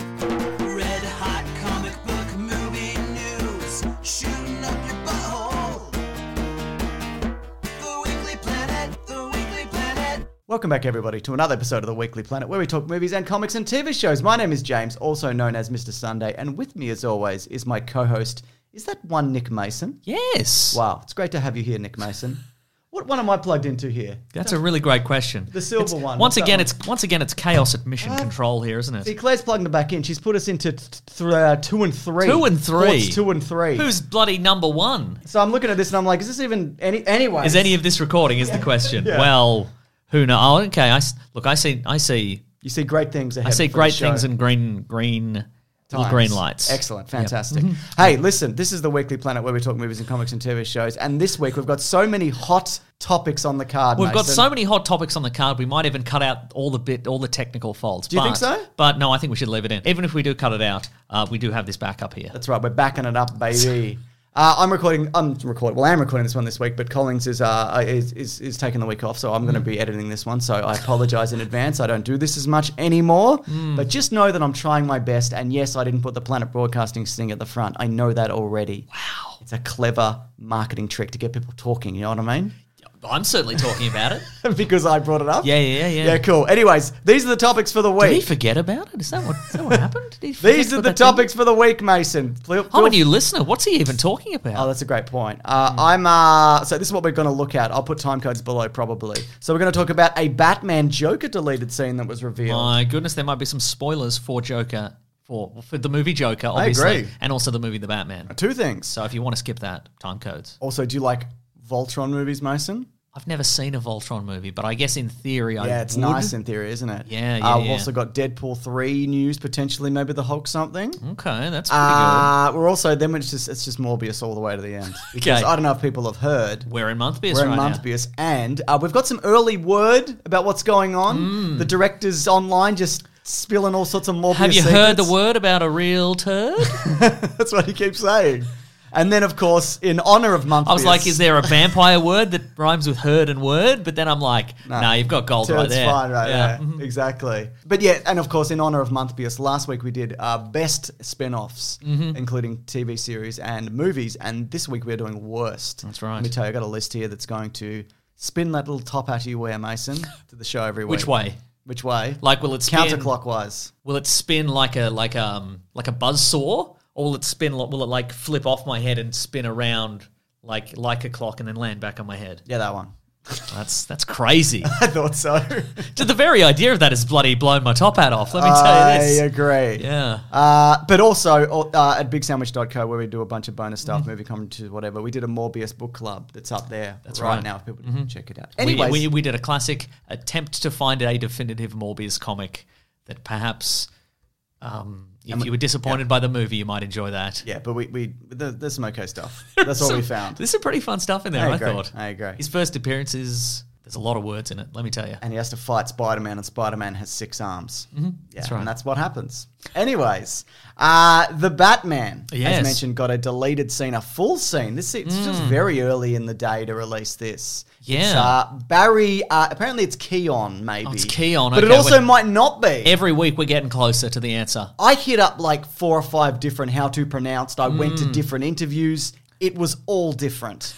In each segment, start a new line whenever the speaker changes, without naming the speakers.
Red hot comic book movie news, shooting up your butthole. The Weekly Planet, The Weekly Planet.
Welcome back, everybody, to another episode of the Weekly Planet, where we talk movies and comics and TV shows. My name is James, also known as Mr. Sunday, and with me, as always, is my co-host. Is that one Nick Mason?
Yes.
Wow, it's great to have you here, Nick Mason. What one am I plugged into here?
That's a really great question.
The silver
It's-
one,
Once
what's that
again,
one? Ah,
it's once again it's chaos at mission control here, isn't
See,
it?
Claire's plugging them back in. She's put us into th- th- uh, two and three.
Two and three.
Thoughts two and three.
Who's bloody number one?
so I'm looking at this and I'm like, is this even any anyway?
Is any of this recording? Is the question? Well, who knows? Oh, okay. I s- look. I see. I see.
You see great things ahead.
I
for
see
the
great
show.
things in green, green, little
Times.
green lights. Mm-hmm.
Excellent, fantastic. Hey, listen, this is the Weekly Planet where we talk movies and comics and TV shows, and this week we've got so many hot topics on the card.
We've got
Mason.
so many hot topics on the card. We might even cut out all the bit, all the technical faults. Do
you think so?
But no, I think we should leave it in. Even if we do cut it out, uh, we do have this backup here.
That's right. We're backing it up, baby. Uh, I'm recording. I'm recording. Well, I'm recording this one this week, but Collins is uh, is, is is taking the week off, so I'm going to
Mm.
be editing this one. So I apologize in advance. I don't do this as much anymore.
Mm.
But just know that I'm trying my best. And yes, I didn't put the Planet Broadcasting sting at the front. I know that already. Wow, it's a clever marketing trick to get people talking. You know what I mean?
I'm certainly talking about it.
because I brought it up.
Yeah, yeah, yeah, yeah.
Yeah, cool. Anyways, these are the topics for the
Did he
week.
forget about it? Is that what, is that what happened? Did he forget
These are
what
the
that thing-
topics for the week, Mason. Feel-
I'm a
feel
new listener. What's he even talking about?
Oh, that's a great point.
Hmm.
Uh, I'm uh, so this is what we're going to look at. I'll put time codes below probably. So we're going to talk about a Batman Joker deleted scene that was revealed.
My goodness, there might be some spoilers for Joker, for, for the movie Joker, obviously,
agree.
and also the movie The Batman.
Two things.
So if you want to skip that, time codes.
also, do you like Voltron movies, Mason?
I've never seen a Voltron movie, but I guess in theory, I
Yeah, it's
would.
nice in theory, isn't it?
Yeah,
uh,
yeah,
We've
yeah.
also got Deadpool three news potentially, maybe the Hulk something.
Okay, that's Hmm, pretty
Uh, we're also then it's just it's just Morbius all the way to the end because
Okay.
I don't know if people have heard.
good. We're in Monthbius
We're in
right now.
Monthbius, and uh, we've got some early word about what's going on. The directors online just spilling all sorts of Morbius.
Mm. Have you heard the
secrets.
word about a real turd?
That's what he keeps saying. And then, of course, in honor of Monthbius,
I was like, is there a vampire word that rhymes with herd and word? But then I'm like, no, you've got gold
So
right
it's
there.
fine, right?
Yeah. Mm-hmm.
Yeah, exactly. But yeah, and of course, in honor of Monthbius, last week we did our best spin-offs,
Mm-hmm.
including TV series and movies, and this week we're doing worst. That's
right.
Let me tell you, I got a list here that's going to spin that little top hat you wear, Mason, to the show every week.
Which way?
Which way?
Like, will it spin?
counterclockwise.
Will it spin like a like um like a buzz saw, or will it spin? lo- Will it like flip off my head and spin around like like a clock and then land back on my head?
Yeah, that one.
That's that's crazy.
I thought so.
to the very idea of that is bloody blown my top hat off. Let me
I
tell you this.
agree.
Yeah.
Uh, but also uh, at bigsandwich.co where we do a bunch of bonus
Mm-hmm.
stuff, movie commentaries, whatever. We did a Morbius book club that's up there that's right,
right. Mm-hmm.
now if people can check it out.
We-
Anyways,
we, we did a classic attempt to find a definitive Morbius comic that perhaps, um, if you were disappointed by the movie, you might enjoy that.
yeah, but we, we there, there's some okay stuff. That's all we found.
There's some pretty fun stuff in there.
I
I,
agree,
thought.
I agree.
His first appearance is the There's a lot of words in it. Let me tell you.
and he has to fight Spider Man, and Spider Man has six arms. Mm-hmm. Yeah,
That's right.
and that's what happens. Anyways, uh, the Batman, as
Yes. Mm.
mentioned, got a deleted scene, a full scene. This it's just very early in the day to release this. It's,
Yeah. Oh,
uh, Barry. Uh, apparently, it's Keon. Maybe
it's Keon,
but it
okay,
also
when-
might not be.
Every week we're getting closer to the answer.
I hit up like four or five different how to pronounced. I went
Mm.
to different interviews. It was all different.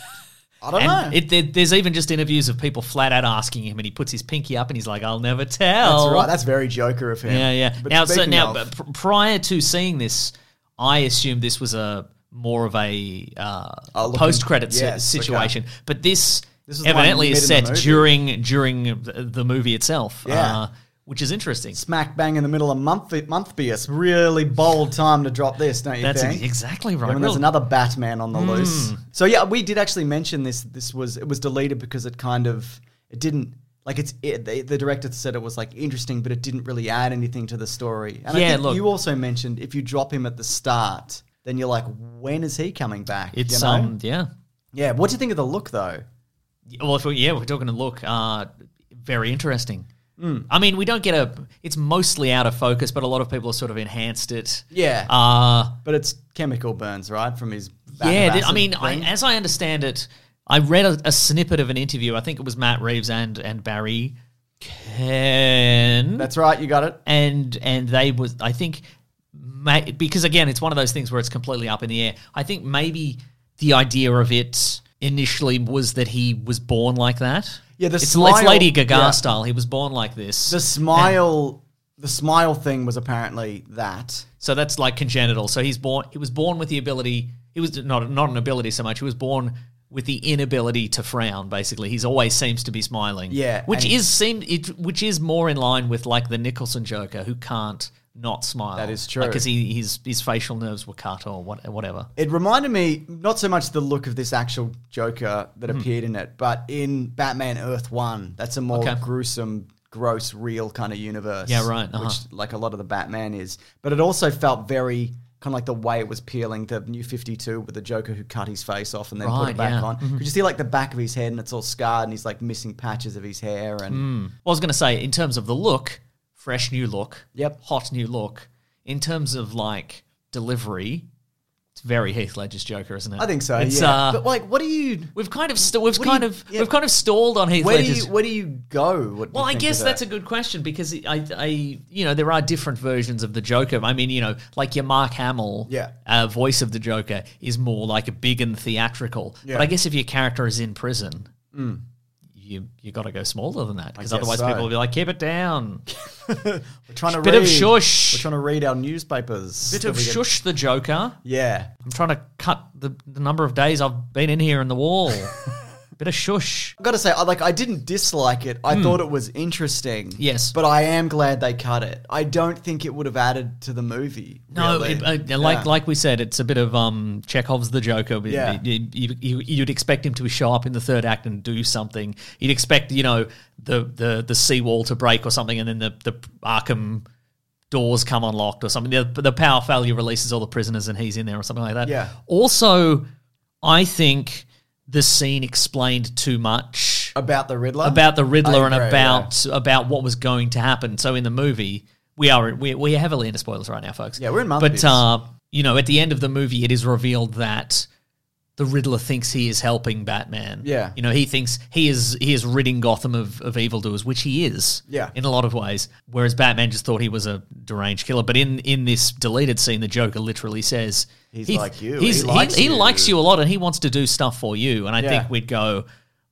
I don't know.
And it, there, there's even just interviews of people flat out asking him, and he puts his pinky up and he's like, I'll never tell.
That's right. That's very Joker of him.
Yeah, yeah.
But
now, so
speaking
now,
of-
but pr- prior to seeing this, I assumed this was a more of a uh,
Oh, looking-
post-credit si-
yes,
situation, but this,
This is the one
evidently
mid
is
in the
set
movie.
during during the, the movie itself.
Yeah.
Uh, which is interesting.
smack bang in the middle of month month It's Really bold time to drop this, don't you
That's
think?
ex- exactly
And
right. Hmm.
when there's
Real-
another Batman on the loose. So yeah, we did actually mention this. This was it was deleted because it kind of it didn't like it's it, the, the director said it was like interesting, but it didn't really add anything to the story. And I
Yeah,
think
look-
you also mentioned if you drop him at the start, then you're like, when is he coming back?
it's
you know?
um yeah.
yeah. What do you think of the look though?
Well, if we, yeah, we're talking to look. Uh, very interesting. I mean, we don't get a. It's mostly out of focus, but a lot of people have sort of enhanced it.
Yeah,
Uh,
but it's chemical burns, right? From his vat of
yeah, th- I
acid
mean, I,
thing.
as I understand it, I read a, a snippet of an interview. I think it was Matt Reeves and and Barry Ken.
that's right. You got it.
and and they was I think ma- because again it's one of those things where it's completely up in the air. I think maybe the idea of it initially was that he was born like that.
Yeah, the
it's,
smile-
it's Lady Gaga
yeah.
style. He was born like this.
The smile, the smile thing was apparently that.
So that's like congenital. So he's born. He was born with the ability. He was not not an ability so much. He was born with the inability to frown. Basically, he's always seems to be smiling.
Yeah,
which
and-
is seemed it, which is more in line with like the Nicholson Joker who can't not smile.
That is true.
because he his his facial nerves were cut or what, whatever.
It reminded me not so much the look of this actual Joker that
Hmm.
appeared in it, but in Batman Earth One. That's a more
Okay.
gruesome, gross, real kind of universe.
Yeah, right, uh-huh.
Which like a lot of the Batman is, but it also felt very. Kind of like the way it was peeling the new 52 with the Joker who cut his face off and then put it
Right,
back
yeah. Mm-hmm.
on. Could you see like the back of his head and it's all scarred and he's like missing patches of his hair and
Well, I was going to say, in terms of the look, fresh new look.
Yep.
Hot new look. In terms of like delivery, it's very Heath Ledger's Joker, isn't it?
I think so.
It's,
yeah.
uh,
but like, what do you?
we've kind of st- we've
What do
kind
you-
of
yeah.
we've kind of stalled on Heath
Where do
Ledger's.
you? Where do you go? What do you
well, I
think
guess
of
that's
it?
a good question because I, I, you know, there are different versions of the Joker. I mean, you know, like your Mark Hamill,
Yeah.
uh, voice of the Joker is more like a big and theatrical.
Yeah. Hmm.
But I guess if your character is in prison, you you got to go smaller than that because
guess
otherwise
so.
people will be like, keep it down.
We're trying to
Bit
read.
of shush.
We're trying to read our newspapers.
bit
that
of
we get-
shush the Joker.
Yeah.
I'm trying to cut the, the number of days I've been in here in the wall. bit of shush.
I've got to say, I like. I didn't dislike it. I thought it was interesting.
Hmm. Yes.
But I am glad they cut it. I don't think it would have added to the movie.
No,
really.
it, uh, like like we said, it's a bit of um, Chekhov's The Joker.
Yeah.
You, you, you, you'd expect him to show up in the third act and do something. You'd expect, you know, the the the seawall to break or something, and then the, the Arkham doors come unlocked or something. The, the power failure releases all the prisoners, and he's in there or something like that.
Yeah.
Also, I think the scene explained too much
about the Riddler.
about the Riddler
I
and
agree,
about about what was going to happen. So in the movie, we are we we're heavily into spoilers right now, folks.
Yeah, we're in month
But
bits.
uh, you know, at the end of the movie, it is revealed that the Riddler thinks he is helping Batman.
Yeah.
you know, he thinks he is he is ridding Gotham of of evildoers, which he is.
Yeah.
in a lot of ways. Whereas Batman just thought he was a deranged killer. But in in this deleted scene, the Joker literally says.
He's
he-
like you.
he's-
He likes
he
you.
likes you a lot, and he wants to do stuff for you. And I
Yeah.
think we'd go,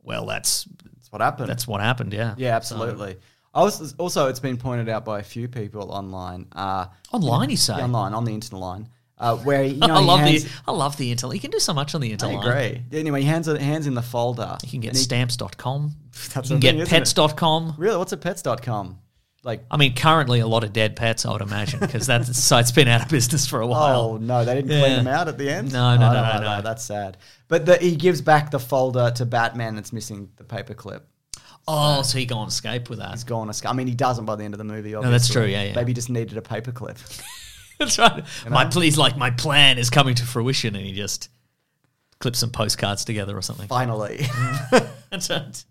well, that's
That's what happened.
that's what happened, yeah.
yeah, absolutely. I was also. It's been pointed out by a few people online. Uh,
Online, you say?
online on the internet line. Uh, where you know
I
he
love
hands,
the I love the Intel. You can do so much on the
I
Intel. line.
agree. Anyway, he hands hands in the folder.
You can get
and he-
stamps.com. You
That's
can
the
get
thing, isn't it?
pets.com.
Really, what's a pets.com? Like,
I mean, currently a lot of dead pets, I would imagine, because that site's been out of business for a
oh
while.
no, they didn't clean
Yeah.
them out at the end.
No, no,
Oh,
no, no, no.
That's sad. But the, he gives back the folder to Batman that's missing the paperclip.
Oh, so he got on escape with that.
He's gone. esca- I mean, he doesn't by the end of the movie. Obviously.
that's true, yeah, yeah.
Maybe he just needed a paperclip.
That's right. My please, like my plan is coming to fruition, and he just clips some postcards together or something.
Finally,
That's right.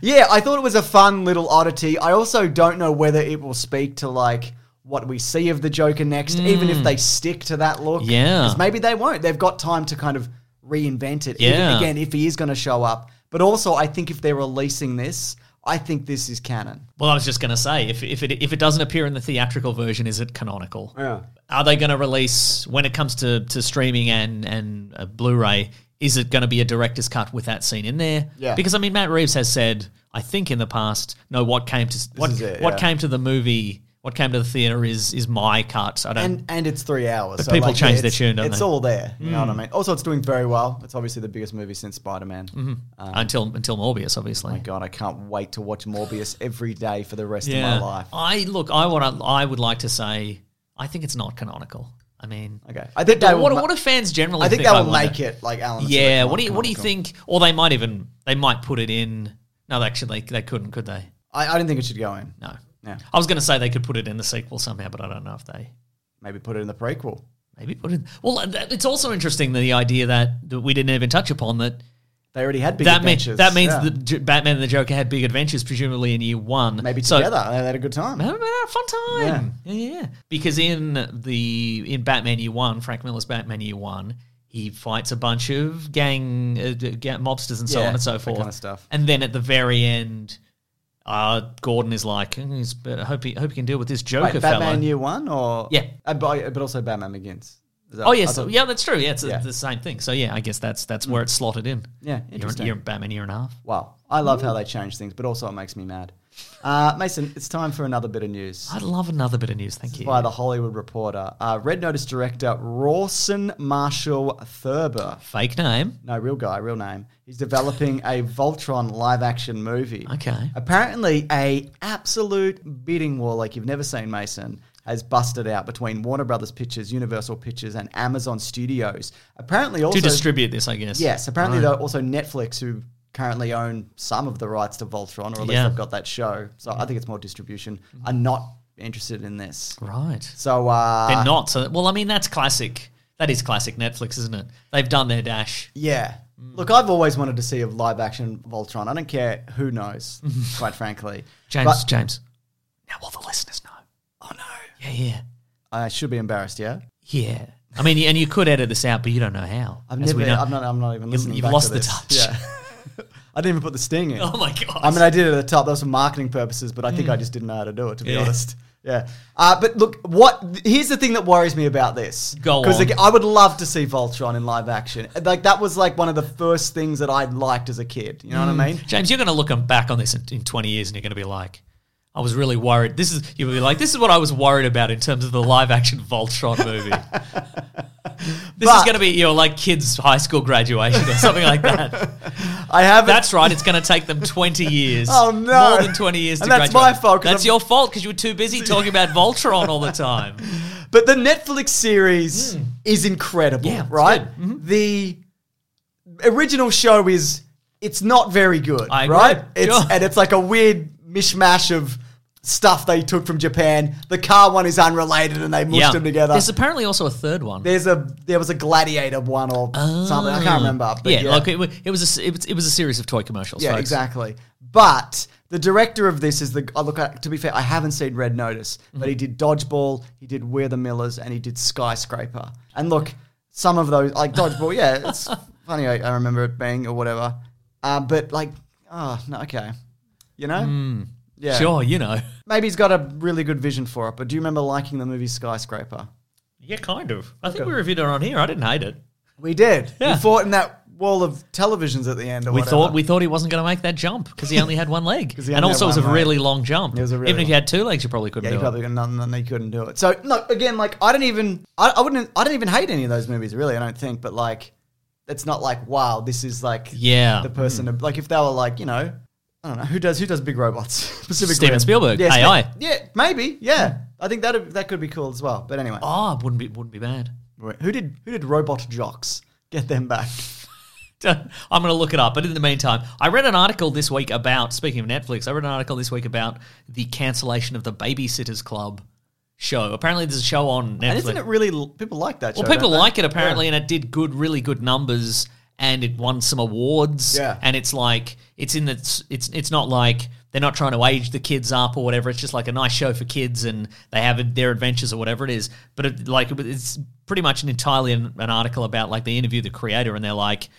Yeah, I thought it was a fun little oddity. I also don't know whether it will speak to like what we see of the Joker next, even if they stick to that look.
Mm. Yeah.
'Cause maybe they won't. They've got time to kind of reinvent it. even
Yeah.
again, if he is going to show up, but also I think if they're releasing this, I think this is canon.
Well, I was just going to say, if, if it if it doesn't appear in the theatrical version, is it canonical? Yeah. Are they going to release when it comes to, to streaming and and uh, Blu-ray? Is it going to be a director's cut with that scene in there?
Yeah.
Because I mean, Matt Reeves has said, I think in the past, no, what came to what
is it,
what
yeah.
came to the movie, what came to the theater is is my cut. I don't.
And and it's three hours. But
people change their tune, don't
It's
they? Mm.
all there. You know what I mean? Also, it's doing very well. It's obviously the biggest movie since Spider Man.
Mm-hmm. until until Morbius, obviously.
Oh God, I can't wait to watch Morbius every day for the rest
yeah.
of my life.
I look. I want. I would like to say. I think it's not canonical. I mean,
Okay, I think that
But
will
what,
ma-
what do fans generally?
I think
think
that will
wonder?
make it like Alan.
Yeah. What do you What do you think? Or they might even they might put it in. No, they actually, they, they couldn't, could they?
I, I don't think it should go in.
No.
No.
I was going to say they could put it in the sequel somehow, but I don't know if they
Maybe put it in the prequel.
maybe put it. Well, uh, that, it's also interesting that the idea that, that we didn't even touch upon that
They already had big
that means
adventures.
that means
Yeah.
the J- Batman and the Joker had big adventures, presumably in year one.
maybe
so,
together they had a good time.
They had a fun time. Yeah. yeah, yeah. Because in the in Batman Year One, Frank Miller's Batman Year One, he fights a bunch of gang, uh, d- ga- mobsters and so
Yeah,
on and so
that
forth.
kinda stuff.
And then at the very end, uh, Gordon is like, "Hmm, he's better, hope he hope he can deal with this Joker
Wait,
fella.
Batman Year One or
Yeah.
Uh, but, but also Batman Begins. Is that-
Oh
I
yes,
thought-
yeah, that's true. Yeah, it's uh,
Yeah. Mm.
the same thing. So yeah, I guess that's that's where it's slotted in.
Yeah, interesting.
You're, Batman year and a half.
Wow, I love how they change things, but also it makes me mad. Uh, Mason, it's time for another bit of news.
I'd love another bit of news. Thank you.
By the Hollywood Reporter, uh, Red Notice director Rawson Marshall Thurber.
Fake name.
No, real guy, real name. He's developing a Voltron live action movie.
Okay.
Apparently, a absolute bidding war like you've never seen, Mason, has busted out between Warner Brothers Pictures, Universal Pictures, and Amazon Studios. Apparently, also
to distribute this, I guess.
yes, apparently though also Netflix who currently own some of the rights to Voltron, or at least
Yeah. Mm-hmm.
they've got that show. So I think it's more distribution. Are not interested in this.
Right.
So uh,
They're not. So, well, I mean, that's classic. That is classic Netflix, isn't it? They've done their dash.
Yeah.
Mm.
Look, I've always wanted to see a live action Voltron. I don't care who knows, quite frankly.
James,
But-
James. Now all the listeners know. Oh no. Yeah, yeah,
I should be embarrassed, yeah?
yeah. I mean, and you could edit this out, but you don't know how.
I've
as
never,
we know.
I'm, not, I'm not even
You've-
listening
you've
back
lost
to
the
this.
touch.
Yeah. I didn't even put the sting in.
Oh my god.
I mean, I did it at the top. That was for marketing purposes, but I think I just didn't know how to do it, to be
Yeah.
honest. Yeah. Uh, but look, what? Here's the thing that worries me about this.
Go on.
again, I would love to see Voltron in live action. Like that was like one of the first things that I liked as a kid. You know what I mean?
James, you're going to look back on this in, in 20 years, and you're going to be like. I was really worried. This is you'll be like, this is what I was worried about in terms of the live action Voltron movie. this is
But-
going to be your like kids' high school graduation or something like that.
I haven't.
That's right. It's going to take them 20 years.
Oh, no.
More than 20 years
And
to
that's
graduate.
my fault, 'cause
That's
I'm-
your fault because you were too busy talking about Voltron all the time.
But the Netflix series is incredible,
Hmm. Yeah, it's Mm-hmm.
right? The original show is it's not very good,
I agree.
right? It's
Sure.
and it's like a weird mishmash of stuff they took from Japan. The car one is unrelated and they mushed them together.
There's apparently also a third one.
There's a there was a gladiator one or something. I can't remember. But
Oh. yeah,
yeah,
like it, wa- it was a, s- it was, it was a series of toy commercials.
yeah,
folks.
exactly. But the director of this is the. I look, at, to be fair, I haven't seen Red Notice, but
Mm-hmm.
he did Dodgeball, he did We're the Millers, and he did Skyscraper. And look, some of those, like Dodgeball, yeah, it's funny. I, I remember it being or whatever. Uh, but like, oh no, okay, you know, yeah,
Hmm. Sure, you know.
Maybe he's got a really good vision for it. But do you remember liking the movie Skyscraper?
Yeah, kind of. I think we reviewed it on here. I didn't hate it.
We did.
Yeah.
We fought in that wall of televisions at the end. Or
We
whatever.
thought we thought he wasn't going to make that jump because he only had one leg,
he
and
only
also
had
it was a
one leg.
really long jump.
It was a really
Even if
long-
you had two legs, you probably couldn't
Yeah, he
do
probably
it.
got none, and they couldn't do it. So no, again, like I don't even, I, I wouldn't, I don't even hate any of those movies, really. I don't think, but like, it's not like wow, this is like
Yeah.
the person. Like if they were like you know, I don't know who does who does big robots Pacific
Steven
Rim.
Spielberg,
yeah, Spe-
AI.
yeah, maybe, yeah. I think that that could be cool as well. But anyway,
Oh, wouldn't be wouldn't be bad.
who did who did robot jocks? Get them back.
I'm going to look it up. But in the meantime, I read an article this week about, speaking of Netflix, I read an article this week about the cancellation of the Babysitters Club show. Apparently, there's a show on Netflix.
And isn't it really people like that?
well,
show,
people
don't they?
like it, apparently, and it did good, really good numbers. and it won some awards.
Yeah.
And it's like it's in the it's it's, it's not like they're not trying to age the kids up or whatever. It's just like a nice show for kids, and they have their adventures or whatever it is. But it, like it's pretty much an entirely an, an article about like they interview the creator, and they're like,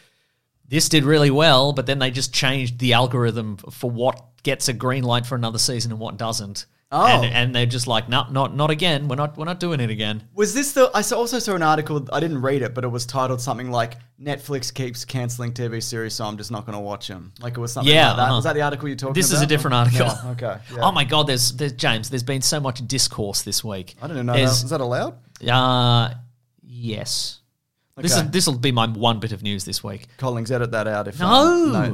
this did really well, but then they just changed the algorithm for what gets a green light for another season and what doesn't.
Oh.
and, and they're just like, no, not not again. We're not we're not doing it again.
Was this the? I saw- also saw an article. I didn't read it, but it was titled something like "Netflix keeps canceling TV series, so I'm just not going to watch them." Like it was something.
Yeah,
like that.
uh-huh.
was that the article you're talking
This
about?
is a different article.
Yeah, okay. yeah.
Oh my god, there's there's James. There's been so much discourse this week.
I didn't know. That.
There's-
Is that allowed?
Uh, yes. This
Okay.
is this will be my one bit of news this week.
Collings, edit that out. If uh,
No!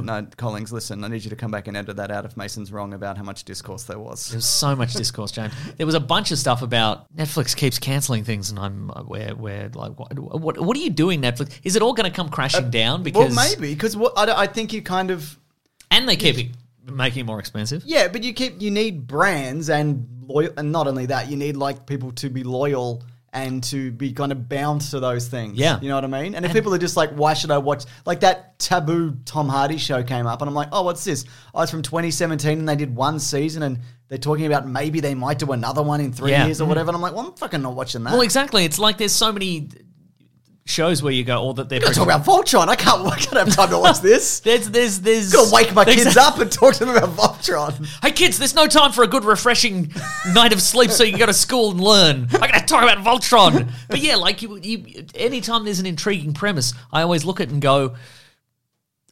no, no, Collings, listen. I need you to come back and edit that out if Mason's wrong about how much discourse there was.
There was so much discourse, James. There was a bunch of stuff about Netflix keeps canceling things, and I'm uh, where where like what what, what are you doing, Netflix? Is it all going to come crashing down?
Uh, Well,
Because
maybe because I, don't- I think you kind of
and they keep it making it more expensive.
yeah, but you keep you need brands and loyal, and not only that, you need like people to be loyal and to be kind of bound to those things.
Yeah.
you know what I mean. And if people are just like, why should I watch like that taboo Tom Hardy show came up, and I'm like, oh, what's this? Oh, it's from 2017, and they did one season, and they're talking about maybe they might do another one in three
Yeah. Mm-hmm.
years or whatever. And I'm like, well, I'm fucking not watching that.
Well, exactly. It's like there's so many shows where you go, oh, that they're
Talk about Voltron. I can't. I can't have time to watch this.
there's there's there's
Gotta wake my kids up
Exactly.
and talk to them about Voltron.
Hey kids, there's no time for a good refreshing night of sleep so you can go to school and learn. I'm going to talk about Voltron. But yeah, like you, you anytime there's an intriguing premise, I always look at it and go,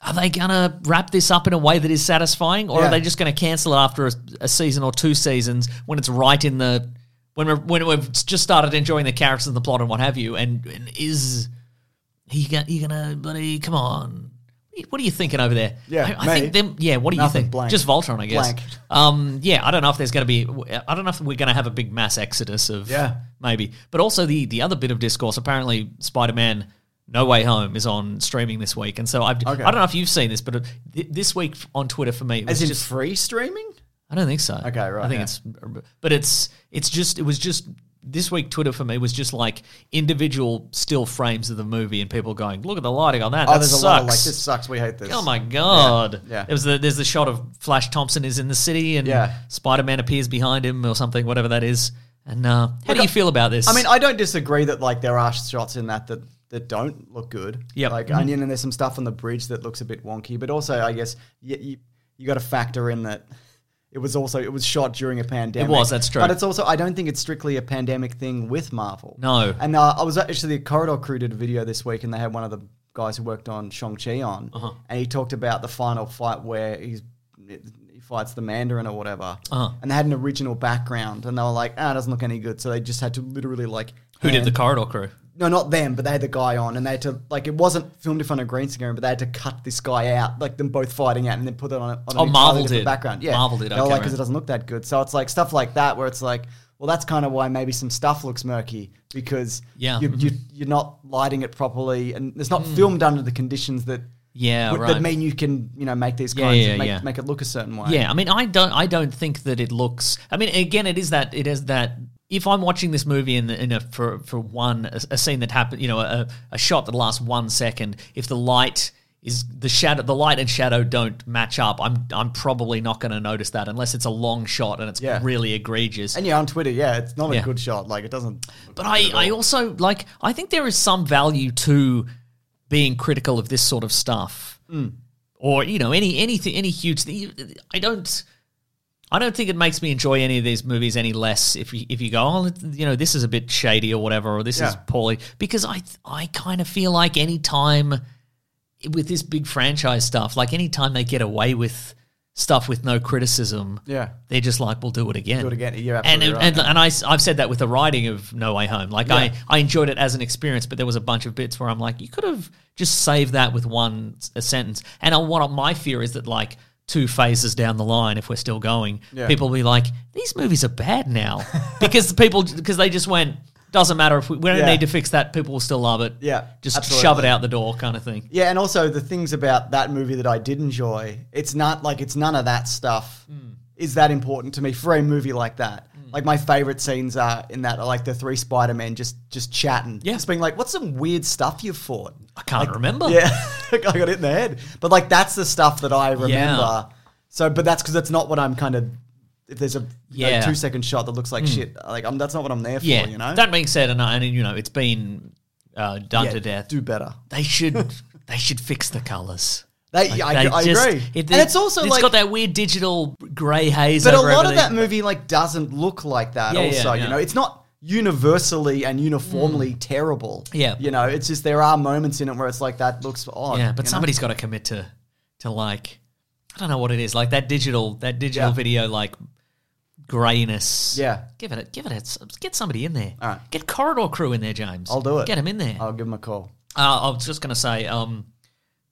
are they going to wrap this up in a way that is satisfying or
Yeah.
are they just going to cancel it after a, a season or two seasons when it's right in the when we're, when we've just started enjoying the characters and the plot and what have you and, and is he going you going to buddy come on what are you thinking over there?
Yeah,
I, I
mate.
think them. Yeah, what do
Nothing,
you think?
blank.
Just Voltron, I guess.
Blank.
Um, yeah, I don't know if there's going to be. I don't know if we're going to have a big mass exodus of.
Yeah.
maybe. But also the the other bit of discourse. Apparently, Spider Man No Way Home is on streaming this week, and so I've.
Okay.
I don't know if you've seen this, but it- th- this week on Twitter for me, it was
As in
just.
free streaming?
I don't think so.
Okay, right,
I think
yeah.
it's, but it's it's just it was just this week. Twitter for me was just like individual still frames of the movie and people going, "Look at the lighting on that."
Oh,
that
there's
sucks.
a lot of like this sucks. We hate this.
Oh my god!
Yeah, yeah.
There was the, there's the shot of Flash Thompson is in the city and
Yeah.
Spider Man appears behind him or something, whatever that is. And uh, how do you feel about this?
I mean, I don't disagree that like there are shots in that that, that don't look good.
Yep. Mm-hmm.
like Onion, and there's some stuff on the bridge that looks a bit wonky. But also, I guess you you, you got to factor in that it was also it was shot during a pandemic.
It was, that's true.
But it's also I don't think it's strictly a pandemic thing with Marvel.
No.
And uh, I was actually Corridor Crew did a video this week, and they had one of the guys who worked on Shang Chi on,
Uh-huh.
and he talked about the final fight where he's. He fights the Mandarin or whatever,
Uh-huh.
and they had an original background, and they were like, "Ah, it doesn't look any good." So they just had to literally like,
who did
hand-
the corridor crew?
No, not them, but they had the guy on, and they had to like, it wasn't filmed in front of a green screen, but they had to cut this guy out, like them both fighting out, and then put it on. A, on an
Oh,
entirely
Marvel
different
did.
background. Yeah,
Marvel did,
They
okay,
were like,
right.
because it doesn't look that good. So it's like stuff like that where it's like. Well, that's kind of why maybe some stuff looks murky because
Yeah. Mm-hmm. Hmm.
you, you, you're not lighting it properly and it's not filmed under the conditions that
Yeah,
would-
right.
that mean you can you know make these
Yeah,
kinds
yeah,
of, make,
yeah.
make it look a certain way.
Yeah, I mean, I don't, I don't think that it looks. I mean, again, it is that, it is that. If I'm watching this movie in, in a, for for one a, a scene that happened, you know, a, a shot that lasts one second, if the light is the shadow, the light and shadow don't match up, I'm I'm probably not going to notice that unless it's a long shot and it's
Yeah.
really egregious.
And yeah, on Twitter, yeah, it's not a
Yeah.
good shot. Like it doesn't.
But I, I also like I think there is some value to being critical of this sort of stuff,
Mm.
or you know any anything any huge thing. I don't. I don't think it makes me enjoy any of these movies any less if you if you go oh let- you know this is a bit shady or whatever or this is
Yeah.
poorly because I I kind of feel like any time with this big franchise stuff like any time they get away with stuff with no criticism
Yeah.
they're just like we'll do it again
Do it again. You're
and
absolutely
and,
right.
and and I have said that with the writing of No Way Home. Like I I enjoyed it as an experience, but there was a bunch of bits where I'm like, you could have just saved that with one s- a sentence. And I, what my fear is that like two phases down the line, if we're still going,
Yeah.
people will be like, these movies are bad now because the people because they just went. Doesn't matter if we, we don't
Yeah.
need to fix that. People will still love it.
Yeah,
just
absolutely.
shove it out the door, kind of thing.
Yeah, and also the things about that movie that I did
Hmm.
enjoy, it's not like it's none of that stuff is that important to me for a movie like that. Like my favorite scenes are in that are like the three Spider Men just just chatting,
Yeah.
just being like, "What's some weird stuff you fought?"
I can't remember.
Yeah, I got it in the head. But like that's the stuff that I remember.
Yeah.
So, but that's because that's not what I'm kind of. If there's a
Yeah. Hmm.
two second shot that looks like shit, like I'm, that's not what I'm there for.
yeah.
You know,
That being said, and, I- and you know, it's been uh, done
Yeah,
to death.
Do better.
They should they should fix the colors.
They, yeah, I, I agree. and it's also
it's
like
got that weird digital grey haze.
But a
over
lot of that
everything.
movie like doesn't look like that.
Yeah, yeah,
also,
yeah. Mm.
you know, it's not universally and uniformly terrible.
Yeah.
you know, it's just there are moments in it where it's like that looks odd.
Yeah,
you
but
know?
somebody's got to commit to to like I don't know what it is like that digital that digital
Yeah.
video like grayness.
Yeah.
give it a, give it a, s- get somebody in there.
All right.
Get corridor crew in there, James.
I'll do it.
Get him in there.
I'll give him a call.
Uh, I was just going to say, um,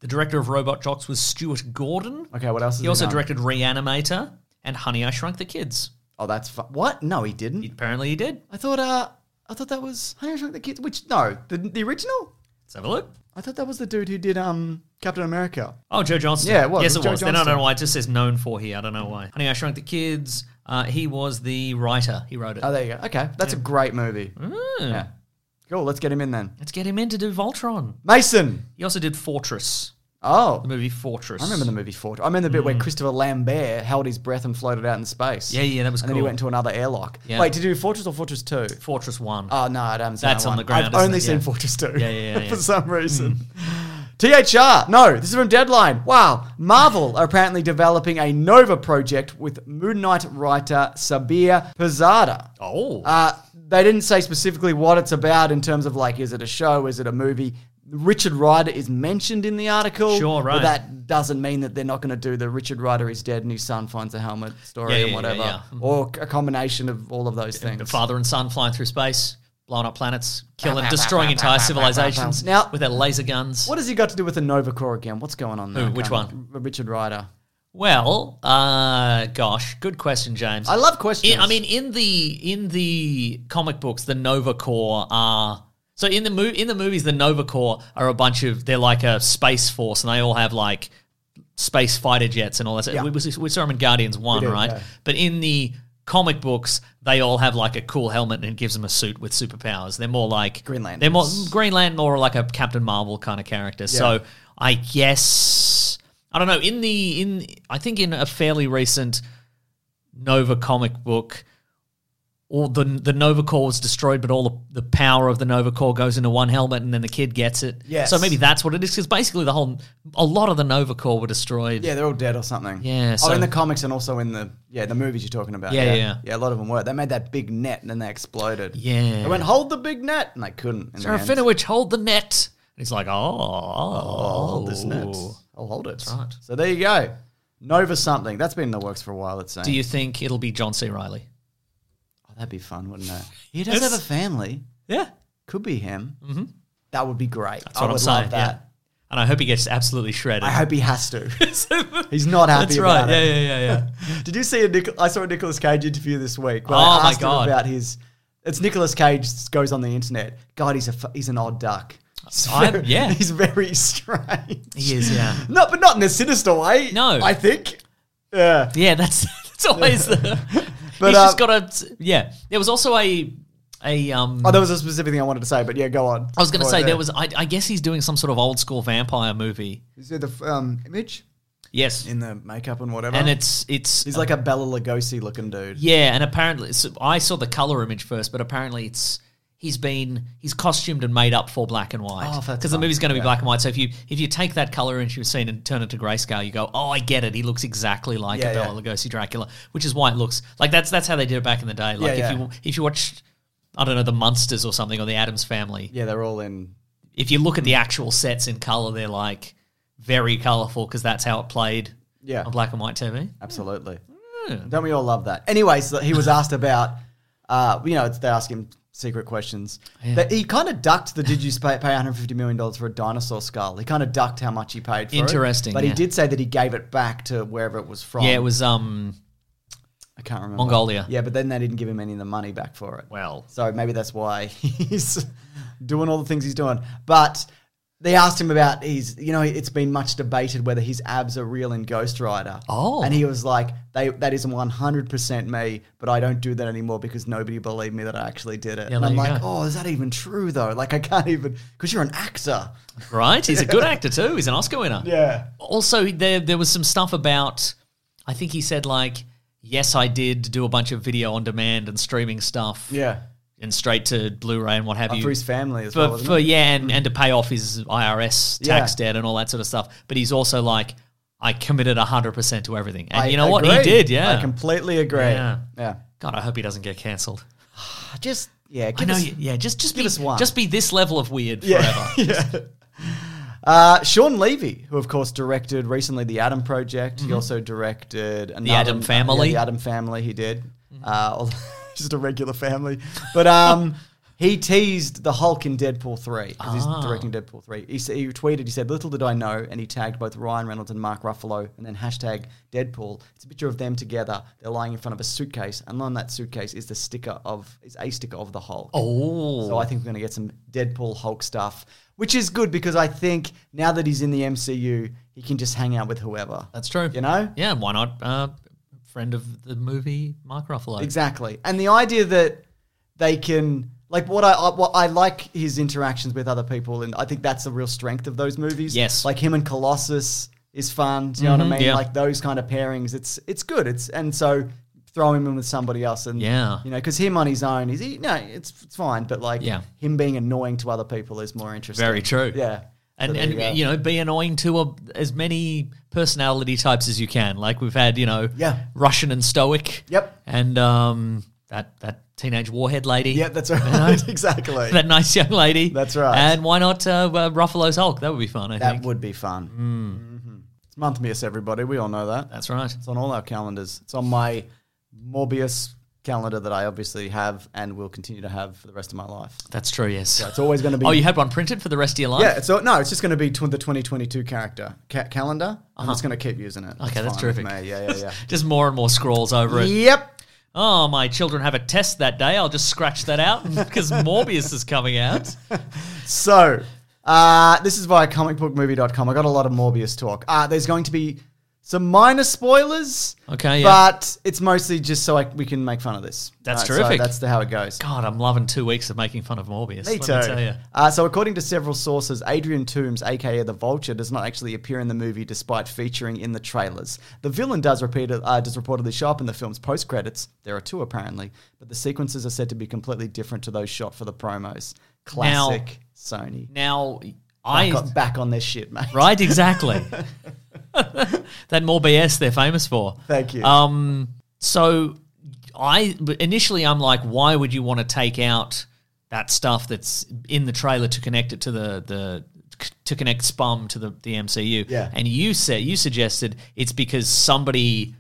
the director of Robot Jocks was Stuart Gordon.
Okay, what else? has
He also
done?
directed Reanimator and Honey I Shrunk the Kids.
Oh, that's fu- what? No, he didn't.
Apparently, he did.
I thought. Uh, I thought that was Honey I Shrunk the Kids. Which no, the, the original.
Let's have a look.
I thought that was the dude who did um Captain America.
Oh, Joe Johnston.
Yeah, it was. It
Yes, it
was Joe
was. Then I don't
Johnston.
know why it just says known for here. I don't know why. Honey I Shrunk the Kids. Uh, he was the writer. He wrote it.
Oh, there you go. Okay, that's a great movie.
Mm.
Yeah. Cool. Let's get him in then.
Let's get him in to do Voltron.
Mason.
He also did Fortress,
Oh,
the movie Fortress.
I remember the movie Fort. I remember the bit where Christopher Lambert held his breath and floated out in space.
Hmm. Yeah, yeah, that was
And then he
cool.
went into another airlock.
Yeah.
Wait, did you do Fortress or Fortress 2?
Fortress One.
Oh, no, I haven't seen
That's
that
on
one.
the ground,
I've
isn't
only
it?
seen
Yeah.
Fortress 2
Yeah, yeah, yeah, Hmm.
for
yeah.
some reason. THR. No, this is from Deadline. Wow. Marvel are apparently developing a Nova project with Moon Knight writer Sabir Pizzada.
oh,
Uh, they didn't say specifically what it's about in terms of like, is it a show? Is it a movie? Richard Ryder is mentioned in the article.
Sure, right.
But that doesn't mean that they're not going to do the Richard Ryder is dead and his son finds a helmet story
Yeah, yeah,
and
yeah,
whatever.
yeah.
Or a combination of all of those things.
father and son flying through space, blowing up planets, killing, destroying entire civilizations
Now-
with their laser guns.
What has he got to do with the Nova Corps again? What's going on there?
which
Okay.
one?
R- Richard Ryder.
Well, uh, gosh, good question, James.
I love questions.
In- I mean, in the in the comic books, the Nova Corps are so in the mo- in the movies, the Nova Corps are a bunch of they're like a space force, and they all have like space fighter jets and all that. We, we, we saw them in Guardians One,
did,
right?
yeah.
But in the comic books, they all have like a cool helmet and it gives them a suit with superpowers. They're more like
Green Lanterns.
They're more Greenland, more like a Captain Marvel kind of character. So I guess I don't know. In the in I think in a fairly recent Nova comic book, all the the Nova Core was destroyed, but all the, the power of the Nova Core goes into one helmet, and then the kid gets it.
Yes.
So maybe that's what it is, because basically the whole a lot of the Nova Core were destroyed.
yeah, they're all dead or something.
Yeah,
oh,
so-
in the comics and also in the yeah the movies you're talking about.
Yeah,
yeah,
yeah, yeah.
a lot of them were. They made that big net and then they exploded.
Yeah.
they went hold the big net and they couldn't. in the
Sarah
end.
Finowich, hold the net. And he's like, oh,
I'll Oh, hold this net. I'll hold it.
right.
So there you go. Nova something. That's been in the works for a while, it's saying.
Do you think it'll be John C. Riley?
oh, that'd be fun, wouldn't it? He does have a family.
Yeah,
Could be him. Mm-hmm. That would be great.
that's what
I
am
would
saying.
love that.
Yeah. And I hope he gets absolutely shredded.
I hope he has to. He's not happy
that's
about
right.
it.
Yeah, yeah, yeah, yeah.
Did you see a Nic- I saw a Nicolas Cage interview this week. where
Oh,
I
my
asked
God.
Him about his. It's Nicolas Cage goes on the internet. God, he's a f- he's an odd duck. He's
I'm- yeah.
he's very strange.
he is. Yeah.
No, but not in a sinister way.
No.
I think. Yeah.
Yeah, that's that's always the.
But,
he's just
uh,
got a yeah. There was also a a um.
Oh, there was a specific thing I wanted to say, but yeah, go on.
I was going to
Go
say
on
there was. I, I guess he's doing some sort of old school vampire movie.
Is there the um, image
Yes,
in the makeup and whatever?
and it's it's
he's like a Bella Lugosi looking dude.
yeah, and apparently so I saw the color image first, but apparently it's he's been he's costumed and made up for black and white
Oh, that's
because the
fun.
movie's going to be
Yeah.
black and white. So if you if you take that color image you've seen and turn it to grayscale, you go, oh, I get it. He looks exactly like
Yeah,
a Bela
yeah.
Lugosi Dracula, which is why it looks like that's that's how they did it back in the day. Like
Yeah, yeah.
if you if you watched. I don't know the Munsters or something or the Adams Family.
Yeah, they're all in.
If you look at
Mm.
the actual sets in color, they're like very colorful because that's how it played
Yeah.
on black and white TV.
Absolutely.
Hmm.
Don't we all love that? Anyway, so he was asked about, uh, you know, it's- they ask him secret questions. That he kind of ducked the did you pay, pay $150 million for a dinosaur skull? He kind of ducked how much he paid for it.
Interesting,
But he
yeah.
did say that he gave it back to wherever it was from.
Yeah, it was um
I can't remember.
Mongolia.
Yeah, but then they didn't give him any of the money back for it.
Well,
So maybe that's why he's doing all the things he's doing. But They asked him about his, you know, it's been much debated whether his abs are real in Ghost Rider.
Oh.
And he was like, they, that is 100% me, but I don't do that anymore because nobody believed me that I actually did it.
Yeah,
and
there
I'm
you
like,
go.
oh, is that even true though? Like, I can't even, because you're an actor.
right? He's a good actor too. He's an Oscar winner.
Yeah.
Also, there there was some stuff about. I think he said like, "Yes, I did do a bunch of video on demand and streaming stuff,
Yeah.
and straight to Blu-ray and what have you."
For his family as
for,
well. wasn't
for
it? Mm.
yeah, and, and to pay off his IRS tax debt and all that sort of stuff. But he's also like, I committed hundred percent to everything, and
I
you know what he
agree.
did, yeah.
I completely agree.
Yeah.
Yeah.
God, I hope he doesn't get cancelled.
Just, yeah.
I
give
know,
us-
you, yeah. Just just
give
be
us one.
just be this level of weird forever.
Uh, Sean Levy, who of course directed recently The Adam Project, he also directed another,
Addams Mm-hmm. Family. Mm-hmm.
yeah, the Adam Family. He did uh, although- just a regular family, but um, he teased the Hulk in Deadpool three because
Ah.
he's directing Deadpool three. He, s- he tweeted, he said, "Little did I know," and he tagged both Ryan Reynolds and Mark Ruffalo, and then hashtag Deadpool. It's a picture of them together. They're lying in front of a suitcase, and on that suitcase is the sticker of is a sticker of the Hulk.
Oh,
So I think we're going to get some Deadpool Hulk stuff, which is good because I think now that he's in the MCU, he can just hang out with whoever.
that's true.
You know?
yeah. Why not? Uh, friend of the movie, Mark Ruffalo.
Exactly. And the idea that they can like what I I- what I like his interactions with other people and I think that's the real strength of those movies.
Yes. Mm-hmm.
Like him and Colossus is fun, do you know what I mean?
yeah.
Like those kind of pairings, it's it's good. It's and so throw him in with somebody else and
Yeah.
you know cuz him on his own is he, no it's it's fine but like
Yeah.
him being annoying to other people is more interesting.
Very true.
Yeah.
And,
So there
and
you go.
you know, be annoying to a, as many personality types as you can. Like we've had, you know,
Yeah.
Russian and stoic.
Yep.
And um, that that teenage warhead lady.
Yeah, that's right. exactly.
that nice young lady.
That's right.
And why not uh, uh, Ruffalo's Hulk? That would be fun. I
that
think.
would be fun. Mm. hmm It's month miss, everybody. We all know that.
That's right.
It's on all our calendars. It's on my Morbius calendar that I obviously have and will continue to have for the rest of my life.
That's true. Yes.
It's always going to be.
oh, you had one printed for the rest of your life.
yeah, so no, it's just going to be tw- the 2022 character ca- calendar. I'm just going to keep using it.
Uh-huh. Okay, that's
fine with
terrific.
me. Yeah, yeah,
Just more and more scrolls over
yeah.
it.
yep.
Oh, my children have a test that day. I'll just scratch that out because Morbius is coming out.
So, uh, this is via comicbookmovie.com. I got a lot of Morbius talk. Uh, there's going to be some minor spoilers.
Okay, yeah.
But it's mostly just so I, we can make fun of this.
That's
so
terrific.
that's the, how it goes.
God, I'm loving two weeks of making fun of Morbius.
Me
let
too.
Me tell you.
Uh, so, according to several sources, Adrian Toomes, aka the Vulture, does not actually appear in the movie despite featuring in the trailers. The villain does, repeat, uh, does reportedly show up in the film's post credits. There are two, apparently, but the sequences are said to be completely different to those shot for the promos. Classic Sony.
Now,
I
I
got back on their shit, mate.
right exactly that Morbius they're famous for.
Thank you.
Um, so I initially I'm like, why would you want to take out that stuff that's in the trailer to connect it to the the to connect Spum to the the MCU?
Yeah.
And you said you suggested it's because somebody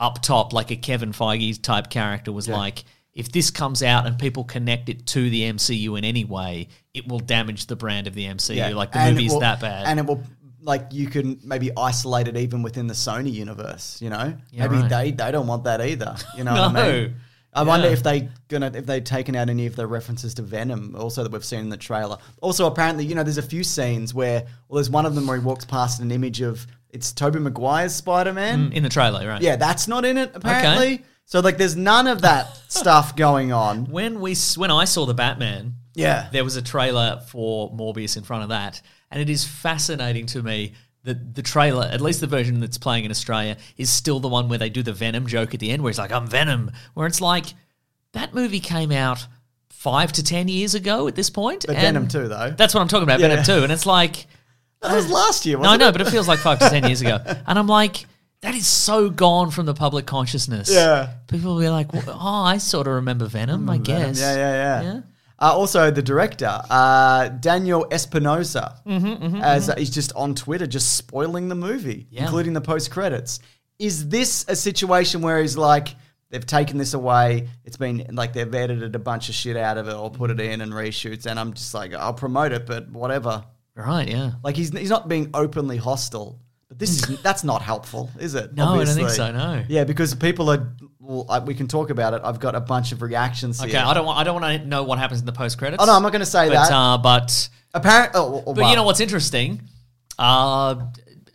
up top, like a Kevin Feige type character, was like. If this comes out and people connect it to the MCU in any way, it will damage the brand of the MCU. Like the
And it
movie's
will-
that bad.
And it will like you can maybe isolate it even within the Sony universe, you know?
Yeah,
maybe
right.
they they don't want that either. You know what
No.
I mean? I wonder
Yeah.
if they gonna if they've taken out any of the references to Venom also that we've seen in the trailer. Also apparently, you know, there's a few scenes where well there's one of them where he walks past an image of it's Toby Maguire's Spider Man.
in the trailer, right?
Yeah, that's not in it apparently. So like there's none of that stuff going on.
When we s- when I saw the Batman,
Yeah.
there was a trailer for Morbius in front of that, and it is fascinating to me that the trailer, at least the version that's playing in Australia, is still the one where they do the Venom joke at the end, where it's like I'm Venom, where it's like that movie came out five to ten years ago at this point.
But
and
Venom too though.
That's what I'm talking about,
Yeah.
Venom too, and it's like.
That was last year,
Um, No, I
wasn't
know,
it?
but it feels like five to ten years ago. And I'm like, that is so gone from the public consciousness.
Yeah. Mm,
People will be like, "Wha- oh, I sort of remember Venom, I guess.
Yeah, yeah, yeah.
Yeah.
Uh, also, the director, uh, Daniel Espinosa,
Mm-hmm,
as uh, he's just on Twitter, just spoiling the movie, including the post credits. Is this a situation where he's like, they've taken this away? It's been like they've edited a bunch of shit out of it or put it in and reshoots, and I'm just like, I'll promote it, but whatever.
Right, yeah.
Like he's he's not being openly hostile, but this is that's not helpful, is it?
Hmm. No, I don't think so, no.
Yeah, because people are. Well, I, we can talk about it. I've got a bunch of reactions.
Okay,
here.
I don't want I don't want to know what happens in the post credits.
Oh no, I'm not going to say
but,
that.
Uh, but
Apparently, oh, oh,
But
wow.
you know what's interesting? Uh,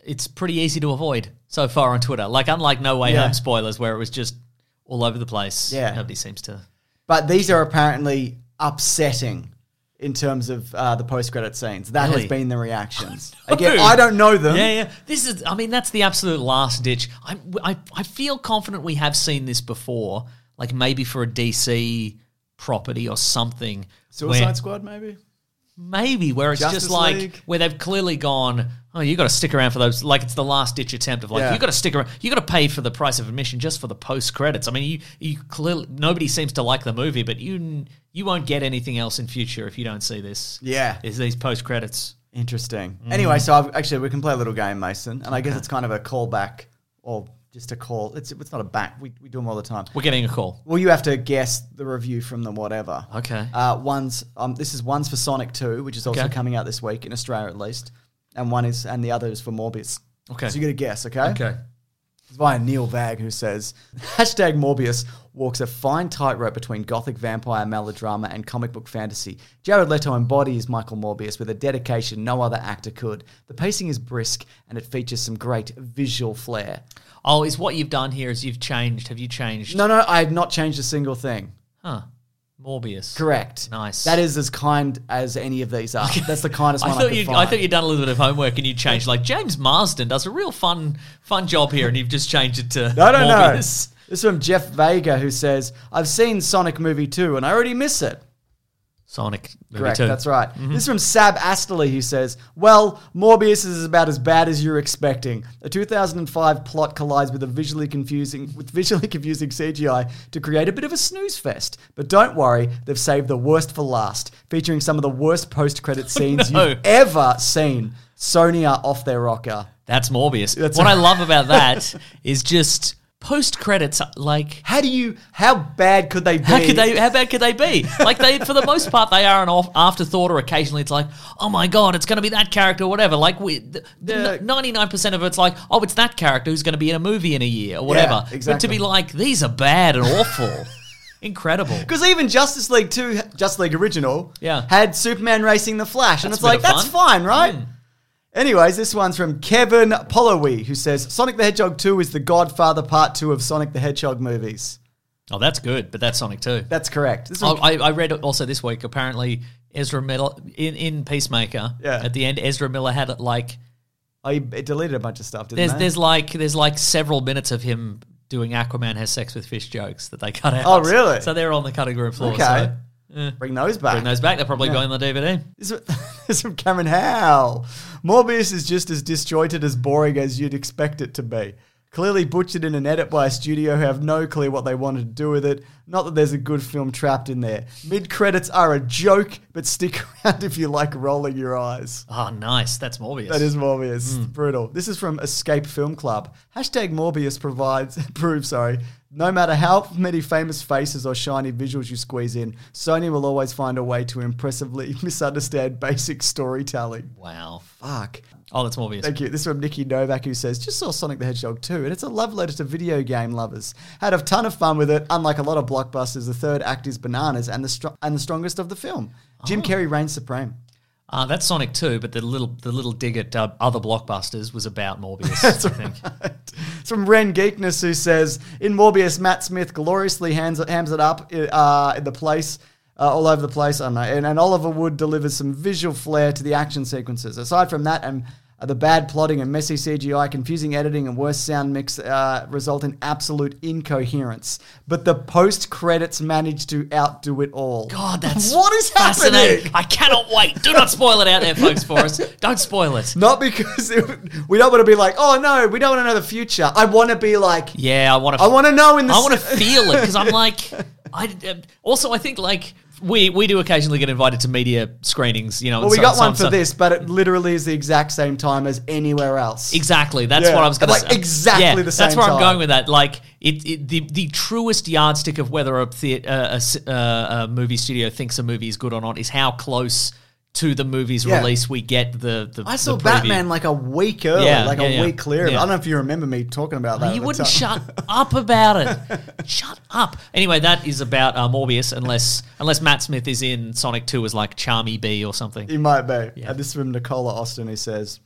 it's pretty easy to avoid so far on Twitter. Like, unlike No Way
Yeah.
Home spoilers, where it was just all over the place.
Yeah.
Nobody seems to.
But these are apparently upsetting in terms of uh, the post-credit scenes. That
Really?
has been the reactions. Again, I don't know them.
Yeah, yeah. This is, I mean, that's the absolute last ditch. I, I, I feel confident we have seen this before, like maybe for a DC property or something.
Suicide
where-
Squad, maybe.
Maybe where it's
Justice
just like
League.
where they've clearly gone. Oh, you got to stick around for those. Like it's the last ditch attempt of like
Yeah.
you got to stick around. You got to pay for the price of admission just for the post credits. I mean, you you clearly nobody seems to like the movie, but you you won't get anything else in future if you don't see this.
Yeah.
is these post credits?
Interesting.
Mm.
Anyway, so I've, actually, we can play a little game, Mason, and I guess it's kind of a callback or just a call. It's it's not a back. We we do them all the time.
We're getting a call.
Well, you have to guess the review from the whatever.
Okay.
Uh, one's um, this is one's for Sonic Two, which is also
Okay.
coming out this week in Australia at least, and one is and the other is for Morbius.
Okay.
So you got to guess, okay? It's via Neil Vag who says hashtag Morbius walks a fine tightrope between gothic vampire melodrama and comic book fantasy. Jared Leto embodies Michael Morbius with a dedication no other actor could. The pacing is brisk and it features some great visual flair.
Oh, is what you've done here is you've changed? Have you changed?
No, no, I have not changed a single thing.
Huh. Morbius.
Correct.
Nice.
That is as kind as any of these are. That's the kindest
I
one I,
thought
could
you
find.
I thought you'd done a little bit of homework and you changed like James Marsden does a real fun fun job here and you've just changed it to
I don't know.
Morbius.
This is from Jeff Vega who says, "I've seen Sonic Movie 2 and I already miss it."
Sonic movie
Correct.
too.
That's right.
Mm-hmm.
This is from Sab Astley who says, "Well, Morbius is about as bad as you're expecting. A 2005 plot collides with a visually confusing with visually confusing CGI to create a bit of a snooze fest. But don't worry, they've saved the worst for last, featuring some of the worst post-credit scenes
Oh, no.
you've ever seen. Sony are off their rocker."
That's Morbius.
That's
what
right.
I love about that is just post credits like
How do you? How bad could they be?
how could they how bad could they be? Like they for the most part they are an off, afterthought or occasionally it's like, "Oh my god, it's going to be that character or whatever." Like we the- the
Yeah.
99% of it's like, "Oh, it's that character who's going to be in a movie in a year or whatever." But to
exactly.
be like, "These are bad and awful." Incredible.
Because even Justice League Two, Justice League Original,
Yeah.
had Superman racing the Flash, and
That's
it's
a bit
like
of
that's
fun.
fine,
Hmm.
right? Anyways, this one's from Kevin Pollowee, who says Sonic the Hedgehog Two is the Godfather Part Two of Sonic the Hedgehog movies.
Oh, that's good, but that's Sonic too.
That's correct. This
Oh,
one,
I, I read also this week. Apparently, Ezra Miller in, in Peacemaker.
Yeah.
At the end, Ezra Miller had it like
I, it oh, deleted a bunch of stuff, didn't
there's
they?
there's like there's like several minutes of him doing Aquaman has sex with fish jokes that they cut out.
Oh, really?
So they're on the cutting room floor.
okay,
So
bring those back.
bring those back. They're probably going on the DVD.
This is- this is from Cameron Howe. Morbius is just as disjointed as boring as you'd expect it to be. Clearly butchered in an edit by a studio who have no clue what they wanted to do with it. Not that there's a good film trapped in there. Mid credits are a joke, but stick around if you like rolling your eyes.
Oh, nice. That's Morbius.
That is Morbius. Brutal. This is from Escape Film Club. Hashtag Morbius provides proves, sorry. No matter how many famous faces or shiny visuals you squeeze in, Sony will always find a way to impressively misunderstand basic storytelling.
wow.
Fuck.
Oh, that's Morbius.
Thank you. This is from Nikki Novak who says, just saw Sonic the Hedgehog 2, and it's a love letter to video game lovers. Had a ton of fun with it. Unlike a lot of blockbusters, the third act is bananas and the str- and the strongest of the film. Jim Carrey reigns supreme.
Uh, that's Sonic too, but the little the little dig at uh, other blockbusters was about Morbius. I think.
It's from Ren Geekness who says in Morbius, Matt Smith gloriously hands, hams it up uh, in the place. Uh, all over the place, I don't know. And, and Oliver Wood delivers some visual flair to the action sequences. Aside from that, and uh, the bad plotting and messy CGI, confusing editing, and worse sound mix uh, result in absolute incoherence. But the post credits manage to outdo it all.
God, that's
what is
fascinating.
happening?
I cannot wait. Do not spoil it out there, folks, for us. Don't spoil it.
Not because it, we don't want to be like, oh no, we don't want to know the future. I want to be like,
Yeah, I want to.
I want to know in the.
I want to feel it because I'm like, I um, also I think like we we do occasionally get invited to media screenings, you know.
Well, we got one for this, but it literally is the exact same time as anywhere else.
Exactly. That's
Yeah,
what I was going to
like,
say.
exactly
Yeah,
the
That's
same
where I'm
time.
going with that. Like it, it the the truest yardstick of whether a, the, uh, a s- uh, a movie studio thinks a movie is good or not is how close to the movie's
Yeah.
release, we get the the.
I
the
saw
preview.
Batman like a week early,
Yeah,
like
yeah,
a
yeah.
week clear.
Yeah.
I don't know if you remember me talking about that. at
you
the
wouldn't
time.
shut up about it. shut up. Anyway, that is about uh, Morbius, unless unless Matt Smith is in Sonic Two as like Charmy B or something.
He might be. And this is from Nicola Austin, who says,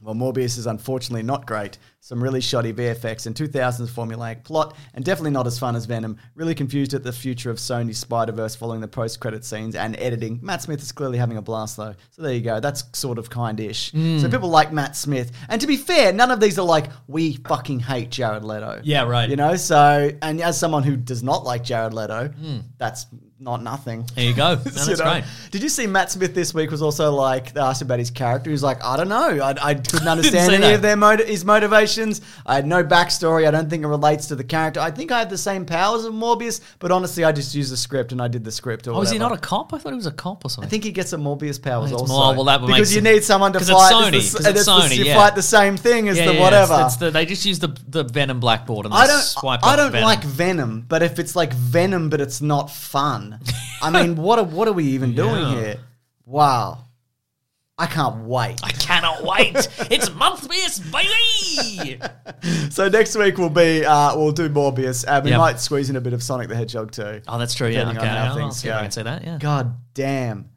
Well, Morbius is unfortunately not great. Some really shoddy VFX and 2000s formulaic plot, and definitely not as fun as Venom. Really confused at the future of Sony's Spider Verse following the post credit scenes and editing. Matt Smith is clearly having a blast, though. So there you go. That's sort of kind ish.
Hmm.
So people like Matt Smith. And to be fair, none of these are like, We fucking hate Jared Leto.
Yeah, right.
You know, so, and as someone who does not like Jared Leto,
Hmm.
that's not nothing.
There you go. No, that's
You know?
great.
Did you see Matt Smith this week was also like they asked about his character? He was like, I don't know. I, I couldn't understand
see
any
that.
of their moti- his motivations. I had no backstory. I don't think it relates to the character. I think I have the same powers of Morbius, but honestly, I just used the script and I did the script. Or
Oh, is he
whatever.
not a cop? I thought he was a cop or something.
I think he gets a Morbius powers
It's
also.
more- well, that would make
because you
sense.
need someone to
'Cause it's
fight.
Sony,
It's the,
'cause it's
the-
Sony,
you
yeah.
fight the same thing as
Yeah,
the
yeah,
whatever.
it's- it's the- they just use the the Venom blackboard and they
I don't.
swipe
I
up
don't
Venom.
like Venom, but if it's like Venom, but it's not fun, I mean, what are what are we even doing
Yeah.
here? Wow, I can't wait.
I cannot wait. it's Monthbius, baby.
so next week will be uh, we'll do Morbius, and we
Yep.
might squeeze in a bit of Sonic the Hedgehog too.
Oh, that's true. Yeah,
Depending
okay.
on how
I'll, I'll
things
see if I
go.
can say that. Yeah.
God damn.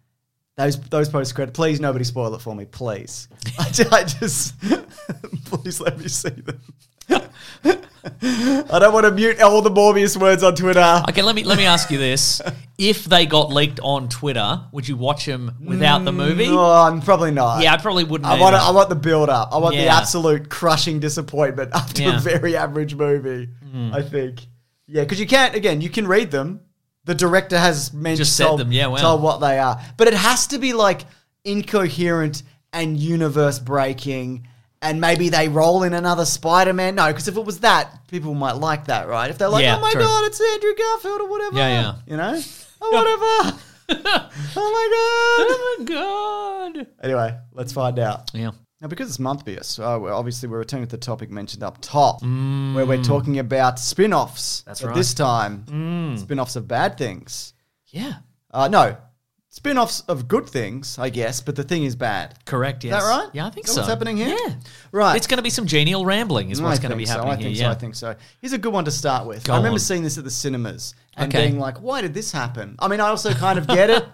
Those, those post credit. Please, nobody spoil it for me, please. I ju- I just, please let me see them. I don't want to mute all the Morbius words on Twitter.
Okay, let me let me ask you this: If they got leaked on Twitter, would you watch them without the movie?
Mm, No, Oh, I'm probably not.
Yeah, I probably wouldn't.
I want,
either.
I want the build up. I want the
Yeah.
absolute crushing disappointment after a
Yeah. Hmm.
very average movie. I think. Yeah, because you can't. Again, you can read them. The director has mentioned
Just said
told,
them, yeah, wow.
told what they are, but it has to be like incoherent and universe breaking. And maybe they roll in another Spider-Man. No, because if it was that, people might like that, right? If they're like,
Yeah,
"Oh my
true.
god, it's Andrew Garfield or whatever,"
Yeah, yeah.
you know, or whatever. oh my god.
Oh my god!
Anyway, let's find out.
Yeah.
Now, because it's Monthbius, uh, we're- obviously we're returning to the topic mentioned up top, where we're talking about spin offs.
Mm. That's
but
right. Mm.
This time, spin offs of bad things.
Yeah.
Uh, no, spin offs of good things, I guess, but the thing is bad.
Correct.
Is
Yes.
that right?
Yeah, I think
Is that
so.
What's happening here?
Yeah.
Right.
It's going to be some genial rambling, is what's
I
going to be
think so,
happening
I think
here. yeah.
so. I think so. Here's a good one to start with.
Go
I remember
on.
seeing this at the cinemas and
Okay.
being like, "Why did this happen?" I mean, I also kind of get it,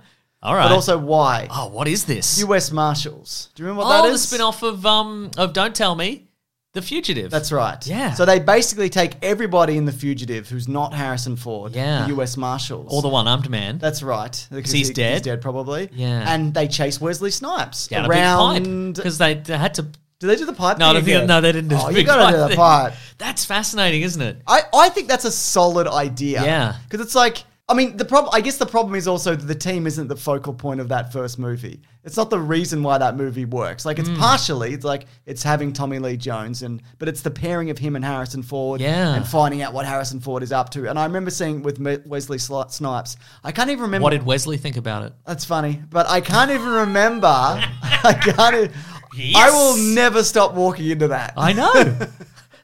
All right.
but also why?
oh, what is this?
U.S. Marshals. Do you remember what
oh,
that
the
is?
spin-off of um of Don't Tell Me, The Fugitive.
That's right.
Yeah.
So they basically take everybody in The Fugitive who's not Harrison Ford,
Yeah.
the US Marshals.
or the one-armed man.
That's right. Because he-
he's
He's
dead.
dead, probably.
Yeah.
And they chase Wesley Snipes
down a
around.
big pipe because they, they had to.
Do they do the pipe?
No,
thing
I don't think,
again?
no, they didn't do
Oh,
the
you
big
gotta
pipe
do the
thing.
pipe.
That's fascinating, isn't it?
I, I think that's a solid idea.
Yeah.
Because it's like, I mean, the problem, I guess the problem is also that the team isn't the focal point of that first movie. It's not the reason why that movie works. Like,
Mm.
it's partially, it's like, it's having Tommy Lee Jones, and but it's the pairing of him and Harrison Ford
Yeah.
and finding out what Harrison Ford is up to. And I remember seeing with Me- Wesley Sli- Snipes, I can't even remember.
What did Wesley think about it?
That's funny, but I can't even remember. I can't. e- I
Yes.
will never stop walking into that.
I know.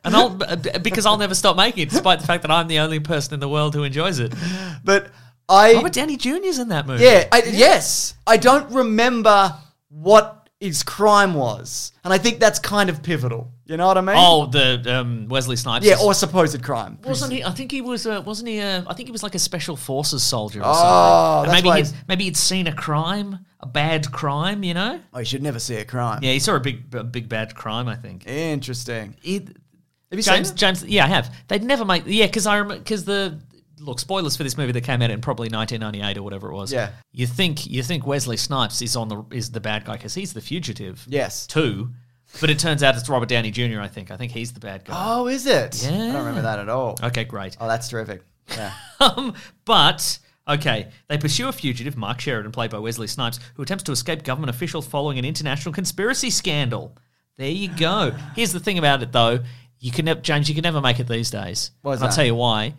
And I'll, b- because I'll never stop making it, despite the fact that I'm the only person in the world who enjoys it.
but I.
Robert Downey Jr.'s in that movie.
Yeah, I, yes. I don't remember what his crime was, and I think that's kind of pivotal. You know what I mean?
Oh, the um, Wesley Snipes.
yeah,
is-
or supposed crime.
wasn't he? I think he was. Uh, wasn't he? A, I think he was like a special forces soldier. Or
Oh,
something. And
that's
maybe
why
he'd, maybe he'd seen a crime, a bad crime. You know?
Oh, you should never see a crime.
Yeah, he saw a big, a big bad crime. I think.
Interesting.
It-
Have you
James,
seen? it?
James, yeah, I have. They'd never make, yeah, because I remember because the look spoilers for this movie that came out in probably 1998 or whatever it was.
Yeah.
you think you think Wesley Snipes is on the is the bad guy because he's the fugitive.
Yes.
too, but it turns out it's Robert Downey Jr. I think I think he's the bad guy.
Oh, is it? I
Yeah.
don't remember that at all.
Okay, great.
Oh, that's terrific. Yeah.
Um, but okay, they pursue a fugitive, Mark Sheridan, played by Wesley Snipes, who attempts to escape government officials following an international conspiracy scandal. There you go. Here's the thing about it, though. You can never, James, you can never make it these days.
Why is
And I'll
that?
tell you why.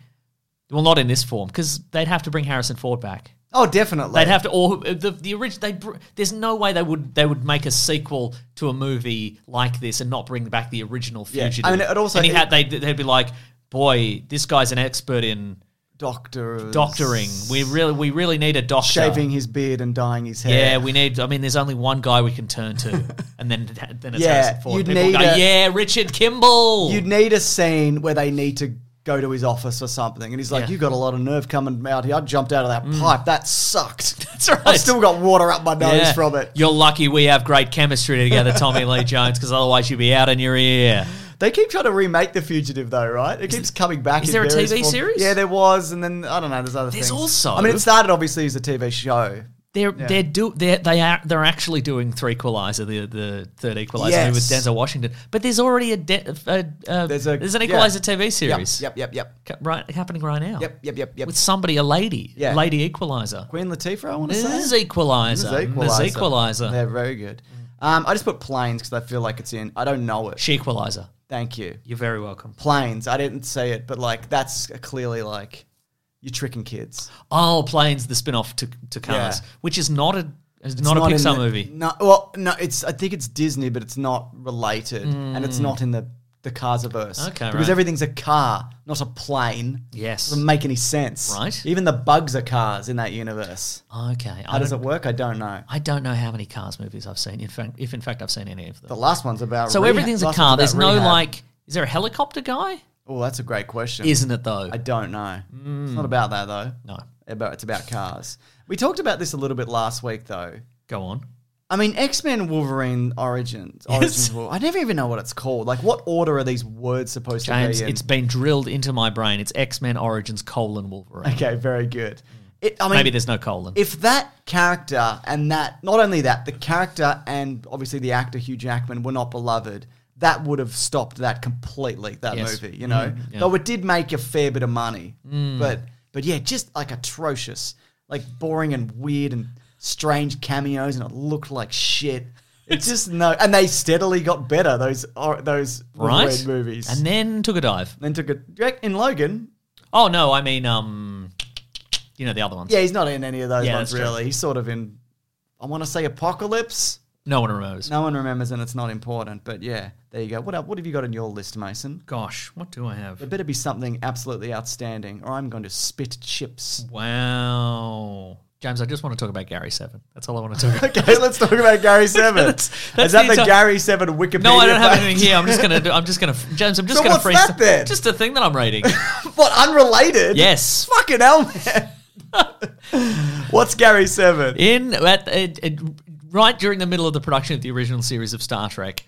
Well, not in this form, because they'd have to bring Harrison Ford back.
Oh, definitely.
They'd have to, or uh, the the original. They br- there's no way they would they would make a sequel to a movie like this and not bring back the original
Yeah.
fugitive.
I mean, it also-
and he had, they'd, they'd be like, boy, this guy's an expert in
doctor
Doctoring. We really we really need a doctor.
shaving his beard and dyeing his hair.
Yeah, we need. I mean, there's only one guy we can turn to, and then then it's
Yeah,
Harrison Ford.
you'd
People
need
go,
a-
yeah, Richard Kimball.
You'd need a scene where they need to go to his office or something, and he's like,
Yeah. Mm.
"You got a lot of nerve coming out here. I jumped out of that pipe. That sucked.
That's right.
I've still got water up my nose from it."
You're lucky we have great chemistry together, Tommy Lee Jones, because otherwise you'd be out in your ear.
They keep trying to remake The Fugitive, though, right? It keeps coming back.
is
in
there a
various
TV
form-
series?
Yeah, there was, and then I don't know. There's other
There's
things.
also-
I mean, it started obviously as a TV show.
They're they're do they're, they are they're actually doing three equalizer the the third equalizer
Yes.
with Denzel Washington, but there's already a, de- a, a
There's
there's
a-
an
yeah.
equalizer TV
Yep,
series
Yep, yep, yep,
ca- right happening right now
yep, yep, yep, yep.
with somebody a lady
Yeah.
lady equalizer
Queen Latifah, I want to say.
Mrs. Equalizer
Mrs.
Mrs. Equalizer Mm.
They're very good. Um, I just put planes because I feel like it's in. I don't know it.
she equalizer
Thank you.
you're very welcome
Planes. I didn't say it, but like that's clearly like you're tricking kids.
Oh, planes, the spin off to, to Cars,
Yeah.
which is not a is not, a
in
Pixar
the-
movie.
No, well, no. It's I think it's Disney, but it's not related, and it's not in the the Carsverse.
Hmm. Okay,
because
right.
everything's a car, not a plane.
Yes.
doesn't make any sense.
Right.
Even the bugs are cars in that universe.
Okay,
How
I
does
don't,
it work? I don't know.
I don't know how many Cars movies I've seen. In fact, if in fact I've seen any of
The
them,
last one's about
so
reha-
everything's a
last
car.
one's
There's
about
no
rehab.
like, is there a helicopter guy?
Oh, that's a great question.
Isn't it though?
I don't know. It's not about that though.
Hmm. no,
About it's about cars. We talked about this a little bit last week though.
go on.
I mean, X Men Wolverine Origins. Origins Wolver- I never even know what it's called. Like, what order are these words supposed
James,
to be in?
it's been drilled into my brain. It's X Men Origins colon Wolverine.
okay, very good. It, I mean,
Mm. Maybe there's no colon.
if that character and that not only that the character and obviously the actor Hugh Jackman were not beloved, that would have stopped that completely. That
Yes. Mm-hmm. Mm.
movie, you know, though it did make a fair bit of money, but but yeah, just like atrocious, like boring and weird and strange cameos, and it looked like shit. It just no, and they steadily got better. Those or, those
right
Wolverine movies,
and
and
then took a dive.
then took a direct in Logan.
Oh no, I mean, um, you know the other ones.
Yeah, he's not in any of those
Yeah,
ones
that's true.
really. He's sort of in. I want to say Apocalypse.
No one remembers.
No one remembers, and it's not important. But yeah, there you go. What up- what have you got on your list, Mason?
Gosh, what do I have?
There better be something absolutely outstanding, or I'm going to spit chips.
Wow. James, I just want to talk about Gary Seven. That's all I want to talk about.
Okay, let's talk about Gary Seven.
That's- that's
Is that
the
the,
entire-
Gary Seven Wikipedia?
No, I don't have
page?
anything here. I'm just gonna. Do, I'm just gonna. James, I'm just
So
gonna
what's
freeze.
that then?
Just a thing that I'm reading.
what unrelated?
yes.
Fucking hell, man. What's Gary Seven?
In at, at, at- right during the middle of the production of the original series of Star Trek,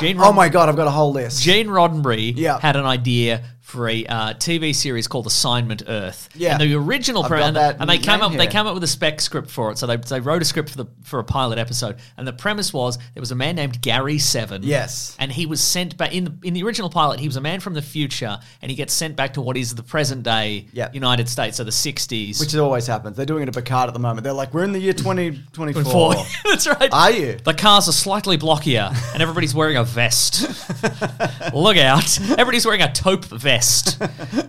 Gene.
Oh
Rodden-
my god, I've got a whole list.
Gene Roddenberry
Yeah.
had an idea for a uh, TV series called Assignment Earth.
Yeah.
And the original
I've
pro-
got
and,
that
and they came
name
up they
here.
came up with a spec script for it. So they, they wrote a script for the for a pilot episode. And the premise was there was a man named Gary Seven.
Yes.
And he was sent back in the in the original pilot, he was a man from the future and he gets sent back to what is the present day
Yeah.
United States, so the sixties.
Which always happens. They're doing it at Picard at the moment. They're like, we're in the year 2024.
That's right.
Are you?
The cars are slightly blockier, and everybody's wearing a vest. Look out! Everybody's wearing a taupe vest.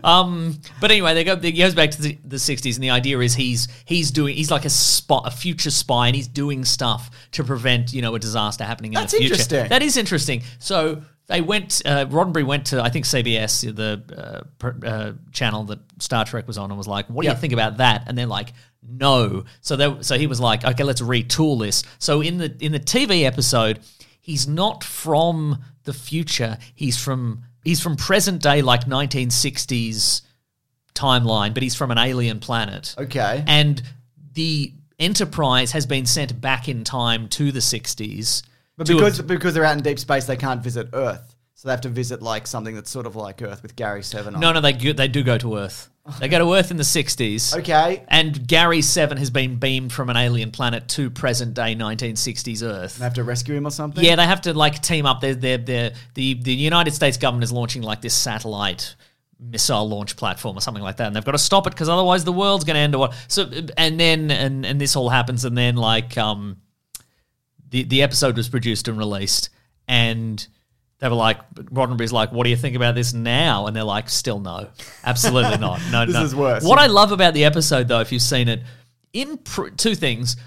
Um, but anyway, they go. He goes back to the, the '60s, and the idea is he's he's doing he's like a spot a future spy, and he's doing stuff to prevent you know a disaster happening
That's
in the future.
interesting.
That is interesting. So. They went. Uh, Roddenberry went to I think CBS, the uh, pr- uh, channel that Star Trek was on, and was like, "What do
Yeah.
you think about that?" And they're like, "No." So they, so he was like, "Okay, let's retool this." So in the in the TV episode, he's not from the future. He's from he's from present day, like 1960s timeline, but he's from an alien planet.
Okay.
And the Enterprise has been sent back in time to the 60s.
But
to a-
because because they're out in deep space, they can't visit Earth, so they have to visit like something that's sort of like Earth with Gary Seven on.
No, no, they go, they do go to Earth. They go to Earth in the sixties.
Okay.
And Gary Seven has been beamed from an alien planet to present day nineteen sixties Earth.
They have to rescue him or something.
Yeah, they have to like team up. They're, they're, they're, the the United States government is launching like this satellite missile launch platform or something like that, and they've got to stop it because otherwise the world's going to end. Or what? So and then and and this all happens, and then like um, the the episode was produced and released, and they were like Roddenberry's like, "What do you think about this now?" And they're like, "Still no, absolutely not. No,
This
no.
is worse.
What I love about the episode, though, if you've seen it, in pr- two things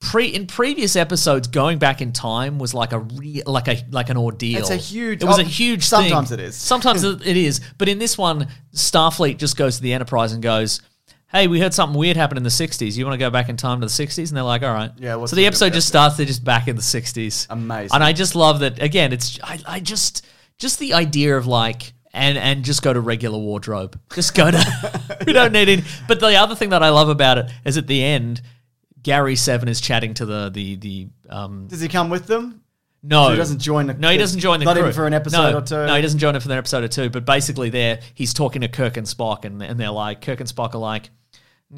pre in previous episodes, going back in time was like a real like a like an ordeal.
It's a huge-
It was
oh,
a huge.
sometimes
thing.
it is.
Sometimes it it is. But in this one, Starfleet just goes to the Enterprise and goes. Hey, we heard something weird happen in the '60s. You want to go back in time to the '60s? And they're like, "All right."
Yeah, what's
So
the
the
deal
episode
with
just starts. They're just back in the '60s.
Amazing.
And I just love that. Again, it's I, I just just the idea of like and and just go to regular wardrobe. Just go to. we don't need any. But the other thing that I love about it is at the end, Gary Seven is chatting to the the the um
Does he come with them?
no
So he doesn't join the-
no he doesn't join the
not
crew.
even for an episode
No,
or two?
no he doesn't join it for an episode or two but basically there he's talking to Kirk and Spock and and they're like Kirk and Spock are like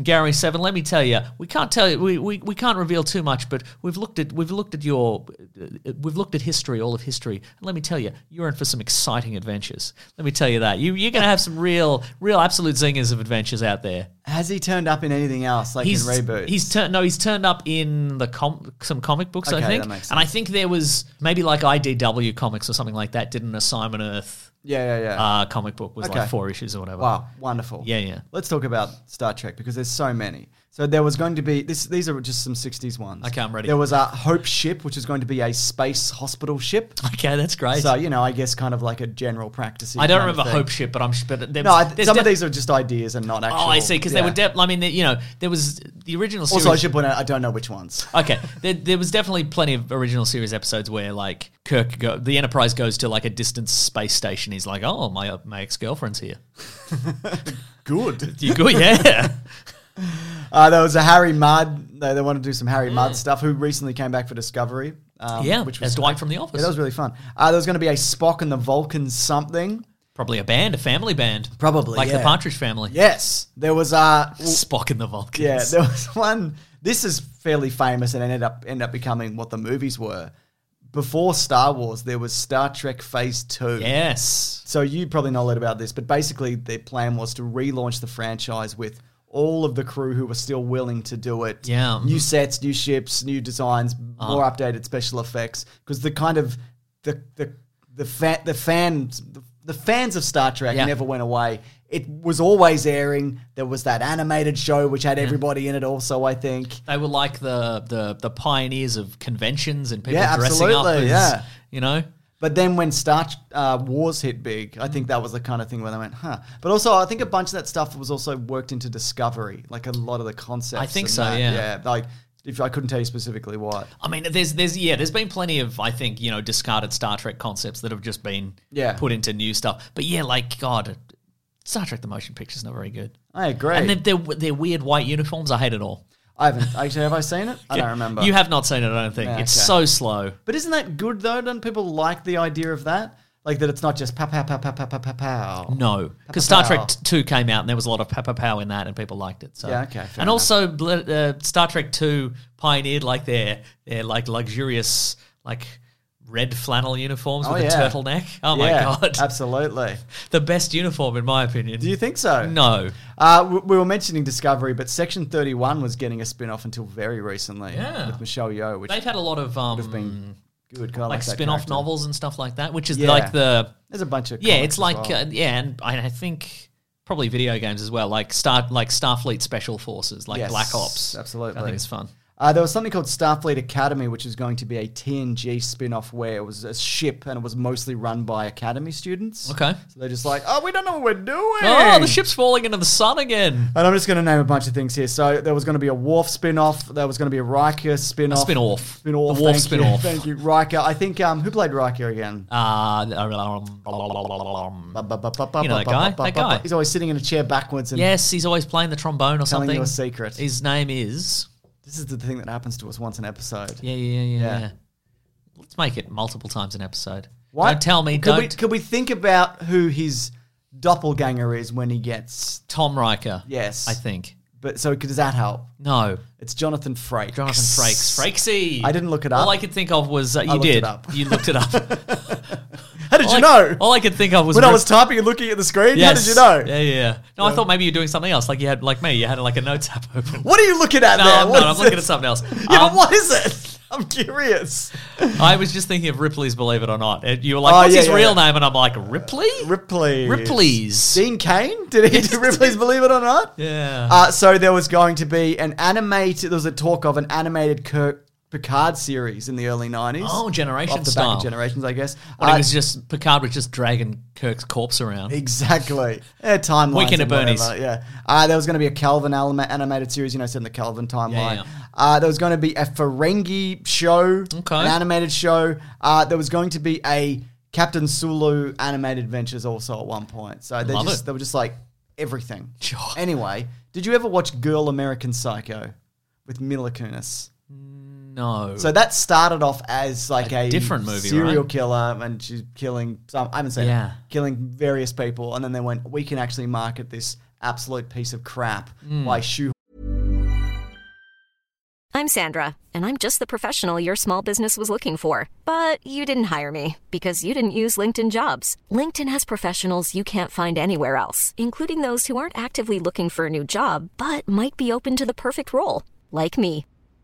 Gary Seven let me tell you we can't tell you we, we, we can't reveal too much but we've looked at we've looked at your uh, we've looked at history all of history and let me tell you you're in for some exciting adventures let me tell you that you you're gonna have some real real absolute zingers of adventures out there
Has he turned up in anything else, like in reboots?
He's turned no, he's turned up in the com- some comic books, I
Okay,
think.
that makes
And I think there was maybe like IDW comics or something like that did an Assignment Earth
yeah, yeah, yeah.
uh, comic book was
Okay.
like four issues or whatever.
wow, wonderful.
Yeah, yeah.
Let's talk about Star Trek because there's so many. So there was going to be this. These are just some '60s ones.
Okay, I'm ready.
There was a Hope ship, which is going to be a space hospital ship.
Okay, that's great.
So you know, I guess kind of like a general practice.
I don't
kind of
remember
thing.
Hope Ship, but I'm sh- but there,
No, I,
there's
some of
def-
these are just ideas and not actual.
Oh, I see, because they
yeah.
were. De- I mean, they- you know, there was the original series.
Also, I should point out, I don't know which ones.
okay, there, there was definitely plenty of original series episodes where like Kirk, go, the Enterprise goes to like a distant space station. He's like, "Oh, my my ex girlfriend's here."
Good.
You go, yeah.
Uh, there was a Harry Mudd. They, they wanted to do some Harry Mudd stuff. Who recently came back for Discovery? Um,
Mm. Yeah,
which was
as Dwight from The Office.
Yeah, that was really fun. Uh, there was going to be a Spock and the Vulcans something.
Probably a band, a family band.
Probably,
like
yeah.
the Partridge Family.
Yes, there was uh, w-
Spock and the Vulcans.
yeah, there was one. This is fairly famous and ended up ended up becoming what the movies were. Before Star Wars, there was Star Trek Phase Two.
yes.
So you probably know a lot about this, but basically their plan was to relaunch the franchise with all of the crew who were still willing to do it.
Yeah. Uh-huh.
New sets, new ships, new designs, more updated special effects. Because the kind of the the the fan the fans the, the fans of Star Trek
Yeah.
never went away. It was always airing. There was that animated show which had everybody in it also, I think.
They were like the, the, the pioneers of conventions and people
Yeah,
dressing up
absolutely,
as,
yeah.
you know?
But then when Star uh, Wars hit big, I think that was the kind of thing where they went, huh. But also, I think a bunch of that stuff was also worked into Discovery, like a lot of the concepts.
I think
and
so,
that.
yeah.
Yeah, like if I couldn't tell you specifically what.
I mean, there's, there's, yeah, there's been plenty of, I think, you know, discarded Star Trek concepts that have just been
Yeah.
put into new stuff. But yeah, like, God, Star Trek the motion picture's not very good.
I agree.
And their, their, their weird white uniforms, I hate it all.
I haven't actually. Have I seen it? I don't remember.
You have not seen it, I don't think.
Yeah,
it's
okay.
so slow.
But isn't that good though? Don't people like the idea of that? Like that it's not just pow pow pow pow pow pow pow pow.
No, because Star
Pow.
Trek t- Two came out and there was a lot of Pepper Pow in that, and people liked it. So
Yeah, okay, fair
and
enough.
also bl- uh, Star Trek Two pioneered like their their like luxurious like red flannel uniforms
Oh,
with
yeah.
a turtleneck. Oh
Yeah,
my god,
Absolutely.
the best uniform in my opinion.
Do you think so?
no,
Uh, we, we were mentioning Discovery, but Section 31 was getting a spin off until very recently
Yeah.
with Michelle Yeoh, which
they've had a lot of
have been
um
good. 'cause I
like
that
spin off
character.
novels and stuff like that, which is
Yeah.
like the
There's a bunch of
yeah,
comics
it's
as
like
well.
uh, yeah, and I, I think. Probably video games as well, like Star, like Starfleet Special Forces, like
Yes,
Black Ops. I
absolutely.
think it's fun.
Uh, there was something called Starfleet Academy, which is going to be a TNG spin-off where it was a ship and it was mostly run by Academy students.
Okay.
So they're just like, oh, we don't know what we're doing.
Oh, the ship's falling into the sun again.
And I'm just going to name a bunch of things here. So there was going to be a Worf spin-off. There was going to be a Riker spin-off.
spin-off.
Spin-off.
The
thank
Worf
you,
spin-off.
Thank you, Riker. I think um, who played Riker again?
Uh, um,
You
know that guy? That guy.
He's always sitting in a chair backwards. And
yes, he's always playing the trombone or
Telling
something.
you a secret.
His name is.
This is the thing that happens to us once an episode.
Yeah, yeah, yeah,
Yeah.
yeah. Let's make it multiple times an episode.
Why-
Don't tell me.
Could we,
don't.
could we think about who his doppelganger is when he gets?
Tom Riker.
Yes,
I think.
But so could- does that help?
No.
It's Jonathan Frakes.
Jonathan Frakes. Frakesy.
I didn't look it up.
All I could think of was. Uh, you
looked it
did.
up.
You looked it up.
How did
all
you
I,
know?
All I could think of was.
when I
Rip-
was typing and looking at the screen, how did
Yes.
you know?
Yeah, yeah, yeah. No, I thought maybe you were doing something else. Like you had, like me, you had like a notes app open.
What are you looking at
No,
there?
I'm
What
not. I'm
is
looking
it?
at something else.
Yeah,
Um,
but what is it? I'm curious.
I was just thinking of Ripley's Believe It or Not. And You were like,
Oh,
what's
yeah,
his
yeah,
real
yeah. Uh,
name? And I'm like, Ripley?
Ripley.
Ripley's.
Dean Kane? Did he do Ripley's Believe It or Not?
Yeah.
Uh, so there was going to be an animated. There was a talk of an animated Kirk Picard series in the early nineties.
Oh, Generation
off the back
style.
of Generations, I guess.
When
Uh,
it was just Picard was just dragging Kirk's corpse around.
Exactly. Yeah, timeline.
Weekend at Bernie's.
Yeah. Uh, there was going to be a Calvin anima- animated series, you know, set in the Calvin timeline.
yeah.
Uh, there was going to be a Ferengi show,
Okay.
an animated show. Uh, there was going to be a Captain Sulu animated adventures also at one point. So they
Love
just
it.
they were just like everything.
Sure.
Anyway, did you ever watch Girl American Psycho with Mila Kunis?
No.
So that started off as like a,
A different movie,
serial
right?
killer, and she's killing some. I haven't seen
Yeah.
it. Killing various people, and then they went, "We can actually market this absolute piece of crap
Hmm.
by shoe
I'm Sandra, and I'm just the professional your small business was looking for. But you didn't hire me because you didn't use LinkedIn jobs. LinkedIn has professionals you can't find anywhere else, including those who aren't actively looking for a new job but might be open to the perfect role, like me.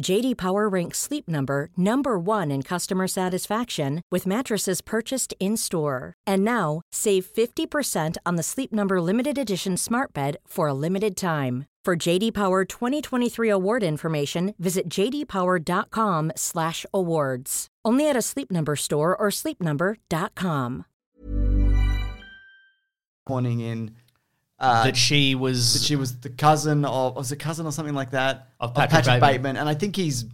JD Power ranks Sleep Number number 1 in customer satisfaction with mattresses purchased in-store. And now, save 50% on the Sleep Number limited edition Smart Bed for a limited time. For JD Power 2023 award information, visit jdpower.com/awards. Only at a Sleep Number store or sleepnumber.com.
warning in. Uh,
that she was.
that she was the cousin of was a cousin or something like that
Of Patrick Bateman.
and I think he's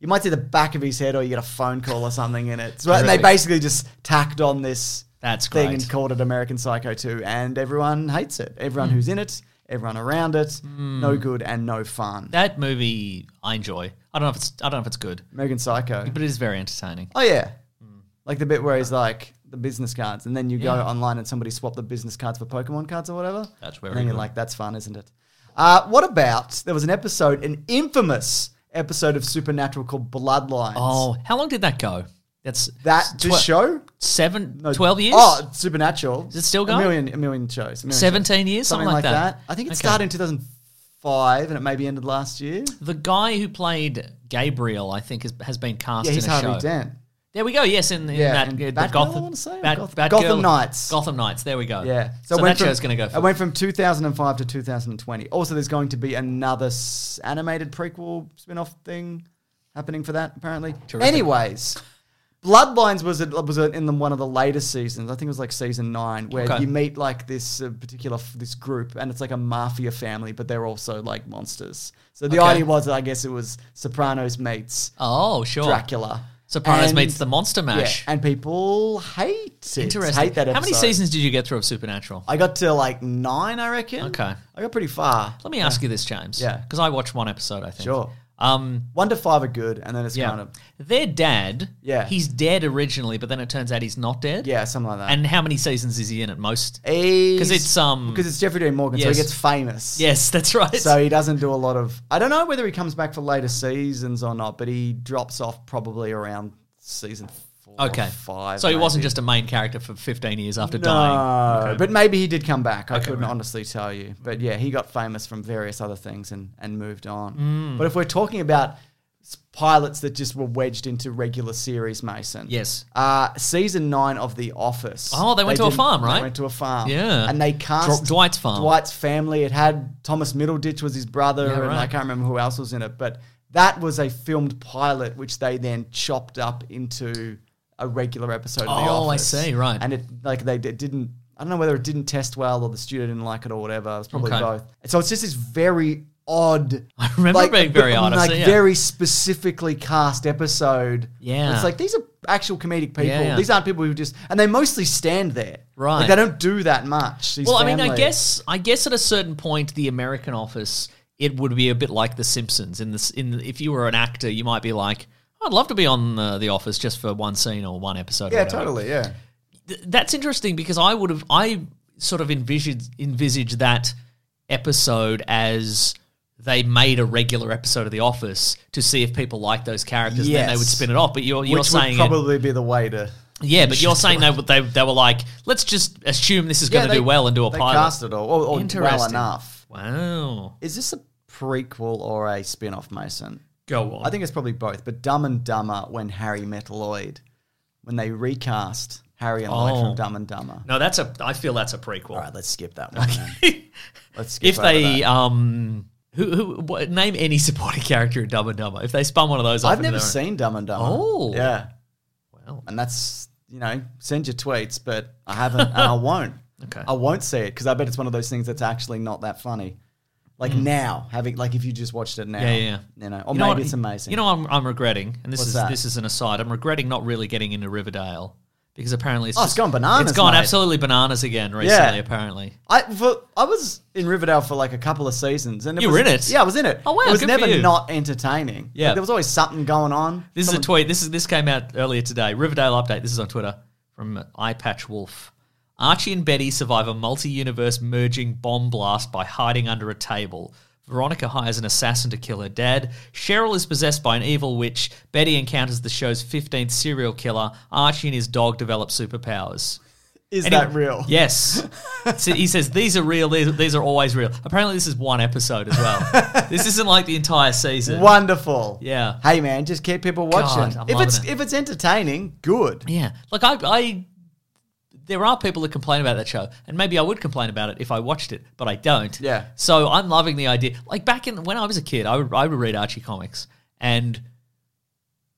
you might see the back of his head or you get a phone call or something in it. So and they
Really?
basically just tacked on this
That's
thing
great.
and called it American Psycho 2 and everyone hates it. Everyone
Hmm.
who's in it, everyone around it, no good and no fun.
that movie I enjoy. I don't know if it's I don't know if it's good,
American Psycho.
but it is very entertaining.
Oh yeah.
Hmm.
Like the bit where he's like the business cards, and then you go online and somebody swap the business cards for Pokemon cards or whatever.
That's
where.
very
And then you're
good.
like, that's fun, isn't it? Uh, what about there was an episode, an infamous episode of Supernatural called Bloodlines.
Oh, how long did that go? That's
that this
twe-
show?
seven,
No,
12 years.
Oh, Supernatural. Is
it still
A
going?
million, a million shows. a million
17
shows.
years, something like that.
I think it
Okay.
started in 2005, and it maybe ended last year.
The guy who played Gabriel, I think, is, has been cast
Yeah, he's
in a
Harvey
show.
Dent.
There we go. Yes, in, in
Yeah,
that uh,
and
the
Batgirl, I
Gotham,
wanna say, or
Bat-
Goth-
Batgirl-
Gotham Knights.
Gotham Knights. There we go.
Yeah.
So,
it
that
went from-
show's going to go.
It
For
went from 2005 to 2020. Also, there's going to be another s- animated prequel spin-off thing happening for that, apparently. Anyways, Bloodlines was a, was a, in the, one of the latest seasons. I think it was like season nine, where
Okay.
you meet like this uh, particular f- this group, and it's like a mafia family, but they're also like monsters. So the
Okay.
idea was, I guess, it was Sopranos meets
oh, sure.
Dracula.
Sopranos
And-
meets the Monster Mash.
Yeah, and people hate it.
Interesting.
Hate that episode.
How many seasons did you get through of Supernatural?
I got to like nine, I reckon.
Okay.
I got pretty far.
Let me ask you this, James.
Yeah.
Because I watched one episode, I think.
Sure.
Um,
One to five are good, and then it's
yeah.
kind of
Their dad,
Yeah.
he's dead originally, but then it turns out he's not dead.
yeah, something like that.
And how many seasons is he in at most?
because
it's, um,
because it's Jeffrey Dean Morgan, so
yes.
he gets famous.
Yes, that's right.
So he doesn't do a lot of. I don't know whether he comes back for later seasons or not, but he drops off probably around season four, or
okay,
five.
So he wasn't
maybe.
just a main character for 15 years after
No,
dying.
but maybe he did come back. I couldn't honestly tell you. But yeah, he got famous from various other things and, and moved on.
Mm.
But if we're talking about s- pilots that just were wedged into regular series, Mason.
Yes.
Uh, season nine of The Office.
Oh, they went to a
didn't-
farm, right?
They went to a farm.
Yeah.
And they cast
Dw- Dwight's farm.
Dwight's family. It had Thomas Middleditch was his brother,
Yeah,
and
right.
I can't remember who else was in it. But that was a filmed pilot, which they then chopped up into a regular episode of The
Oh, I
Office.
see, right.
And it like they it didn't. I don't know whether it didn't test well or the studio didn't like it or whatever. It was probably
Okay.
both. So it's just this very odd.
I remember it being very odd, I
Like
see, yeah.
very specifically cast episode.
Yeah.
It's like these are actual comedic people.
Yeah, yeah.
These aren't people who just and they mostly stand there.
Right.
Like they don't do that much. these
Well, I mean, I
family-
guess, I guess at a certain point, the American Office, it would be a bit like The Simpsons. In this, in if you were an actor, you might be like, I'd love to be on uh, The Office just for one scene or one episode. or
Yeah,
whatever."
totally. Yeah.
Th- that's interesting because I would have I sort of envisioned envisaged that episode as they made a regular episode of The Office to see if people like those characters, and then they
Yes.
would spin it off. But you're you're
Which
saying
would
it-
probably be the way to.
yeah, but you're saying they, they they were like, let's just assume this is
Yeah,
going to
they-
do well and do a
they
pilot.
cast it all, or, or well
Interesting.
enough.
Wow,
Is this a prequel or a spin-off, Mason?
go on.
I think it's probably both, but Dumb and Dumber when Harry met Lloyd, when they recast Harry and Lloyd
Oh.
from Dumb and Dumber.
no, that's a. I feel that's a prequel.
All right, let's skip that one. then. Let's skip
if they
over that.
um. Who, who, what, name any supporting character in Dumb and Dumber. If they spun one of those, off
I've
into
never
their own-
seen Dumb and Dumber.
Oh.
yeah,
Well,
and that's you know send your tweets, but I haven't and I won't.
Okay.
I won't see it because I bet it's one of those things that's actually not that funny. Like now, having like if you just watched it now,
Hmm. Yeah, yeah, yeah.
you know, or
You
maybe
know what-
it's amazing.
You know, what I'm, I'm regretting, and this
What's
is
that?
this is an aside. I'm regretting not really getting into Riverdale because apparently it's
Oh, it's
just,
gone bananas,
It's gone
mate.
absolutely bananas again recently. Apparently,
I for, I was in Riverdale for like a couple of seasons, and it
You
was,
were in it?
Yeah, I was in it.
Oh, wow,
it was
good for
never
you.
not entertaining.
Yeah.
Like, there was always something going on.
this
Someone-
is a tweet. This is this came out earlier today. Riverdale update. This is on Twitter from Eyepatch Wolf. Archie and Betty survive a multi-universe merging bomb blast by hiding under a table. Veronica hires an assassin to kill her dad. Cheryl is possessed by an evil witch. Betty encounters the show's 15th serial killer. Archie and his dog develop superpowers.
Is
Any-
that real?
Yes. so he says these are real. These, these are always real. Apparently, this is one episode as well. this isn't like the entire season.
Wonderful.
Yeah.
Hey man, just keep people watching.
I'm
if
loving
it's
it.
if it's entertaining, good.
Yeah. Like I, I, there are people that complain about that show, and maybe I would complain about it if I watched it, but I don't.
Yeah.
So I'm loving the idea. Like back in when I was a kid, I would I would read Archie comics and.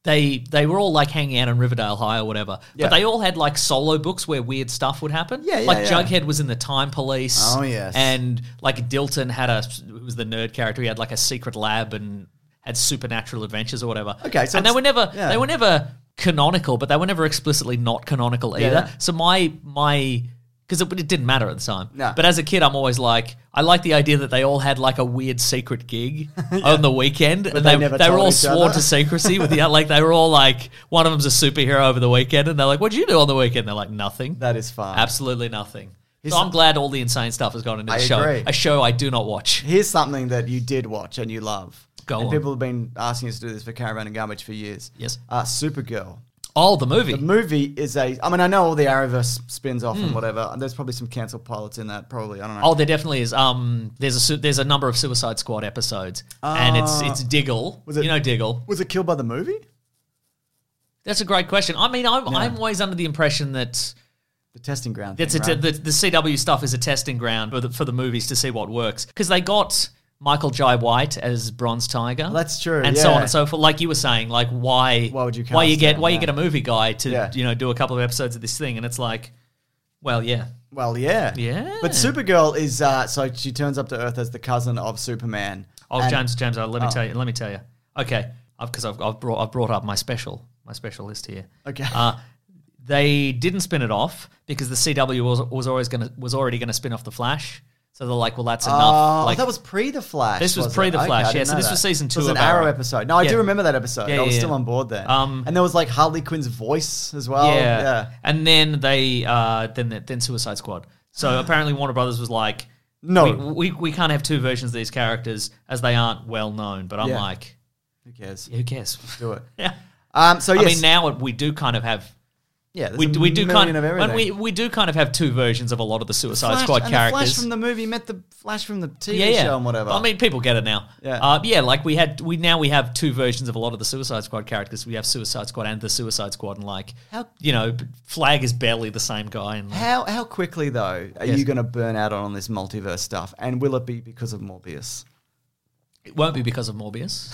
They, they were all like hanging out on Riverdale High or whatever,
Yeah.
but they all had like solo books where weird stuff would happen.
Yeah, yeah,
Like
yeah.
Jughead was in the Time Police.
Oh, yes.
And like Dilton had a who was the nerd character. He had like a secret lab and had supernatural adventures or whatever.
Okay, so
and they
it's-
were never
yeah.
they were never canonical, but they were never explicitly not canonical either.
yeah.
So my my because it, it didn't matter at the time.
No.
But as a kid, I'm always like, I like the idea that they all had like a weird secret gig on the weekend, and
they
they,
never
they were
told
all
each
sworn
other.
to secrecy with the like they were all like one of them's a superhero over the weekend, and they're like, "What'd you do on the weekend?" They're like, "Nothing."
That is fun.
Absolutely nothing. So I'm glad all the insane stuff has gone into the
I
show.
agree.
A show I do not watch.
Here's something that you did watch and you love.
Go
and
on.
People have been asking us to do this for Caravan and Garbage for years.
Yes.
Uh, Supergirl.
Oh, the movie.
The movie is a. I mean, I know all the Arrowverse spins off
Hmm.
and whatever. and There's probably some cancelled pilots in that. Probably, I don't know.
Oh, there definitely is. Um, there's a su- there's a number of Suicide Squad episodes, and it's it's Diggle.
Ah. Was it-
you know Diggle?
Was it killed by the movie?
That's a great question. I mean, I'm I'm always under the impression that
The testing ground.
that's
thing,
a,
right?
the, the CW stuff is a testing ground for the, for the movies to see what works because they got Michael Jai White as Bronze Tiger.
That's true,
and so
yeah.
on and so forth. Like you were saying, like why
Why would you
why you
cast
get
him,
why
yeah.
you get a movie guy to
Yeah.
you know do a couple of episodes of this thing, and it's like, well, yeah,
Well, yeah.
Yeah.
But Supergirl is uh, so she turns up to Earth as the cousin of Superman.
Oh,
And-
James, James, oh, let me tell you. Let me tell you. Okay, because I've, I've brought I've brought up my special my special list here.
Okay.
Uh, they didn't spin it off because the CW was was always going to was already going to spin off the Flash. So they're like, well, that's
Oh,
enough. Like
that was pre the Flash.
This was
it?
pre The
Okay, I
Flash, yeah,
didn't
so
know
this
that.
was season
So
two
It was an
of
Arrow
Arrow.
episode. No, I do
Yeah.
remember that episode.
Yeah,
I was
yeah,
still
yeah.
on board then.
Um,
and there was like Harley Quinn's voice as well.
yeah.
yeah.
And then they uh then then Suicide Squad. So apparently Warner Brothers was like
No.
we, we, we can't have two versions of these characters as they aren't well known. But I'm
Yeah.
like,
Who cares?
who cares?
Do it.
yeah.
Um, so yes,
I mean, now it, we do kind of have
yeah, there's
we,
a
we do
million
kind
of
but
everything.
we we do kind of have two versions of a lot of the Suicide
Flash-
Squad
and
characters.
The Flash from the movie met the Flash from the TV
yeah, yeah.
show and whatever.
I mean, people get it now.
Yeah.
uh, yeah. Like we had, we now we have two versions of a lot of the Suicide Squad characters. We have Suicide Squad and the Suicide Squad, and like,
How-
you know, Flag is barely the same guy. And like,
how how quickly though are
Yes.
you going to burn out on this multiverse stuff? And will it be because of Morbius?
It won't be because of Morbius,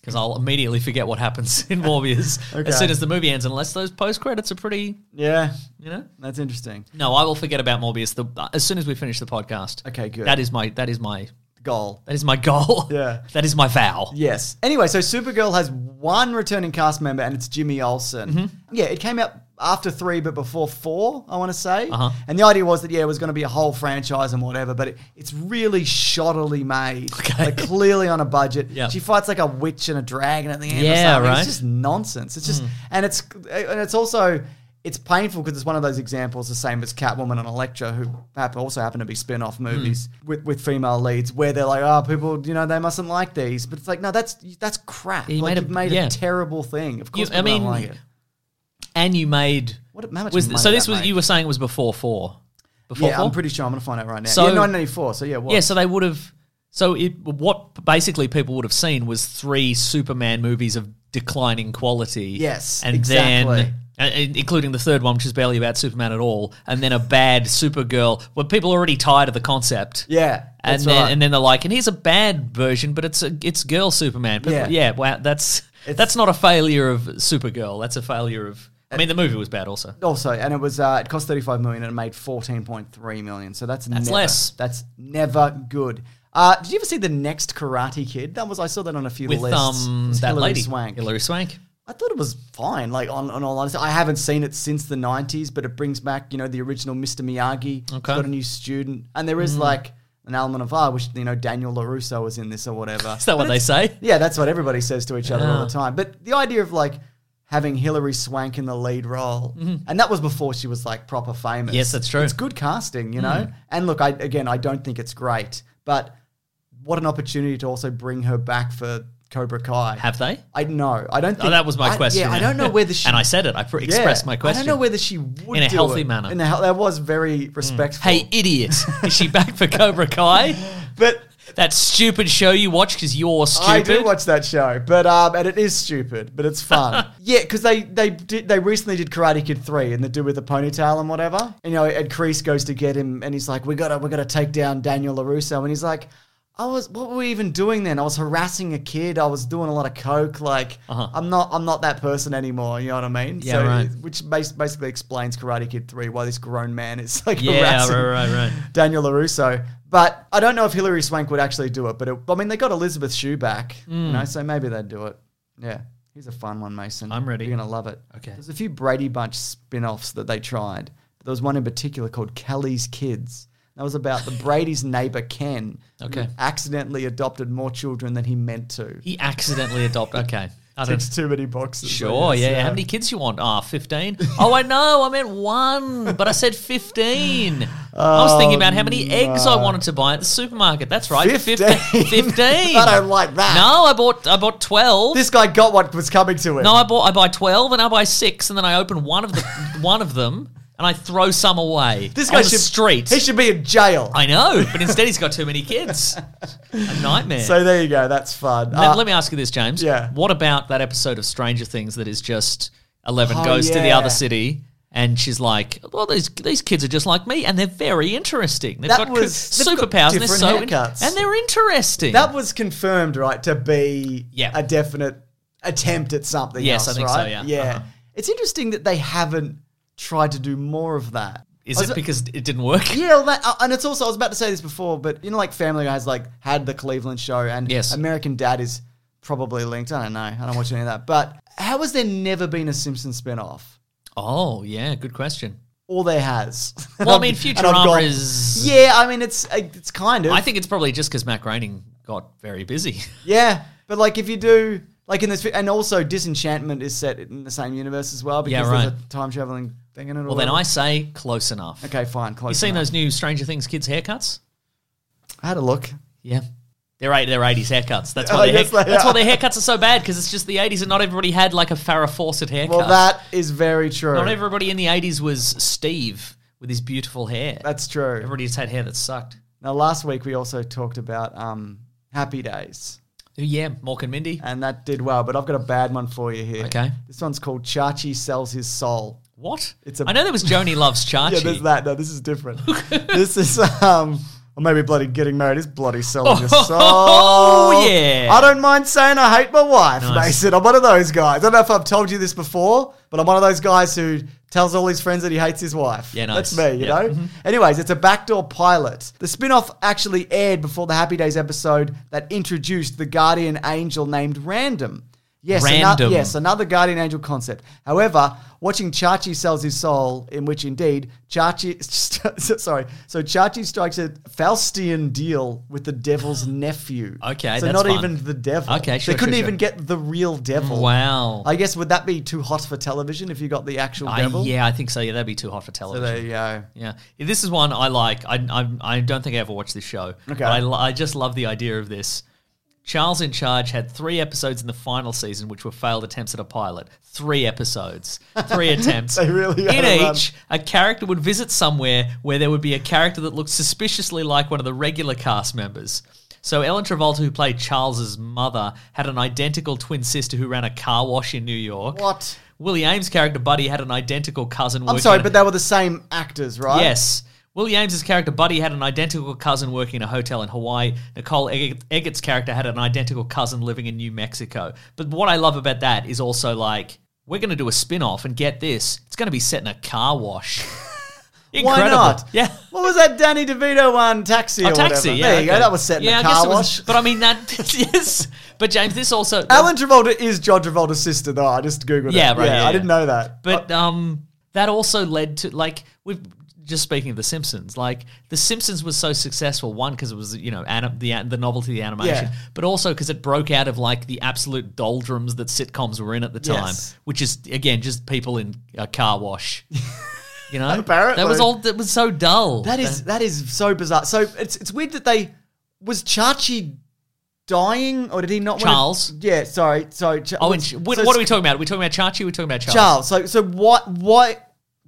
because I'll immediately forget what happens in Morbius
Okay.
as soon as the movie ends, unless those post credits are pretty,
Yeah,
you know.
that's interesting.
No, I will forget about Morbius the, uh, as soon as we finish the podcast.
Okay, good.
That is my that is my
Goal.
that is my goal.
Yeah.
that is my vow.
Yes. Anyway, so Supergirl has one returning cast member, and it's Jimmy Olsen.
Mm-hmm.
Yeah, it came out after three, but before four, I want to say.
Uh-huh.
And the idea was that yeah, it was going to be a whole franchise and whatever, but it, it's really shoddily made,
Okay.
like clearly on a budget.
Yeah.
She fights like a witch and a dragon at the end.
Yeah,
or something.
right.
It's just nonsense. It's
Hmm.
just, and it's and it's also. It's painful because it's one of those examples, the same as Catwoman and Elektra, who hap- also happen to be
Hmm.
spin-off movies with, with female leads, where they're like, "Oh, people, you know, they mustn't like these," but it's like, no, that's that's crap.
Yeah, you
like
made a-
you've made
yeah.
a terrible thing. Of
You-
course,
I
people don't
mean,
like it.
And you made
What- how much
was
money
so
did
this
that
was
make?
you were saying it was before four. Before
Yeah,
four?
I'm pretty sure I'm gonna find out right now.
So-
yeah, 1994. So yeah, what?
Yeah, so they would have. So it what basically people would have seen was three Superman movies of declining quality.
Yes,
and
exactly.
then. and- and Including the third one, which is barely about Superman at all, and then a bad Supergirl. Well, people are already tired of the concept.
yeah,
and
that's
then
right.
and then they're like, and here's a bad version, but it's a it's girl Superman. But
Yeah.
yeah, wow, that's
It's-
that's not a failure of Supergirl. That's a failure of. I mean, the movie was bad also.
also, and it was uh, it cost 35 million and it made 14.3 million. So that's never,
less.
That's never good. Uh, did you ever see the next Karate Kid? That was I saw that on a few
With
lists. It
um
was
that
Hilary
lady
Swank.
Hilary Swank.
I thought it was fine. Like on, on all honesty, I haven't seen it since the '90s, but it brings back you know the original Mr. Miyagi. It's
Okay. Hmm.
got a new student, and there is like an element of ah, I wish you know Daniel Larusso was in this or whatever.
Is that what they say? Ah.
yeah, that's what everybody says to each other all
Yeah.
the time. But the idea of like having Hilary Swank in the lead role, and that was before she was like proper famous.
Mm-hmm. Yes, that's true. Mm.
It's good casting, you know. And look, I again, I don't think it's great, but what an opportunity to also bring her back for Cobra Kai.
Have they?
I know. I don't. Think,
Oh, that was my
I-
question.
Yeah, I don't know whether she
and I said it. I pr- expressed
yeah,
my question.
I don't know whether she would
In a
do
healthy
it.
manner. Mm.
In a hel- that was very respectful.
Hey, idiot! Is she back for Cobra Kai?
but
that stupid show you watch because you're stupid.
I do watch that show, but um, and it is stupid, but it's fun. yeah, because they they did, they recently did Karate Kid three and the dude with the ponytail and whatever. And, you know, Ed Kreese goes to get him, and he's like, "We gotta we gotta take down Daniel Larusso," and he's like. I was. What were we even doing then? I was harassing a kid. I was doing a lot of coke. Like, I'm not. I'm not that person anymore. You know what I mean?
Yeah, right.
Which bas- basically explains Karate Kid Three why this grown man is like
Yeah,
harassing
right, right, right.
Daniel LaRusso. But I don't know if Hilary Swank would actually do it. But it, I mean, they got Elizabeth Shue back,
Mm.
you know, so maybe they'd do it. Yeah. Here's a fun one, Mason.
I'm ready.
You're going to love it.
Okay.
There's a few Brady Bunch spin offs that they tried. There was one in particular called Kelly's Kids. That was about the Brady's neighbor, Ken,
Okay.
who accidentally adopted more children than he meant to.
He accidentally adopted. Okay, I don't.
Ticks too many boxes. I
Sure,
guess,
yeah. How many kids you want? Ah, 15. Oh, I know. I meant one, but I said 15. I was thinking about how many
Um,
eggs
uh,
I wanted to buy at the supermarket. That's right.
15.
15. 15.
I don't like that.
No, I bought I bought 12.
This guy got what was coming to him.
no, I bought I buy 12 and I buy 6 and then I open one of the one of them and I throw some away.
this
on
guy
the
should
street.
He should be in jail.
I know, but instead he's got too many kids. A nightmare.
So there you go. That's fun.
Let,
Uh,
let me ask you this, James.
yeah.
What about that episode of Stranger Things that is just Eleven
Oh,
goes to the
yeah.
other city and she's like, "Well, these these kids are just like me, and they're very interesting. They've
That
got co-
was- they've got
superpowers, and they're
different
so in-
haircuts.
and they're interesting."
That was confirmed, right, to be
Yeah.
a definite attempt at something
Yes,
else,
I think so,
right?
yeah. Uh-huh.
It's interesting that they haven't tried to do more of that.
is
I was-
it because it didn't work?
yeah, well, that, uh, and it's also I was about to say this before, but you know, like Family Guy has like had the Cleveland show, and
Yes.
American Dad is probably linked. I don't know. I don't watch any of that. But how has there never been a Simpson spinoff?
Oh yeah, good question.
all there has.
Well, I mean,
And I've
Futurama
gone-
is-
Yeah, I mean, it's uh, it's kind of.
I think it's probably just because Matt Groening got very busy.
Yeah, but like if you do like in this, fi- and also Disenchantment is set in the same universe as well because
Yeah, right.
there's a time traveling thing in it. or
well, then I
whatever.
say close enough.
okay, fine. Close
You seen
enough.
those new Stranger Things kids haircuts?
I had a look.
Yeah. They're eight, they're 80s haircuts. That's
Oh,
why, their,
yes,
hair,
they
that's
are.
why their haircuts are so bad because it's just the 80s and not everybody had like a Farrah Fawcett haircut.
Well, that is very true.
not everybody in the 80s was Steve with his beautiful hair.
That's true.
everybody just had hair that sucked.
Now, last week we also talked about um, Happy Days,
Yeah, Mork and Mindy.
and that did well. But I've got a bad one for you here.
Okay.
This one's called Chachi sells his soul.
What?
It's a-
I know there was Joni Loves Chachi.
Yeah, there's that. No, this is different. this is um, or maybe bloody getting married is bloody selling your soul.
Oh, yeah.
I don't mind saying I hate my wife,
Nice.
Mason. I'm one of those guys. I don't know if I've told you this before, but I'm one of those guys who tells all his friends that he hates his wife.
Yeah, nice.
That's me, you
Yeah. Mm-hmm.
know. Anyways, it's a backdoor pilot. The spin-off actually aired before the Happy Days episode that introduced the guardian angel named Random. Yes, ano-
Random.
yes, another guardian angel concept. However, watching Chachi sells his soul, in which indeed Chachi, sorry, so Chachi strikes a Faustian deal with the devil's nephew.
Okay,
so
that's
not
fun.
even the devil.
Okay, sure,
They couldn't
sure, sure.
even get the real devil.
Wow.
I guess would that be too hot for television if you got the actual
I-
devil?
Uh, yeah, I think so. Yeah, that'd be too hot for
So
television.
there you go.
Yeah, this is one I like. I I, I don't think I ever watched this show.
Okay.
but I, lo- I just love the idea of this. Charles in Charge had three episodes in the final season, which were failed attempts at a pilot. Three episodes, three attempts.
They really
in
are,
each, a character would visit somewhere where there would be a character that looked suspiciously like one of the regular cast members. So Ellen Travolta, who played Charles's mother, had an identical twin sister who ran a car wash in New York.
What?
Willie Ames' character Buddy had an identical cousin.
I'm
working
sorry,
at-
but they were the same actors, right?
Yes. Willie Ames' character Buddy had an identical cousin working in a hotel in Hawaii. Nicole Egg- Eggett's character had an identical cousin living in New Mexico. But what I love about that is also like, we're going to do a spin off and get this. It's going to be set in a car wash. Incredible.
Why not?
Yeah.
What was that Danny DeVito one? Taxi or
A taxi,
whatever.
yeah.
there you go.
okay.
That was set in
Yeah, I
a
guess
car
it was-
wash.
But I mean, that, yes. But James, this also.
Alan Travolta is John Travolta's sister, though. I just googled
Yeah,
it.
right, yeah,
I
yeah.
didn't know that.
But um, that also led to like we've just speaking of the Simpsons. Like the Simpsons was so successful, one because it was you know anim- the the novelty of the animation,
Yeah.
but also because it broke out of like the absolute doldrums that sitcoms were in at the time,
Yes.
which is again just people in a car wash. You know,
Apparently.
that was all. That was so dull.
that is that is so bizarre. So it's it's weird that they was Chachi dying or did he not? wanna-
Charles.
yeah, sorry, sorry. Ch-
Oh, and
so
what,
it's
what are we talking about? Are we talking about Chachi? We're talking about
Charles.
Charles.
So so what why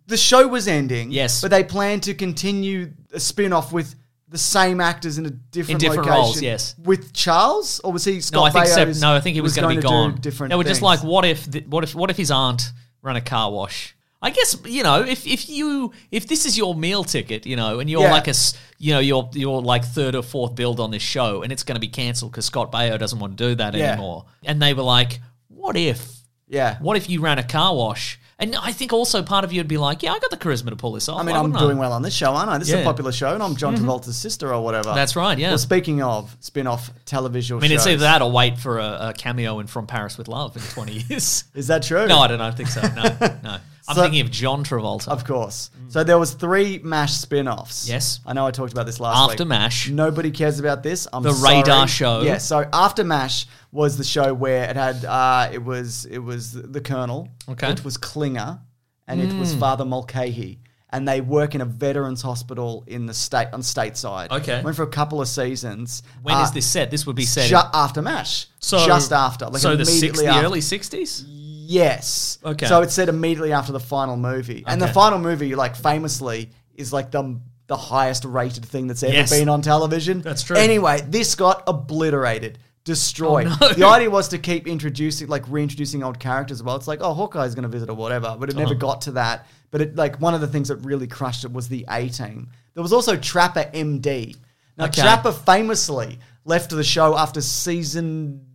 the show was ending?
Yes.
but they planned to continue a spin off with. The same actors in a different,
different
location
roles, yes.
With Charles, or was he Scott
No, I think so,
Baio's-
no, I think he was, going to
gonna
be
do
gone.
Different.
they were just
things?
like, what if, th- what if, what if his aunt ran a car wash? I guess you know if, if you if this is your meal ticket, you know, and you're
Yeah.
like a s- you know you're you're like third or fourth build on this show, and it's going to be cancelled because Scott Baio doesn't want to do that
Yeah.
anymore. And they were like, what if,
yeah.
what if you ran a car wash? And I think also part of you would be like, yeah, I got the charisma to pull this off.
I mean,
Why
I'm
wouldn't I?"
doing well on this show, aren't I? This is
Yeah. Mm-hmm.
a popular show, and I'm John Travolta's sister or whatever.
That's right, yeah.
Well, speaking of spin-off television
I mean, it's
shows,
either that or wait for a, a cameo in From Paris with Love in 20 years.
Is that true?
No, I don't, I don't think so. No, no. I'm
So-
thinking of John Travolta.
Of course. So there was three MASH spin-offs.
Mm. Yes.
I know I talked about this last week.
After MASH.
Nobody cares about this. I'm
The
sorry.
Radar Show.
Yeah, so After MASH was the show where it had uh it was it was the Colonel.
Okay. Mm.
It was Klinger and it was Father Mulcahy. And they work in a veterans hospital in the state on stateside.
Okay.
Went for a couple of seasons.
When is
Uh,
this set? This would be set.
Ju- after MASH. just after. Like
so the, six,
immediately
the
after.
early sixties.
Yes.
Okay.
So it's said immediately after the final movie. And the
Okay.
final movie, like famously, is like the the highest rated thing that's ever
Yes.
been on television.
That's true.
Anyway, this got obliterated. Destroyed.
Oh, no.
The idea was to keep introducing, like reintroducing old characters. as Well, it's like, oh, Hawkeye's going to visit or whatever, but it
Uh-huh.
never got to that. But it, like one of the things that really crushed it was the A Team. There was also Trapper MD. Now
Okay.
Trapper famously left the show after season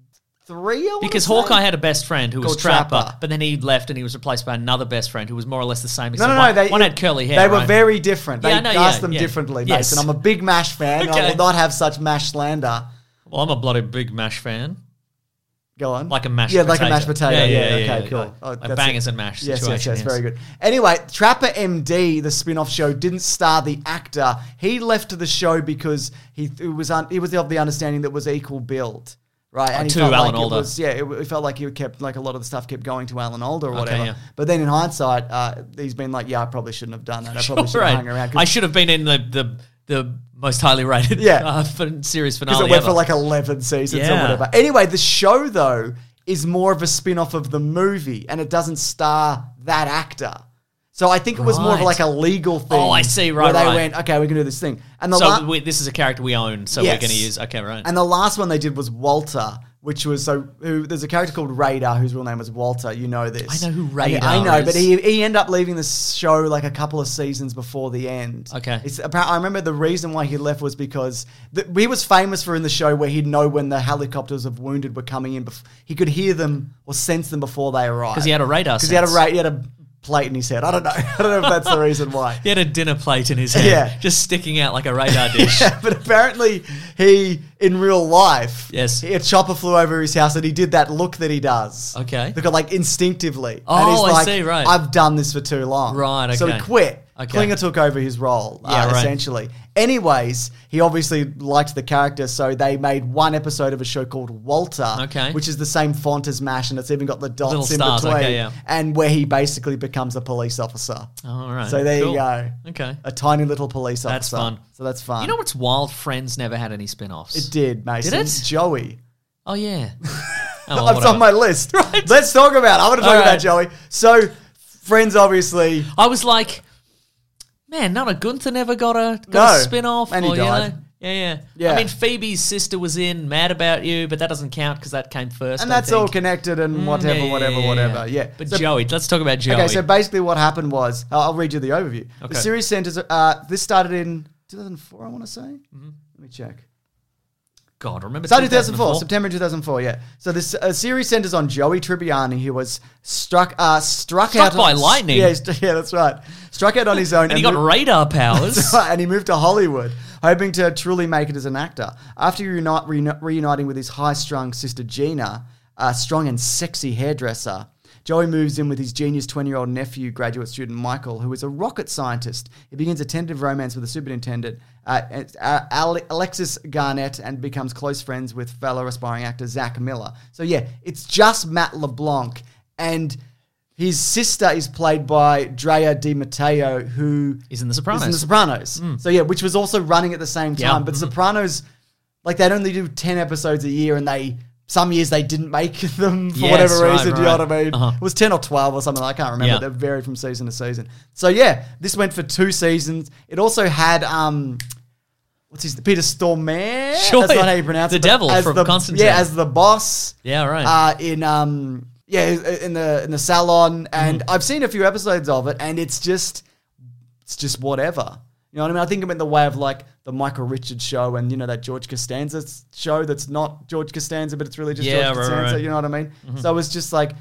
three, I wanna
Because
say?
Hawkeye had a best friend who was
Called
Trapper,
Trapper.
but then he left and he was replaced by another best friend who was more or less the same.
No,
Except
no, no.
One,
They,
one had curly hair.
They were
right?
very different. They
Yeah, I know,
cast
yeah,
them
yeah.
differently,
Yes.
Mason. I'm a big MASH fan. and I
Okay.
will not have such MASH slander.
Well, I'm a bloody big Mash fan.
Go on.
Like a mashed
yeah,
potato.
like a mashed potato.
Yeah,
Yeah,
yeah, yeah,
okay,
yeah,
cool. Oh,
like a
that's
bangers
it.
and mash
Yes, yes,
situation,
yes,
yes.
very good. Anyway, Trapper MD, the spin-off show, didn't star the actor. He left the show because he it was un, he was of the understanding that was equal build, right? he
Oh, to
felt
Alan
like it
Alda.
was- yeah, it, it felt like he kept like a lot of the stuff kept going to Alan Alda or whatever.
yeah.
But then in hindsight, uh, he's been like, yeah, I probably shouldn't have done that. I probably should
Right.
have hung around. 'cause-
I should have been in the the, the most highly rated
Yeah.
uh, fin- series
Because
finale.
it went
ever.
for like 11 seasons or
Yeah.
whatever. Anyway, the show, though, is more of a spin off of the movie and it doesn't star that actor. So I think it was more of
Right.
like a legal thing.
Oh, I see, right,
Where they
right.
went, okay, we can do this thing. And the
so
la-
we, this is a character we own, so
Yes.
we're going to use. Okay, right.
and the last one they did was Walter, which was so. Who, there's a character called Radar whose real name was Walter. You know this.
I know who
And he-
Radar
I know, but
is.
he, he ended up leaving the show like a couple of seasons before the end.
Okay.
It's, appa- I remember the reason why he left was because the, he was famous for in the show where he'd know when the helicopters of wounded were coming in. Bef- he could hear them or sense them before they arrived.
'Cause he had a radar
Because he had a
sense.
ra- he had a plate in his head. I don't know. I don't know if that's the reason why.
he had a dinner plate in his hand,
Yeah.
just sticking out like a radar dish.
but apparently he in real life
Yes.
a chopper flew over his house and he did that look that he does
Okay.
Look, like instinctively and
Oh,
he's
I
like
see, right.
I've done this for too long
Right,
so he
okay.
quit
Okay.
Klinger took over his role uh,
Yeah, right.
essentially anyways he obviously liked the character so they made one episode of a show called Walter
Okay.
which is the same font as MASH and it's even got the dots
Little
in
stars,
between
okay, yeah.
and where he basically becomes a police officer
All right,
so there
cool.
you go
Okay.
a tiny little police officer
That's fun.
so that's fun
You know what's wild? Friends never had any spin-offs.
it did, Mason.
Did it?
Joey.
Oh yeah. Oh, well,
That's
whatever.
on my list. Let's talk about. it. I want to talk
All
about
right.
Joey. So, friends, obviously.
I was like, man, not a Gunther never got a got
No.
a spin-off.
And he
or,
died.
You know, yeah, yeah,
Yeah.
I mean, Phoebe's sister was in Mad About You, but that doesn't count because that came first.
and
I
that's all
think.
connected and whatever,
Yeah, yeah,
whatever,
yeah, yeah,
whatever. Mm, Yeah.
But
So-
Joey, let's talk about Joey.
Okay, so basically what happened was, I'll I'll read you the overview.
Okay.
The series centers, uh, this started in 2004, I want to say. Let me check.
God, remember
Started in 2004, September 2004, yeah. So this uh, series centers on Joey Tribbiani, who was struck uh, struck,
Struck
out
by
on-
lightning.
Yeah, he's- yeah, that's right. Struck out on his own.
And he got
mo-
radar powers.
Right, and he moved to Hollywood, hoping to truly make it as an actor. After reuni- reuni- reuniting with his high strung sister Gina, a strong and sexy hairdresser, Joey moves in with his genius 20 year old nephew, graduate student Michael, who is a rocket scientist. He begins a tentative romance with the superintendent, uh, uh, Ale- Alexis Garnett, and becomes close friends with fellow aspiring actor Zach Miller. So, yeah, it's just Matt LeBlanc. And. His sister is played by Drea Di Matteo, who
He's in The
is in The
Sopranos. Mm.
Sopranos. So yeah, which was also running at the same
Yeah. Mm-hmm.
time. But Sopranos, like they'd only do ten episodes a year, and they some years they didn't make them for
Yes,
whatever
right,
reason. Do you know
right.
what I mean?
Uh-huh.
It was ten or twelve or something. I can't remember.
Yeah.
They varied from season to season. So yeah, this went for two seasons. It also had um. What's his Peter Stormare?
Sure,
That's not how
yeah.
you pronounce
The
it. but
devil
as
from
the,
Constantine.
Yeah, as the boss
yeah, right.
uh, in um yeah in the in the salon
Mm.
and I've seen a few episodes of it and it's just it's just whatever. You know what I mean? I think I'm in the way of like the Michael Richards show and you know that George Costanza s- show that's not George Costanza but it's really just
Yeah,
George
right,
Costanza.
right. Mm-hmm.
You know what I mean? So it's just like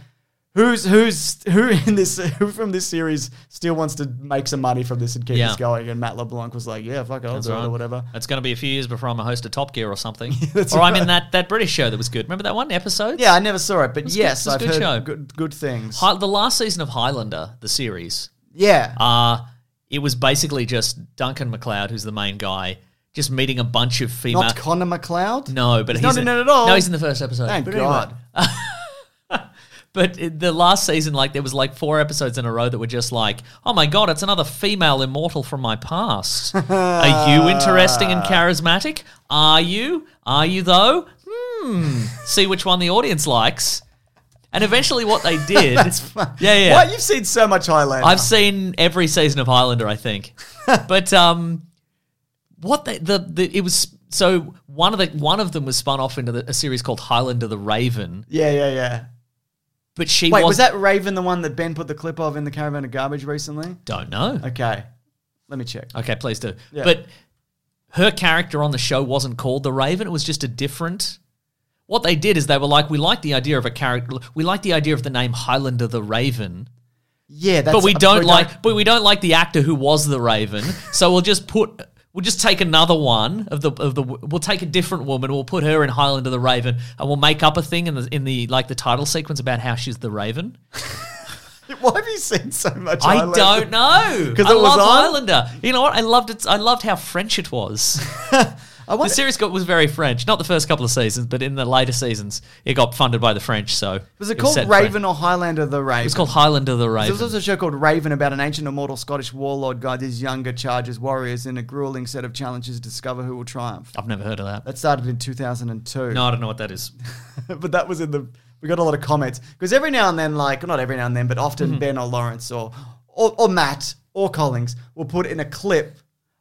who's who's who in this who from this series still wants to make some money from this and keep
Yeah.
this going? And Matt LeBlanc was like, yeah, fuck, it, I'll do it
right.
or whatever.
It's going to be a few years before I'm a host of Top Gear or something.
that's
or I'm
right.
in that, that British show that was good. Remember that one episode?
Yeah, I never saw it, but
was good-
yes,
it was a
I've
good
heard
show.
good good things.
Hi- the last season of Highlander, the series,
yeah,
uh, it was basically just Duncan MacLeod, who's the main guy, just meeting a bunch of female.
not Connor McLeod.
no, but
He's
he's,
not in it at all.
No, he's in the first episode.
Thank
But anyway.
God.
But it- the last season, like there was like four episodes in a row that were just like, "Oh my god, it's another female immortal from my past." Are you interesting and charismatic? Are you? Are you though? Hmm. See which one the audience likes. And eventually, what they did, yeah, yeah.
Why you've seen so much Highlander?
I've seen every season of Highlander, I think. but um, what they, the the it was so one of the one of them was spun off into the, a series called Highlander the Raven,
yeah, yeah, yeah.
but she
Wait,
was,
was that Raven the one that Ben put the clip of in the caravan of garbage recently?
don't know.
Okay, let me check.
Okay, please do.
Yeah.
But her character on the show wasn't called the Raven. It was just a different. What they did is they were like, we like the idea of a character. We like the idea of the name Highlander the Raven,
Yeah, that's
but we don't like. But we don't like the actor who was the Raven. so we'll just put. We'll just take another one of the of the. We'll take a different woman. We'll put her in Highlander the Raven, and we'll make up a thing in the in the like the title sequence about how she's the Raven.
Why have you seen so much?
I
Highlander?
don't know
'Cause
I
it was
love
on?
Highlander. You know what? I loved it. I loved how French it was. the series got was very French. Not the first couple of seasons, but in the later seasons, it got funded by the French. So
Was it
set
called
French.
Raven or Highlander the Raven?
It's called Highlander the
There
Raven.
was also a show called Raven about an ancient immortal Scottish warlord guides his younger charges warriors in a grueling set of challenges to discover who will triumph.
I've never heard of that.
That started in 2002.
No, I don't know what that is.
but that was in the. We got a lot of comments because every now and then, like not every now and then, but often
Mm-hmm.
Ben or Lawrence or, or or Matt or Collins will put in a clip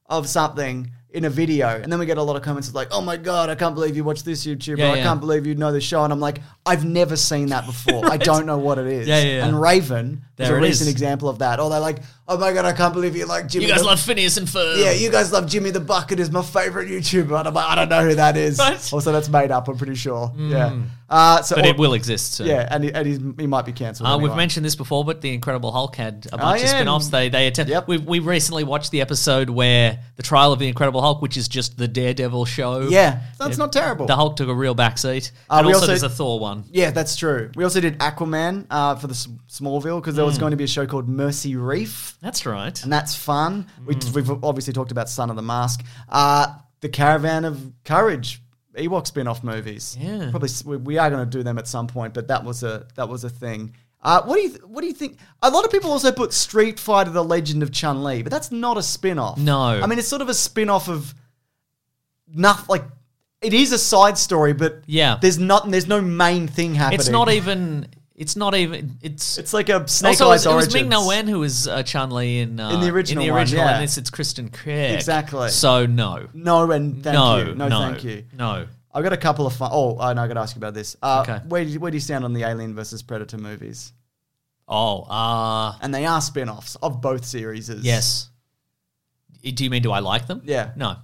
of something in a video, and then we get a lot of comments like, "Oh my god, I can't believe you watched this YouTuber.
Yeah,
I
yeah.
can't believe you know the show." And I'm like, "I've never seen that before. I don't know what it is."
Yeah, yeah, yeah.
And Raven is a
There it
recent
is.
example of that. Or they're like, "Oh my god, I can't believe you like Jimmy."
You guys
the-
love Phineas and Ferb.
yeah, you guys love Jimmy the Bucket is my favorite YouTuber. And I'm like, I don't know who that is.
Right.
Also, that's made up. I'm pretty sure. Yeah. Uh, so
Hmm. but
or-
it will exist soon.
Yeah, and, he, and he's, he might be cancelled.
Uh, We've
anyway.
mentioned this before, but the Incredible Hulk had a bunch
yeah.
of spin-offs. They they attempt.
Yep.
We we recently watched the episode where the trial of the Incredible Hulk, which is just the Daredevil show.
Yeah, that's not terrible.
The Hulk took a real backseat,
Uh,
and
we
also,
also-
there's a Thor one.
Yeah, that's true. We also did Aquaman uh, for the S- Smallville because there
Hmm.
was going to be a show called Mercy Reef,
That's right.
and that's fun. We,
Mm.
we've obviously talked about Son of the Mask, uh, the Caravan of Courage. Ewok spin-off movies.
Yeah.
probably s- we, we are going to do them at some point. But that was a that was a thing. Uh, what do you th- what do you think? A lot of people also put Street Fighter: The Legend of Chun Li, but that's not a spin-off.
No.
I mean it's sort of a spin-off of nothing. Like it is a side story, but
Yeah.
there's not there's no main thing happening.
It's not even. It's not even. It's.
It's like a Snake
also, it was,
Eyes
it was
origins.
Ming Na Wen who was uh, Chan Li in, uh,
In the original
In the
one,
original,
yeah.
and this it's Kristen Craig.
Exactly.
So no,
No, and thank
no,
you. No,
no,
thank you.
No.
I've got a couple of fun. Oh, I know. I got to ask you about this. Uh,
Okay.
Where do you, where do you stand on the Alien versus Predator movies?
Oh, uh
And they are spin-offs of both series.
Yes. Y- Do you mean do I like them?
Yeah.
No.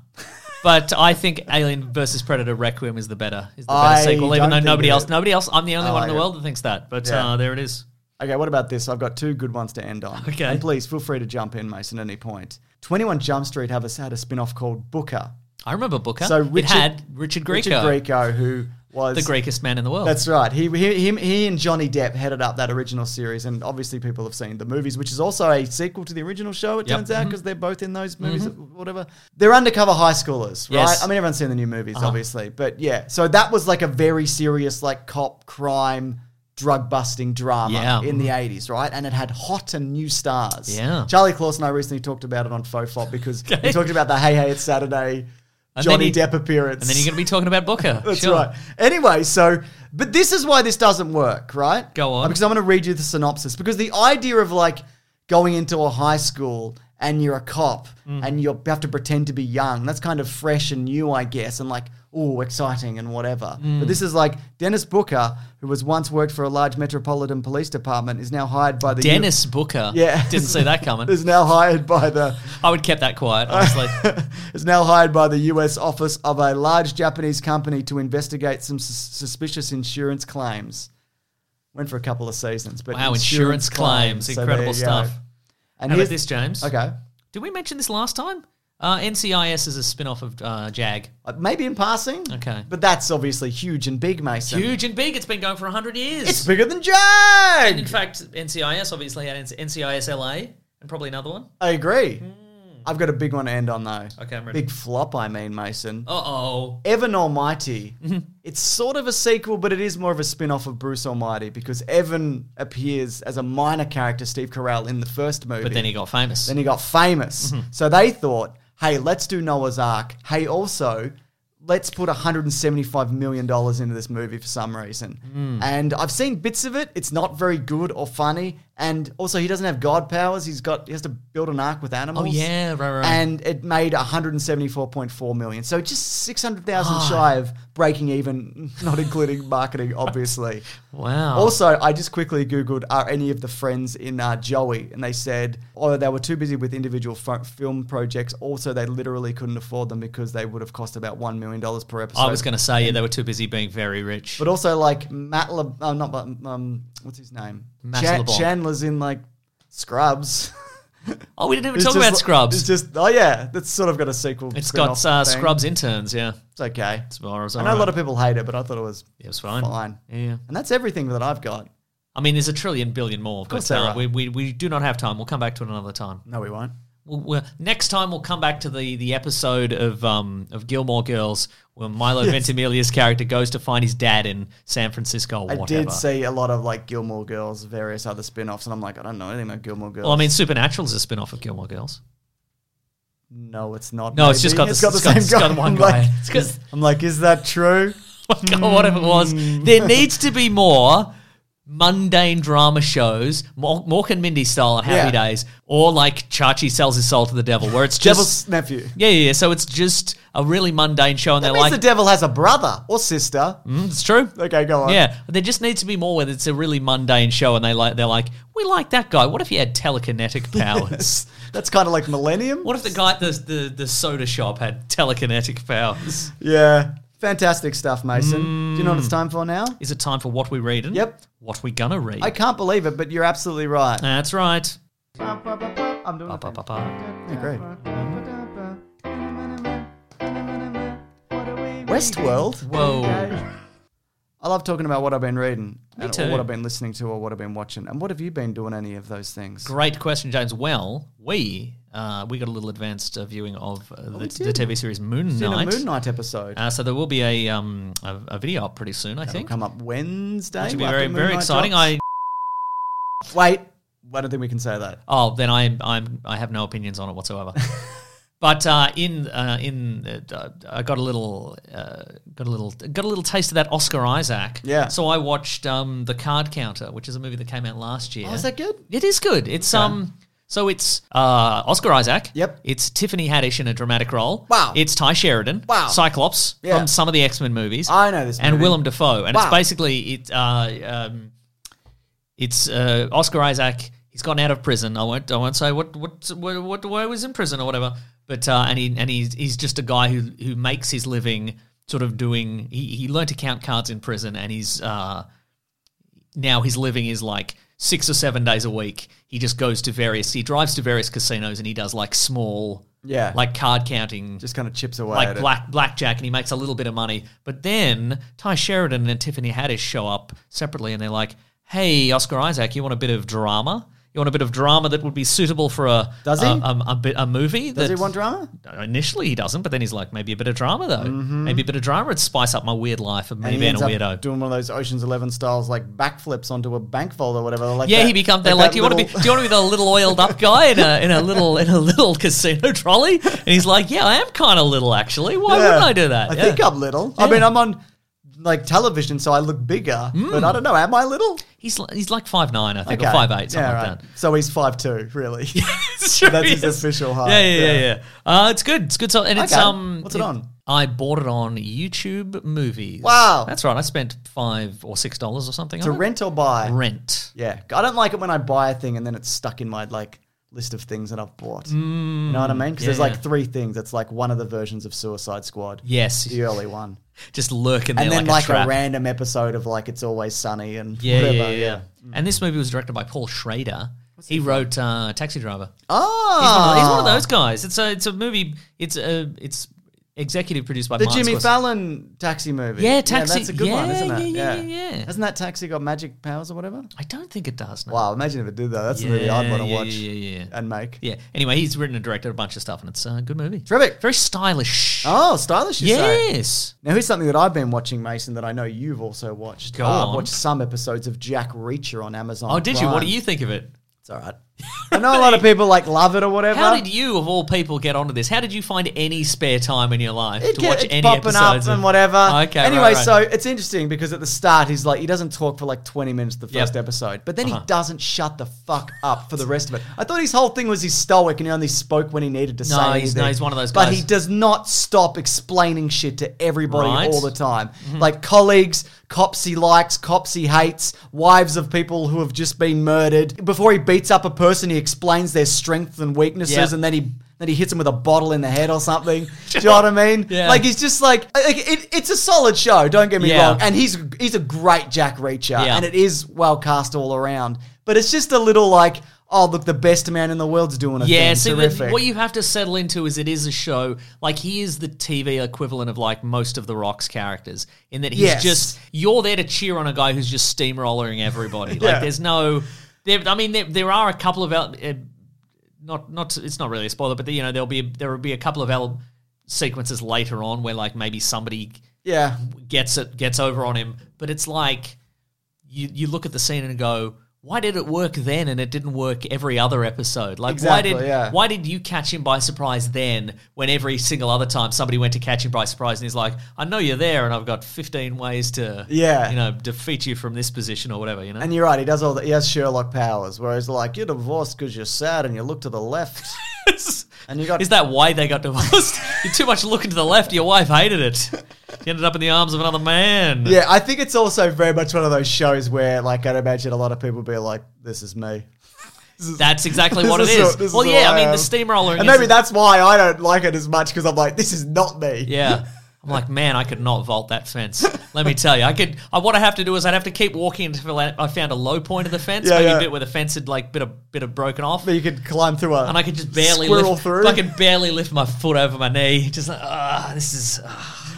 but I think Alien versus Predator Requiem is the better is the better
I
sequel, even
don't
though
think
nobody
it
else
is. Oh,
nobody else I'm the only
I
one in
like
the
it.
world that thinks that. But
Yeah.
uh, there it is.
Okay. What about this? I've got two good ones to end on.
Okay.
And please feel free to jump in, Mason, at any point. Twenty One Jump Street have a, had a spin-off called Booker.
I remember Booker.
So
it
Richard-
had Richard Grieco,
Richard Grieco, who was
the greatest man in the world.
That's right. He, he, him, he and Johnny Depp headed up that original series, and obviously people have seen the movies, which is also a sequel to the original show. It
Yep. Mm-hmm.
turns out because they're both in those movies, whatever. They're undercover high schoolers, right?
Yes. Uh-huh.
I mean, everyone's seen the new movies, obviously, but yeah. So that was like a very serious, like cop crime. Drug busting drama
Yeah. Mm-hmm.
in the 80s, right? And it had hot and new stars.
Yeah.
Charlie Claus and I recently talked about it on Fofop because we talked about the Hey Hey It's Saturday
And then
Johnny
he-
Depp appearance.
and then you're going to be talking about Booker.
That's
Sure.
right. Anyway, so but this is why this doesn't work, right?
Go on.
Uh, Because I'm going to read you the synopsis because the idea of like going into a high school and you're a cop
Mm.
and you have to pretend to be young, that's kind of fresh and new, I guess, and like oh, exciting and whatever.
Mm.
But this is like Dennis Booker, who was once worked for a large metropolitan police department, is now hired by the
Dennis Booker.
Yeah.
Didn't see that coming.
is now hired by the
I would kept that quiet, honestly.
is now hired by the US office of a large Japanese company to investigate some sus- suspicious insurance claims. Went for a couple of seasons, but
Wow, insurance claims.
So
Incredible
there you go.
stuff.
And
How
here's
about this, James?
Okay,
Did we mention this last time? Uh, NCIS is a spin-off of uh, JAG.
Uh, maybe in passing.
Okay.
but that's obviously huge and big, Mason.
Huge and big. It's been going for 100 years.
It's bigger than
And in
Jag.
fact, NCIS obviously had NCIS LA and probably another one.
I agree. I've got a big one to end on though.
Hmm. Okay, I'm ready.
Big flop, I mean, Mason.
Uh oh.
Evan Almighty. It's sort of a sequel, but it is more of a spin off of Bruce Almighty because Evan appears as a minor character, Steve Carell, in the first movie.
But then he Mm-hmm. got famous.
Then he got famous. So they thought, hey, let's do Noah's Ark. Hey, also, let's put $175 million into this movie for some reason.
Hmm.
And I've seen bits of it. It's not very good or funny. And also, he doesn't have god powers. He's got he has to build an ark with animals.
Oh, yeah, right, right.
And it made 174.4 million. So just 600,000
Oh.
shy of breaking even, not including marketing, obviously.
wow.
Also, I just quickly Googled, are any of the friends in uh, Joey? And they said, oh, they were too busy with individual f- film projects. Also, they literally couldn't afford them because they would have cost about $1 million per episode.
I was going to say, yeah, they were too busy being very rich.
But also, like, Matt Le- uh, not, Ma- um, what's his name?
Matt
Chan-
LeBlanc.
Chandler's in, like, Scrubs.
Oh, we didn't even
It's
talk
just
about
li-
Scrubs.
It's just oh yeah, that's sort of got a sequel.
it's
spin-off
got uh,
thing.
Scrubs interns. Yeah,
It's okay.
it's, well, it's
I
all
know a
right.
lot of people hate it, but I thought it was
It was fine.
fine.
Yeah.
And that's everything that I've got.
I mean, there's a trillion billion more,
course
but
there
uh,
are.
we, we, we do not have time. We'll come back to it another time.
No, we won't.
We'll, we'll, next time, we'll come back to the, the episode of um, of Gilmore Girls where Milo Ventimiglia's character goes to find his dad in San Francisco or
I
whatever.
did see a lot of like Gilmore Girls, various other spin-offs, and I'm like, I don't know anything about Gilmore Girls.
well, I mean, Supernatural's a spin off of Gilmore Girls.
no, it's not.
No, it's just got
maybe.
the- it's got- it's got one
I'm
guy.
like-
It's got-
I'm like, is that true?
Or whatever it was.
Hmm.
There needs to be more mundane drama shows, Mor- Mork and Mindy style on Happy
Yeah.
Days, or like Chachi sells his soul to the devil, where it's
Devil's
just.
nephew.
yeah, yeah, yeah. So it's just a really mundane show, and
That
they're
means
like,
the devil has a brother or sister.
"Mm, it's true.
Okay, go on.
Yeah, there just needs to be more where it's a really mundane show, and they like they're like, we like that guy. What if he had telekinetic powers?
That's kind of like Millennium.
What if the guy at the, the the soda shop had telekinetic powers?
Yeah. Fantastic stuff, Mason. Do you know what
Mm.
it's time for now?
Is it time for what we reading?
Yep.
What we gonna read?
I can't believe it, but you're absolutely right.
That's right.
I'm doing
Ba,
it.
ba, ba, ba.
Yeah, great.
Mm-hmm.
Westworld.
Whoa.
I love talking about what I've been reading, and, or
too.
what I've been listening to, or what I've been watching. And what have you been doing? Any of those things?
Great question, James. Well, we uh, we got a little advanced uh, viewing of
Oh,
uh, the, the TV series Moon
Did a
Knight.
Moon Knight episode.
Uh, so there will be a um a, a video up pretty soon, I
That'll
think.
come up Wednesday.
Which will be
after
very
Moon
very
Knight
exciting.
drops.
I
wait. I don't think we can say that.
Oh, then I I'm I have no opinions on it whatsoever. but uh, in uh, in uh, I got a little uh, got a little got a little taste of that Oscar Isaac.
Yeah.
So I watched um, the Card Counter, which is a movie that came out last year.
Oh, is that good?
It is good. It's um. So it's uh, Oscar Isaac.
Yep.
It's Tiffany Haddish in a dramatic role.
Wow.
It's Ty Sheridan.
Wow.
Cyclops
Yeah.
from some of the X Men movies.
I know this.
and
movie.
Willem Dafoe. And
Wow.
it's basically it. Uh, um, it's uh, Oscar Isaac. He's gone out of prison. I won't. I won't say what what what, what why he was in prison or whatever. But uh, and he and he's he's just a guy who who makes his living sort of doing. He he learned to count cards in prison, and he's uh, now his living is like six or seven days a week. He just goes to various. He drives to various casinos and he does like small,
Yeah.
like card counting,
just kind of chips away.
like
at it.
black blackjack, and he makes a little bit of money. But then Ty Sheridan and Tiffany Haddish show up separately, and they're like, "Hey, Oscar Isaac, you want a bit of drama? You want a bit of drama that would be suitable for a
Does he?
a, a, a bit a movie?
Does he
that,
want drama?
Initially, he doesn't, but then he's like, maybe a bit of drama though. Maybe a bit of drama would spice up my weird life of me
Mm-hmm. And he
being a
ends up
weirdo.
doing one of those Ocean's Eleven styles, like backflips onto a bank vault or whatever. Like
yeah,
that-
he becomes. They're like,
that
"Do you want to
little-
be? Do you want to be the little oiled up guy in a in a little in a little casino trolley?" And he's like, "Yeah, I am kind of little actually. Why
Yeah.
wouldn't I do that?"
I
Yeah.
think I'm little. I
Yeah.
mean, I'm on like television, so I look bigger, but I don't know. Am I little?
He's li- he's like five nine, I think,
Okay.
or five eight, something
Yeah,
like
right.
that.
So he's five two, really.
It's true,
That's his
yes.
official height.
Yeah, yeah, yeah, yeah. Uh, it's good. It's good. So, and it's
Okay.
um,
What's it on?
I bought it on YouTube Movies.
Wow.
that's right. I spent five or six dollars or something.
To
on it.
rent or buy?
Rent.
Yeah, I don't like it when I buy a thing and then it's stuck in my like list of things that I've bought. you know what I mean? Because
Mm, yeah,
there's like
yeah.
three things. It's like one of the versions of Suicide Squad,
Yes,
the early one,
just lurking there
and then
like, a
like,
trap.
a, random episode of like It's Always Sunny and
yeah,
whatever.
yeah, yeah, yeah. And this movie was directed by Paul Schrader. he wrote uh, Taxi Driver. He's, one
Oh,
of, he's one of those guys. It's a it's a movie. It's a it's executive produced by
The
Martin
Jimmy
Scorsese.
Fallon taxi movie.
Yeah, Taxi-
that's a good one,
yeah,
isn't it?
yeah, yeah, yeah, yeah.
Hasn't that taxi got magic powers or whatever?
I don't think it does. No.
Wow, imagine if it did though. That's the movie I'd want to
yeah,
watch
yeah, yeah, yeah.
and make.
Yeah. Anyway, he's written and directed a bunch of stuff, and it's a good movie.
Terrific.
Very stylish.
Oh, stylish, you say?
yes.
Now, here's something that I've been watching, Mason, that I know you've also watched. Oh,
Go
I've
on.
watched some episodes of Jack Reacher on Amazon.
Oh, did you? What do
Prime.
you think of it?
It's all right. I know a lot of people like love it or whatever.
How did you, of all people, get onto this? How did you find any spare time in your life
It
to
get-
watch
it's
any
popping up
episodes of-
and whatever.
Okay. right,
Anyway,
right.
so it's interesting because at the start he's like he doesn't talk for like twenty minutes of the
Yep. Uh-huh.
first episode, but then he doesn't shut the fuck up for the rest of it. I thought his whole thing was he's stoic and he only spoke when he needed to
No,
say
he's-
anything.
no, he's one of those
But
guys.
he does not stop explaining shit to everybody
Right. Mm-hmm.
all the time, like colleagues, cops he likes, cops he hates, wives of people who have just been murdered. Before he beats up a person, he explains their strengths and weaknesses,
Yep.
and then he. Then he hits him with a bottle in the head or something. Do you know what I mean?
Yeah.
Like he's just like, like it, it's a solid show. Don't get me
Yeah.
wrong, and he's he's a great Jack Reacher,
Yeah.
and it is well cast all around. But it's just a little like oh look, the best man in the world's doing a
Yeah,
thing.
see, the-
Terrific.
what you have to settle into is it is a show. Like he is the TV equivalent of like most of the Rock's characters, in that he's
Yes.
just you're there to cheer on a guy who's just steamrollering everybody. Like
Yeah.
there's no, there, I mean, there, there are a couple of el- uh, not not it's not really a spoiler, but you know there'll be there will be a couple of el- sequences later on where like maybe somebody
yeah,
gets it gets over on him, but it's like you you look at the scene and go, why did it work then and it didn't work every other episode? Like
Exactly,
why did
yeah.
why did you catch him by surprise then when every single other time somebody went to catch him by surprise and he's like, I know you're there and I've got 15 ways to
Yeah.
you know defeat you from this position or whatever, you know.
and you're right. He does all that. He has Sherlock powers, where he's like, "You're divorced because you're sad, and you look to the left, and you got
Is that why they got divorced? you're too much looking to the left. Your wife hated it. You ended up in the arms of another man.
Yeah, I think it's also very much one of those shows where, like, I'd imagine a lot of people would be like, "This is me."
That's exactly
This
what it
who-
is.
this
well,
who
yeah, I mean,
am.
the steamroller.
and maybe that's why I don't like it as much because I'm like, "This is not me."
Yeah. I'm like, man, I could not vault that fence. Let me tell you, I could. I, what I have to do is I'd have to keep walking until I I found a low point of the fence,
Yeah,
maybe
yeah.
a bit where the fence had like bit of bit of broken off,
But you could climb through a
and I could just barely
squirrel
lift,
through.
I could barely lift my foot over my knee. Just like, ah, this is. ah.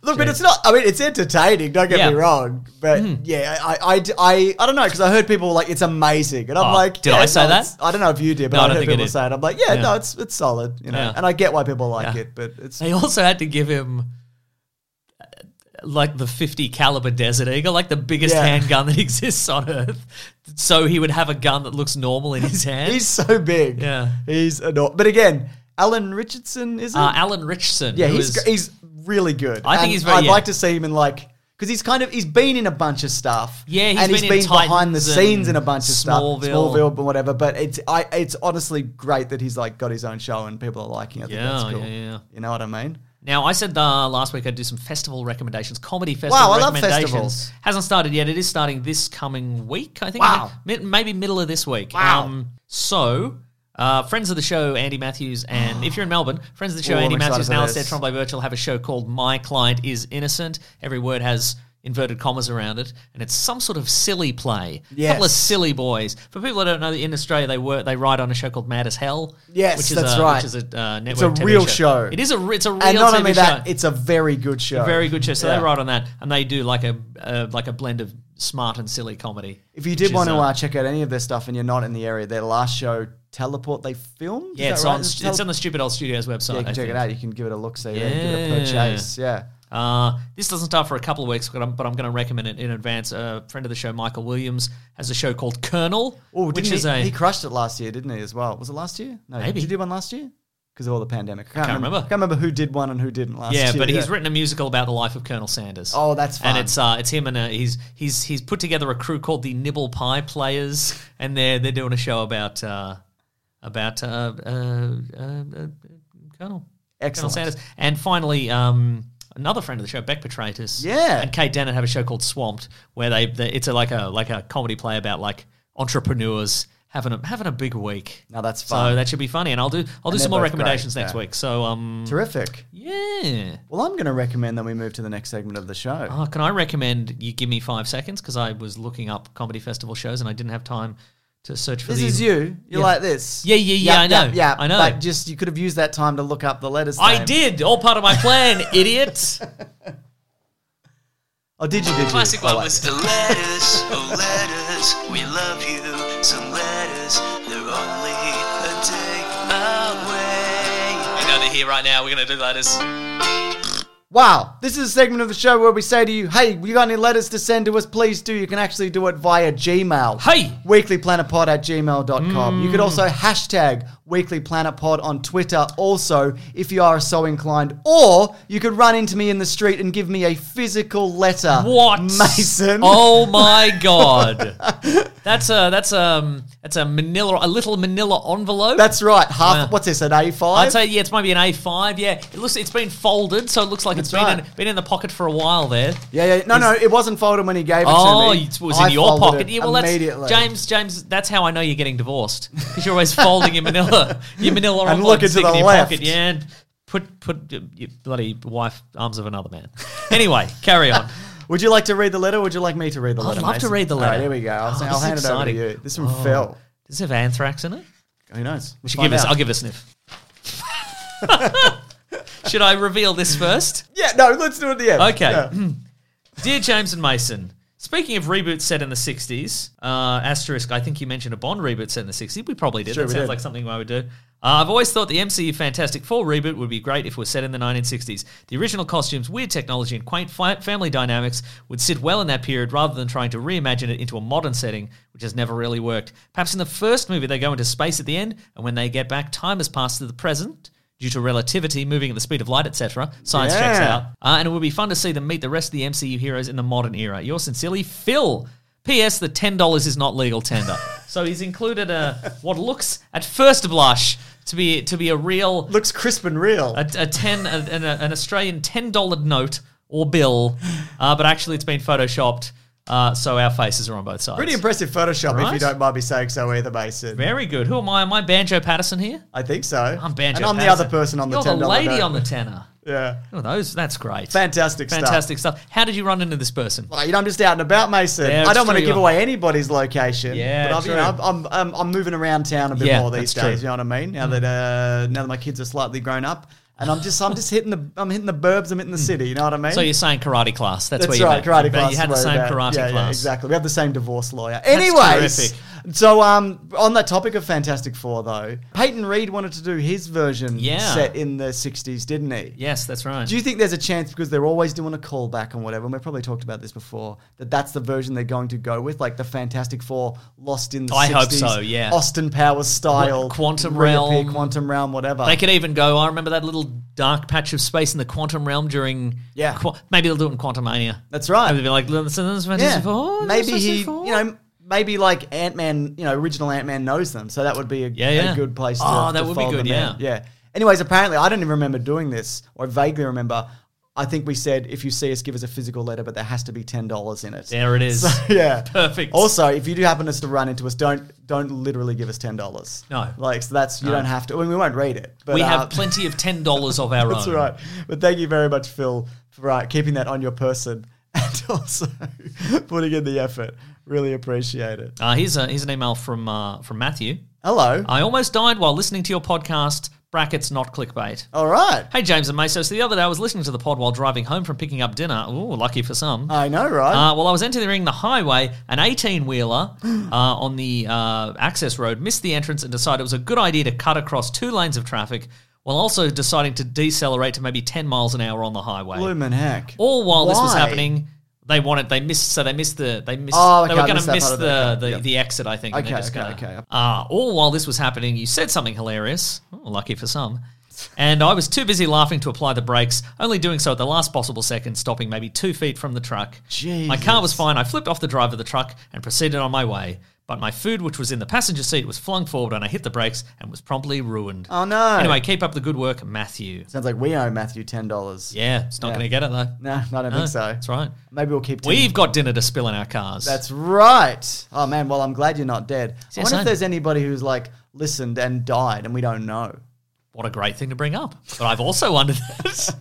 Look, but it's not. I mean, it's entertaining. Don't get
Yeah. Hmm.
me wrong, but yeah, I, I, I, I don't know because I heard people like it's amazing, and I'm
Oh,
like,
did
yeah,
I say
no,
that?
it's- I don't know if you did, but
No, I
I,
don't
heard
think I
people
did.
say it. I'm like, yeah,
Yeah.
no, it's it's solid, you know,
Yeah.
and I get why people like
Yeah.
it, but it's
They also had to give him. uh, Like the fifty caliber Desert Eagle, like the biggest
Yeah.
handgun that exists on Earth, so he would have a gun that looks normal in his hand.
he's so big,
Yeah.
he's enormous. But again, Alan Richardson is it?
uh, Alan Richardson.
yeah,
who
he's
was-
he's really good.
I think
And
he's very-
I'd
yeah.
like to see him in like. Because he's kind of he's been in a bunch of stuff,
Yeah, he's
and he's
been
been,
in
behind the
Titans
scenes
and
in a bunch of stuff,
Smallville.
Smallville, but whatever. But it's I it's honestly great that he's like got his own show and people are liking it. I think
Yeah,
that's cool.
yeah, yeah.
You know what I mean?
Now, I said uh, last week I'd do some festival recommendations, comedy festival
Wow, I love
recommendations.
festivals.
Hasn't started yet. It is starting this coming week, I think.
Wow.
Mi- Maybe middle of this week. Wow. Um, so, uh, friends of the show, Andy Matthews, and if you're in Melbourne, friends of the show,
Ooh, I'm
Andy
excited
Matthews
for
and Alistair
this.
Tremblay Virtual have a show called My Client is Innocent. Every word has inverted commas around it, and it's some sort of silly play. A couple of
Yes.
silly boys. For people that don't know, in Australia, they work, they wride on a show called Mad as Hell.
Yes,
which is
that's
a,
right.
Which is a uh, network
a
TV
real show.
It is a, re- it's a real
and not
TV
only
show.
that, it's a very good show.
Very good show. So
Yeah.
they write on that, and they do like a uh, like a blend of smart and silly comedy.
If you
which
did
is,
want to
uh,
uh, check out any of their stuff and you're not in the area, their last show, Teleport, they filmed. Is
yeah,
that
it's
right?
on
Tele-
it's on the Stupid Old Studios website.
yeah, you
I
can check
think.
it out. You can give it a look, see, yeah. give it a purchase. Yeah.
Uh, this doesn't start for a couple of weeks, but I'm, but I'm going to recommend it in advance. A friend of the show, Michael Williams, has a show called Colonel,
Oh,
which
didn't he,
is a
he crushed it last year, didn't he? As well, was it last year? No,
Maybe.
did you do one last year because of all the pandemic? I can't,
can't
remember.
remember.
I can't remember who did one and who didn't last
yeah,
year.
but he's written a musical about the life of Colonel Sanders.
Oh, that's fun.
And it's uh, it's him and uh, he's he's he's put together a crew called the Nibble Pie Players, and they're they're doing a show about uh, about uh, uh, uh, uh, Colonel
Excellent.
Colonel Sanders. And finally, um, another friend of the show, Beck Petratus,
Yeah.
and Kate Dennett have a show called Swamped, where they, they it's a, like a like a comedy play about like entrepreneurs having a having a big week.
Now that's
So
fun.
that should be funny, and I'll do I'll do
And they're
some more
both great,
recommendations next
yeah.
week. So um,
terrific.
yeah.
Well, I'm going to recommend that we move to the next segment of the show.
Oh, can I recommend you give me five seconds because I was looking up comedy festival shows and I didn't have time to search for
this
the-
is you. You're
Yeah.
like this.
Yeah, yeah, yeah, I know.
Yeah,
I know.
But just you could have used that time to look up the letters.
I
name.
did all part of my plan, idiot.
Oh, did you? Did you?
Classic
I
one
like
was-
it.
The letters, oh letters, we love you. Some letters, they're only a day away.
I know they're here right now. We're gonna do letters.
Wow, this is a segment of the show where we say to you, hey, you got any letters to send to us? Please do. You can actually do it via Gmail.
Hey.
Weeklyplanetpod at gmail.com. You could also hashtag weeklyplanetpod on Twitter also if you are so inclined. Or you could run into me in the street and give me a physical letter.
What,
Mason.
Oh my god, that's a that's um that's a Manila a little Manila envelope.
That's right. Half,
Wow.
what's this, an A5?
I'd say yeah, it's maybe an A five. Yeah, it looks it's been folded, so it looks like it's been
right.
in, been in the pocket for a while there.
yeah, yeah. No, no, it wasn't folded when he gave it
Oh,
to me.
it was
I
in your
folded
pocket.
it
Yeah, well, that's
immediately.
James. James, that's how I know you're getting divorced because you're always folding your Manila, your Manila
And
envelope
looking to
stick
the
in your
left.
pocket. Yeah, and put put your- your bloody wife arms of another man. Anyway, carry on.
Would you like to read the letter? Or would you like me to read the
I'd
letter?
love to
Mason?
read the
All right,
letter.
here we go. I'll,
Oh,
I'll
this is
hand it over to
exciting.
you. This is from Phil.
Does it have anthrax in it?
Who knows?
We should give us. I'll give it a sniff. should I reveal this first?
Yeah, no, let's do it at the end.
Okay.
Yeah.
Dear James and Mason, speaking of reboots set in the 60s, uh, asterisk, I think you mentioned a Bond reboot set in the 60s. We probably did.
Sure,
that
we
sounds
did.
like something I would do. Uh, I've always thought the MCU Fantastic Four reboot would be great if it was set in the 1960s. The original costumes, weird technology, and quaint fi- family dynamics would sit well in that period rather than trying to reimagine it into a modern setting, which has never really worked. Perhaps in the first movie, they go into space at the end, and when they get back, time has passed to the present due to relativity, moving at the speed of light, etc. Science checks
Yeah.
out. Uh, and it would be fun to see them meet the rest of the MCU heroes in the modern era. Yours sincerely, Phil. P.S. The ten dollars is not legal tender, so he's included a what looks at first blush to be to be a real
Looks crisp and real.
a, a ten a, an, an Australian ten dollar note or bill, uh, but actually it's been photoshopped, uh, so our faces are on both sides.
Pretty impressive Photoshop, if
Right?
you don't mind me saying so either, Mason.
Very good. Who am I? Am I Banjo Patterson here?
I think so.
I'm Banjo.
And I'm the
Patterson.
other person on the
You're
$10
the lady
note.
on the tenner.
Yeah.
Oh, those. That's great.
Fantastic, stuff.
Fantastic stuff. How did you run into this person?
Like, you know, I'm just out and about, Mason.
Yeah,
I
it's
don't want to
true,
give
you
away anybody's location.
Yeah,
but I'm, you
true.
know, I'm- I'm, I'm, I'm moving around town a bit
Yeah,
more these
that's
days.
true. Mm.
You know what I mean? Now that uh, now that my kids are slightly grown up, and I'm just I'm just hitting the I'm hitting the burbs. I'm hitting the city. You know what I mean?
Mm. So you're saying karate class? That's,
Eh? that's
where you
right.
met.
Karate
You
class.
You had the
is where
same
we're at.
karate
Yeah, yeah,
class.
exactly. We have the same divorce lawyer. Anyways,
terrific.
so um, on that topic of Fantastic Four, though, Peyton Reed wanted to do his version
Yeah.
set in the '60s, didn't he?
Yes, that's right.
Do you think there's a chance because they're always doing a callback and whatever? And we've probably talked about this before that that's the version they're going to go with, like the Fantastic Four lost in the
I
60s,
hope so, yeah.
Austin Powers style,
Like Quantum
reappear,
Realm.
quantum realm, whatever.
they could even go. I remember that little dark patch of space in the quantum realm during.
Yeah.
Qua- maybe they'll do it in Quantum Mania.
that's right.
Maybe they'll be like, "Listen, this is
yeah,
Fantastic Four, this is
maybe he, you
Fantastic Four."
know, maybe like Ant Man, you know, original Ant Man knows them, so that would be a,
Yeah,
a
yeah.
good place. To,
Oh, that
to
would be
fold them
good,
in.
yeah.
yeah. Anyways, apparently I don't even remember doing this, or vaguely remember. I think we said if you see us, give us a physical letter, but there has to be ten dollars in it.
There it is.
yeah.
Perfect.
Also, if you do happen us to run into us, don't don't literally give us ten dollars.
No.
Like so that's you don't have to. I mean, we won't read it. But,
we
uh,
have plenty of ten dollars of our
That's
own.
all right. But thank you very much, Phil, for uh, keeping that on your person and also putting in the effort. Really appreciate it.
Uh, here's a here's an email from uh, from Matthew.
Hello.
I almost died while listening to your podcast. Brackets not clickbait.
all right.
Hey James and Mesos, the other day I was listening to the pod while driving home from picking up dinner. Ooh, lucky for some.
I know, right?
Uh, well, I was entering the highway, an 18 wheeler uh, on the uh, access road missed the entrance and decided it was a good idea to cut across two lanes of traffic while also deciding to decelerate to maybe 10 miles an hour on the highway.
Bloomin' heck.
All while this was
Why?
happening, they wanted they missed so they missed the they missed
Oh, okay,
they
I
were going
missed
to
that
miss
part
the
of it. Okay,
the,
yeah.
the exit. I think. and they're
Okay,
just
okay,
gonna-
okay.
Uh, all while this was happening, you said something hilarious. Oh, lucky for some. And I was too busy laughing to apply the brakes, only doing so at the last possible second, stopping maybe two feet from the truck. My car was fine. I flipped off the drive of the truck and proceeded on my way. But my food, which was in the passenger seat, was flung forward and I hit the brakes and was promptly ruined.
Oh, no.
Anyway, keep up the good work, Matthew.
Sounds like we owe Matthew ten dollars.
Yeah, it's not going to get it though.
No, no, I don't think so.
That's right.
Maybe we'll keep. 10
We've got dinner to spill in our cars.
That's right. Oh man, well I'm glad you're not dead. I
Yes,
wonder if
I'm-
there's anybody who's like listened and died and we don't know.
what a great thing to bring up. But I've also wondered that.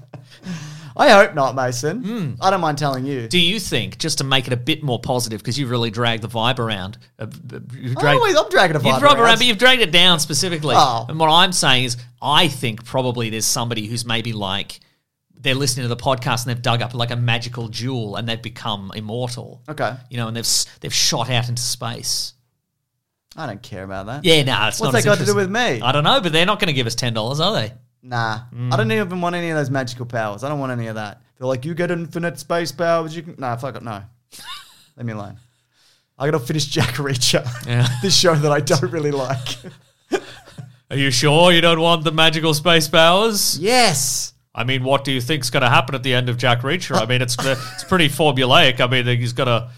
I hope not, Mason. I don't mind telling you.
Do Hmm. you think, just to make it a bit more positive, because you really dragged the vibe around? Uh, b- b- you
I always, I'm dragging a
you
vibe
drag
around.
around, but you've dragged it down specifically.
Oh.
And what I'm saying is, I think probably there's somebody who's maybe like they're listening to the podcast and they've dug up like a magical jewel and they've become immortal.
Okay.
you know, and they've s- they've shot out into space.
I don't care about that.
Yeah, no,
What's
it's not
that
as
got to do
interesting.
with me?
I Hmm. don't know, but they're not going to give us ten dollars, are they?
Nah, I don't even want any of those magical powers. I don't want any of that. They're like, you get infinite space powers. You can. Nah, fuck it. No, let me alone. I gotta finish Jack Reacher.
Yeah.
this show that I don't really like.
Are you sure you don't want the magical space powers?
yes.
I mean, what do you think's going to happen at the end of Jack Reacher? I mean, it's it's pretty formulaic. I mean, he's gonna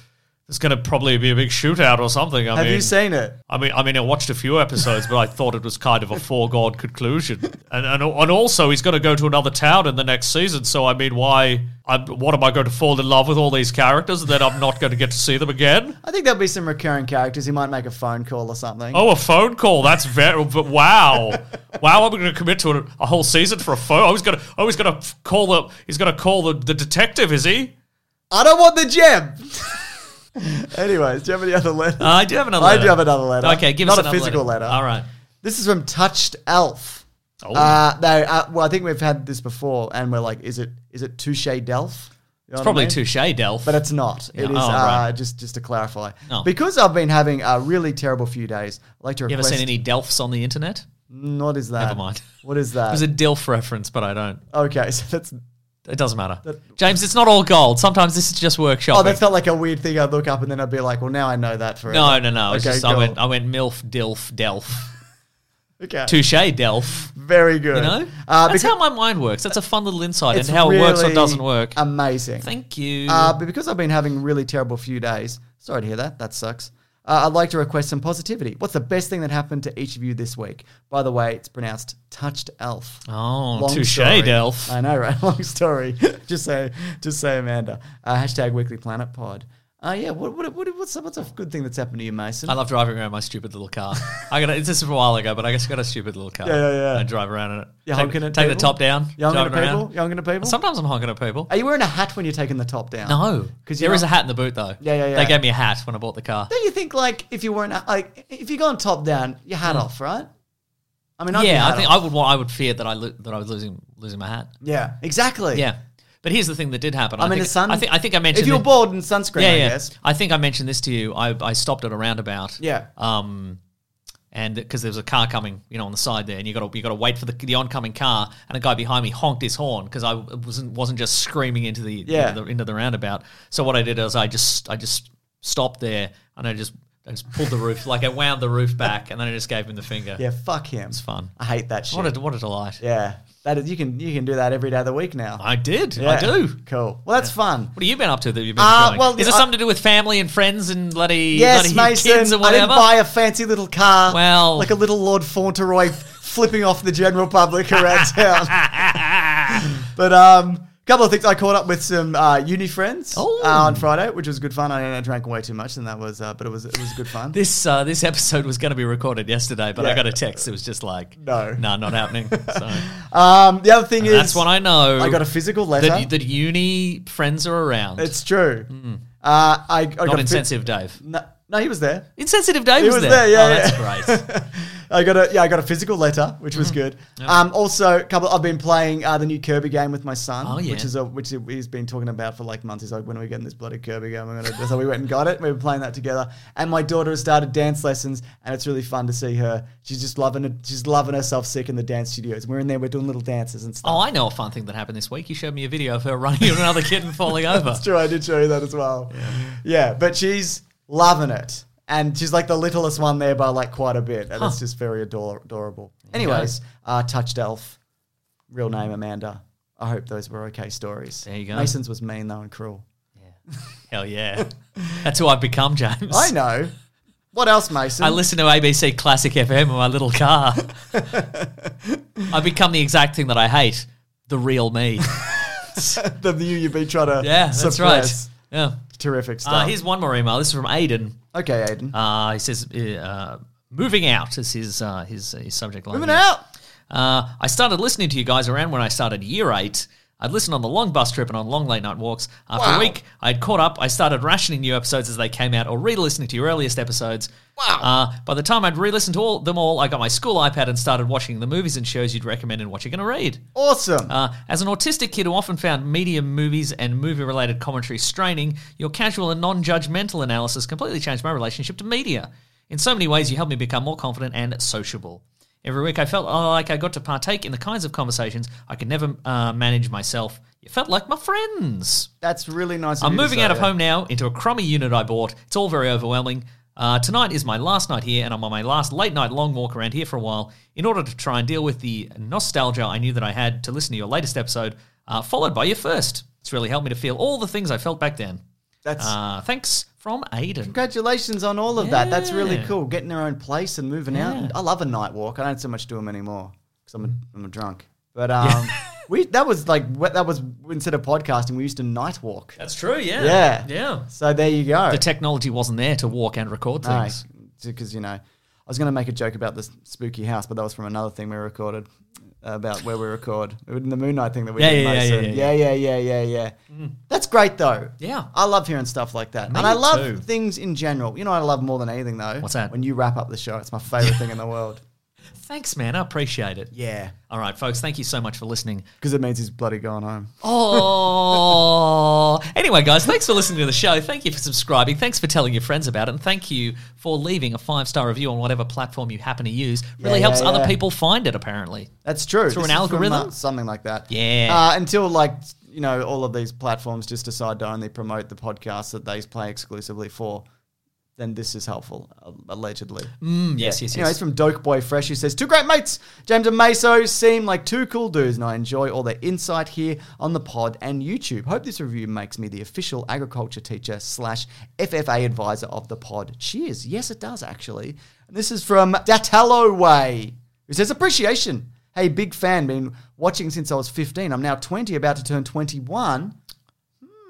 there's going to probably be a big shootout or something. I
Have
mean,
you seen it?
I mean, I mean, I watched a few episodes, but I thought it was kind of a foregone conclusion. And and, and also, he's going to go to another town in the next season. So I mean, why? I'm, what am I going to fall in love with all these characters, and then I'm not going to get to see them again?
I think there'll be some recurring characters. He might make a phone call or something.
Oh, a phone call. That's very but wow, wow. I'm going to commit to a, a whole season for a phone. I was going to, I was going to call the. He's going to call the, the detective. Is he?
I don't want the gem. Anyways, do you have any other letters?
Uh, I do have another
I
letter.
do have another letter.
Okay, give
Not
us
a
another
physical letter.
All right.
This is from Touched Elf.
Oh.
Uh, no, uh, well, I think we've had this before, and we're like, is it is it Touche Delph? You know what I
It's probably
mean?
touche, Delph.
But it's not. It is
Yeah, oh,
uh,
right.
just just to clarify.
Oh.
Because I've been having a really terrible few days. I'd like to
you ever
request.
seen any Delphs on the internet?
What is that?
Never mind.
What is that?
It was a Delph reference, but I don't.
okay, so that's
It doesn't matter. James, it's not all gold. Sometimes this is just workshop.
oh, that's not like a weird thing I'd look up and then I'd be like, well, now I know that for
no, no, no. It's
Okay,
just I
cool.
went, I went MILF, DILF, DELF.
Okay,
Touche, DELF.
very good.
You know?
uh, because
That's how my mind works. That's a fun little insight
it's
into how it works or
really
doesn't work.
Amazing.
Thank you.
Uh, but because I've been having really terrible few days, sorry to hear that. That sucks. Uh, I'd like to request some positivity. What's the best thing that happened to each of you this week? By the way, it's pronounced touched elf.
oh,
Long
touche,
story. Um,
DELF.
I know, right? Long story. just say, just say, Amanda. Uh, hashtag Weekly Planet Pod. Uh, yeah. What, what, what, what's, what's a good thing that's happened to you, Mason?
I love driving around my stupid little car. I got a, this is from a while ago, but I guess I got a stupid little car.
Yeah, yeah, yeah.
I drive around in it.
You
take
honking at
take the
people?
top down.
You honking at
driving around.
people? You honking at people?
Sometimes I'm honking at people.
Are you wearing a hat when you're taking the top down?
No, because
because
there is a hat in the boot though.
Yeah, yeah, yeah.
They gave me a hat when I bought the car.
Don't you think like if you weren't like if you're going top down, your hat off, right? I mean, I'd be
Mm. yeah, I
hat
think
off.
I would. wa- I would fear that I lo- that I was losing losing my hat.
yeah, exactly.
Yeah, but here's the thing that did happen.
I mean,
think,
the sun.
I think I think I mentioned
if you're
it-
bald and sunscreen,
Yeah,
I
yeah.
guess.
I think I mentioned this to you. I I stopped at a roundabout.
Yeah.
Um, and because there was a car coming, you know, on the side there, and you got to you got to wait for the, the oncoming car, and a guy behind me honked his horn because I wasn't wasn't just screaming into the
Yeah.
into the, into the roundabout. So what I did is I just I just stopped there and I just I just pulled the roof like I wound the roof back, and then I just gave him the finger.
Yeah, fuck him. It's
fun.
I hate that shit.
What a what a delight.
yeah, that is, you can you can do that every day of the week now.
I did. I
Yeah.
do.
Cool. Well, that's fun.
What have you been up to that you've been
Uh,
enjoying?
well,
is it
I-
something to do with family and friends and bloody,
Yes,
bloody
Mason.
kids or
I
whatever?
didn't buy a fancy little car.
Well-
like a little Lord Fauntleroy flipping off the general public around town. but um, couple of things. I caught up with some uh, uni friends
Oh.
uh, on Friday, which was good fun. I, I drank way too much, and that was, uh, but it was it was good fun.
This uh, this episode was going to be recorded yesterday, but I
Yeah.
got a text that was just like,
No.
nah, not happening." So
um, the other thing is
that's what I know.
I got a physical letter.
that, that uni friends are around. It's
it's true. Uh, I, I got a
Hmm. not
phy-
insensitive, Dave.
no, no, he was there.
Insensitive Dave
He
was,
was
there.
there, yeah,
oh,
yeah.
that's great.
I got a yeah, I got a physical letter, which
Mm-hmm.
was good. Um, also, a couple. I've been playing uh, the new Kirby game with my son,
Oh, yeah.
which is a which he's been talking about for like months. He's like, when are we getting this bloody Kirby game? We're gonna. so we went and got it. We were playing that together, and my daughter has started dance lessons, and it's really fun to see her. She's just loving it. She's loving herself sick in the dance studios. We're in there. We're doing little dances and stuff.
Oh, I know a fun thing that happened this week. You showed me a video of her running at another kid and falling over.
That's true. I did show you that as well. Yeah. but she's loving it. And she's like the littlest one there by like quite a bit. And it's just very ador- adorable. Anyways, uh, Touched Elf, real name Amanda. I hope those were okay stories.
There you go.
Mason's was mean though and cruel.
Hell yeah, that's who I've become, James.
I know. What else, Mason?
I listen to ABC Classic FM in my little car. I become the exact thing that I hate. The real me.
the view you've been trying to
Yeah, that's right.
suppress.
Yeah.
Terrific stuff.
Uh, here's one more email. This is from Aiden.
okay, Aiden.
Uh, he says, uh, "Moving out" is his uh, his, his subject line.
Moving
here.
out.
Uh, I started listening to you guys around when I started year eight. I'd listen on the long bus trip and on long late night walks. After a week, I'd caught up. I started rationing new episodes as they came out or re listening to your earliest episodes. Wow. Uh, by the time I'd re listened to all, them all, I got my school iPad and started watching the movies and shows you'd recommend and what you're going to read.
Awesome.
Uh, as an autistic kid who often found media, movies, and movie related commentary straining, your casual and non judgmental analysis completely changed my relationship to media. In so many ways, you helped me become more confident and sociable. Every week, I felt like I got to partake in the kinds of conversations I could never uh, manage myself. You felt like my friends.
that's really nice. of
I'm
you to
moving
say
out of
that.
home now into a crummy unit I bought. It's all very overwhelming. Uh, tonight is my last night here, and I'm on my last late night long walk around here for a while in order to try and deal with the nostalgia I knew that I had to listen to your latest episode, uh, followed by your first. It's really helped me to feel all the things I felt back then.
That's
Uh, thanks from Aiden.
Congratulations on all of that. That's really
Yeah.
cool. Getting their own place and moving out. And I love a night walk. I don't so much do them anymore because I'm
Mm.
a, I'm a drunk. But um, we that was like wh- that was instead of podcasting, we used to night walk.
That's true, yeah.
Yeah.
Yeah.
So there you go.
The technology wasn't there to walk and record things.
because you know, I was going to make a joke about this spooky house, but that was from another thing we recorded. about where we record in the Moon Knight thing that we
Yeah,
did.
yeah,
most
yeah,
of.
yeah,
yeah,
yeah, Mm.
yeah, yeah, yeah, yeah. That's great though.
Yeah.
I love hearing stuff like that,
Me
and I love
too.
things in general. You know, what I love more than anything though.
What's that?
When you wrap up the show, it's my favorite thing in the world.
Thanks, man. I appreciate it.
Yeah,
All right, folks. Thank you so much for listening.
because it means he's bloody gone home.
Oh. anyway, guys, thanks for listening to the show. Thank you for subscribing. Thanks for telling your friends about it. And thank you for leaving a five star review on whatever platform you happen to use. Really
yeah,
helps other
yeah.
people find it, apparently.
That's true.
Through
This
an
is from,
algorithm?
uh, something like that.
Yeah.
Uh, until like you know, all of these platforms just decide to only promote the podcasts that they play exclusively for. Then this is helpful, uh, allegedly.
Mm, yes, yes, yes.
Anyway, it's from Doke Boy Fresh who says, Two great mates, James and Meso, seem like two cool dudes, and I enjoy all their insight here on the pod and YouTube. Hope this review makes me the official agriculture teacher slash FFA advisor of the pod. Cheers. Yes, it does, actually. And this is from Datallo Way, who says, Appreciation. Hey, big fan, been watching since I was 15. I'm now 20, about to turn 21.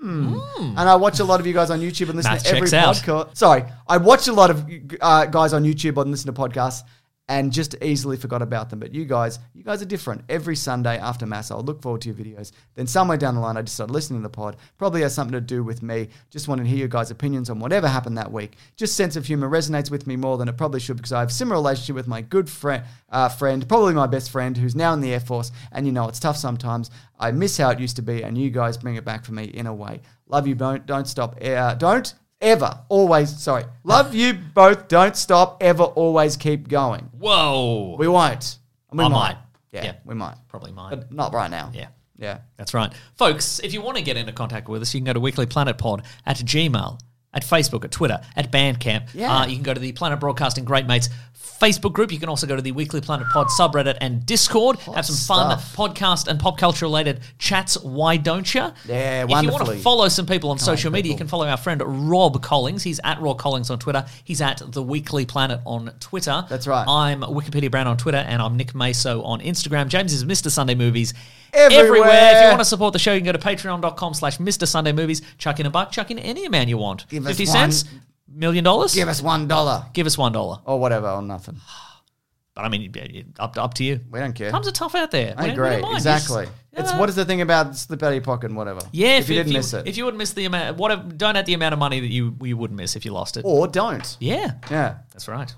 And I watch a lot of you guys on YouTube and listen
Math
to every
Hmm. checks out.
podcast. Sorry, I watch a lot of uh, guys on YouTube and listen to podcasts and just easily forgot about them. But you guys, you guys are different. Every Sunday after Mass, I'll look forward to your videos. Then somewhere down the line, I just started listening to the pod. Probably has something to do with me. Just want to hear your guys' opinions on whatever happened that week. Just sense of humor resonates with me more than it probably should because I have similar relationship with my good friend, uh, friend, probably my best friend, who's now in the Air Force. And you know, it's tough sometimes. I miss how it used to be, and you guys bring it back for me in a way. Love you. Don't don't stop. Uh, don't ever always. Sorry. Love you both. Don't stop. Ever always keep going.
Whoa.
We won't. And we
I might.
Yeah,
Yeah.
we might.
Probably mine.
But not right now.
Yeah.
Yeah.
That's right. Folks, if you want to get into contact with us, you can go to weeklyplanetpod at Gmail, at Facebook, at Twitter, at Bandcamp.
Yeah.
Uh, you can go to the Planet Broadcasting Great Mates Facebook group. You can also go to the Weekly Planet Pod subreddit and Discord. Have some fun
stuff.
podcast and pop culture related chats. Why don't you?
Yeah,
If you want
wonderfully.
to follow some people on social media, you can follow our friend Rob Collings. He's at Raw Collings on Twitter. He's at The Weekly Planet on Twitter.
That's right.
I'm Wikipedia Brown on Twitter, and I'm Nick Maso on Instagram. James is Mr. Sunday Movies
Everywhere.
If you want to support the show, you can go to patreon.com slash Mr. Sunday Movies. Chuck in a buck, chuck in any amount you want.
Give us
50
one-
cents? Million dollars?
Give us one dollar
Give us one dollar.
or whatever or nothing.
But I mean, yeah, yeah, up, up to you.
We don't care.
Times are tough out there.
I
We don't- we
agree.
don't mind. You
Exactly.
just-
It's
Yeah.
what is the thing about slip out of your pocket and whatever.
Uh, Yeah,
If, you didn't miss it,
If you would miss the amount, what if, donate the amount of money that you, you would miss if you lost it.
or don't.
yeah,
Yeah.
that's right.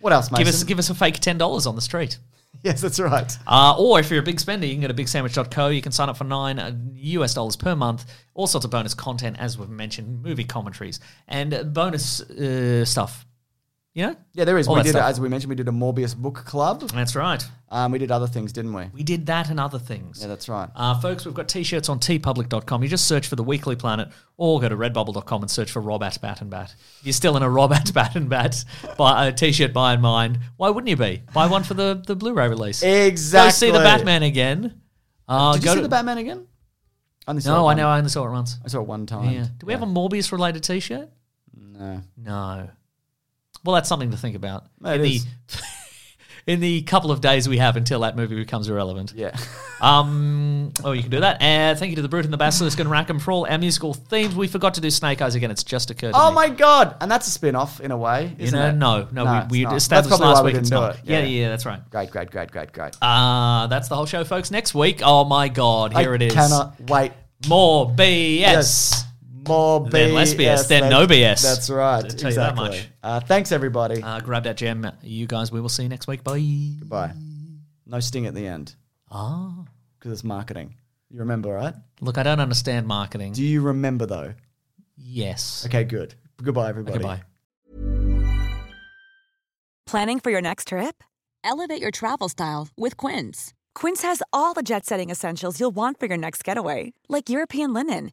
What else, Mason?
Give us give us a fake ten dollars on the street.
yes, that's right.
Uh, or if you're a big spender, you can go to bigsandwich.co. You can sign up for nine uh, US dollars per month. All sorts of bonus content, as we've mentioned, movie commentaries and uh, bonus uh, stuff. You know?
Yeah, there is.
All
we
that
did,
stuff.
as we mentioned, we did a Morbius book club.
That's right.
Um, we did other things, didn't we?
We did that and other things.
Yeah, that's right.
Uh, folks, we've got t-shirts on tpublic.com. You just search for The Weekly Planet or go to redbubble.com and search for Rob at Bat and Bat. If you're still in a Rob at Bat and Bat buy, a t-shirt buy in mind, why wouldn't you be? Buy one for the, the Blu-ray release.
Exactly.
Go see The Batman again. Uh,
Did you
go
see
to-
the Batman again? I only saw
No,
it
I know.
one-
I only saw it once.
I saw it one time.
Yeah. Do we have a Morbius-related t-shirt?
No.
No. Well, that's something to think about.
No,
in
it
the
is.
in the couple of days we have until that movie becomes irrelevant.
Yeah.
Um. Oh, you can do that. Uh, thank you to the Brute and the Basilisk and Rackham for all our musical themes. We forgot to do Snake Eyes again. It's just occurred. To
oh
me.
my god! And that's a spin-off in a way,
You
isn't
know,
it?
no, no,
it's
we,
not.
we
That's
established
probably
last
why we
week it's
didn't do
not.
it.
Yeah, yeah, that's right.
Great, great, great, great, great, great.
Uh, that's the whole show, folks. Next week, oh my God, here
I
it is.
Cannot wait.
More BS.
More
Then
BS.
less BS, then no BS.
That's right.
I'll tell
exactly.
you that much.
Uh, thanks, everybody.
Uh, grab that gem, you guys. We will see you next week. Bye.
Bye. No sting at the end
Ah.
because it's marketing. You remember, right?
Look, I don't understand marketing.
Do you remember though?
yes.
Okay, good. Goodbye, everybody.
Goodbye.
Planning for your next trip?
Elevate your travel style with Quince.
Quince has all the jet setting essentials you'll want for your next getaway, like European linen,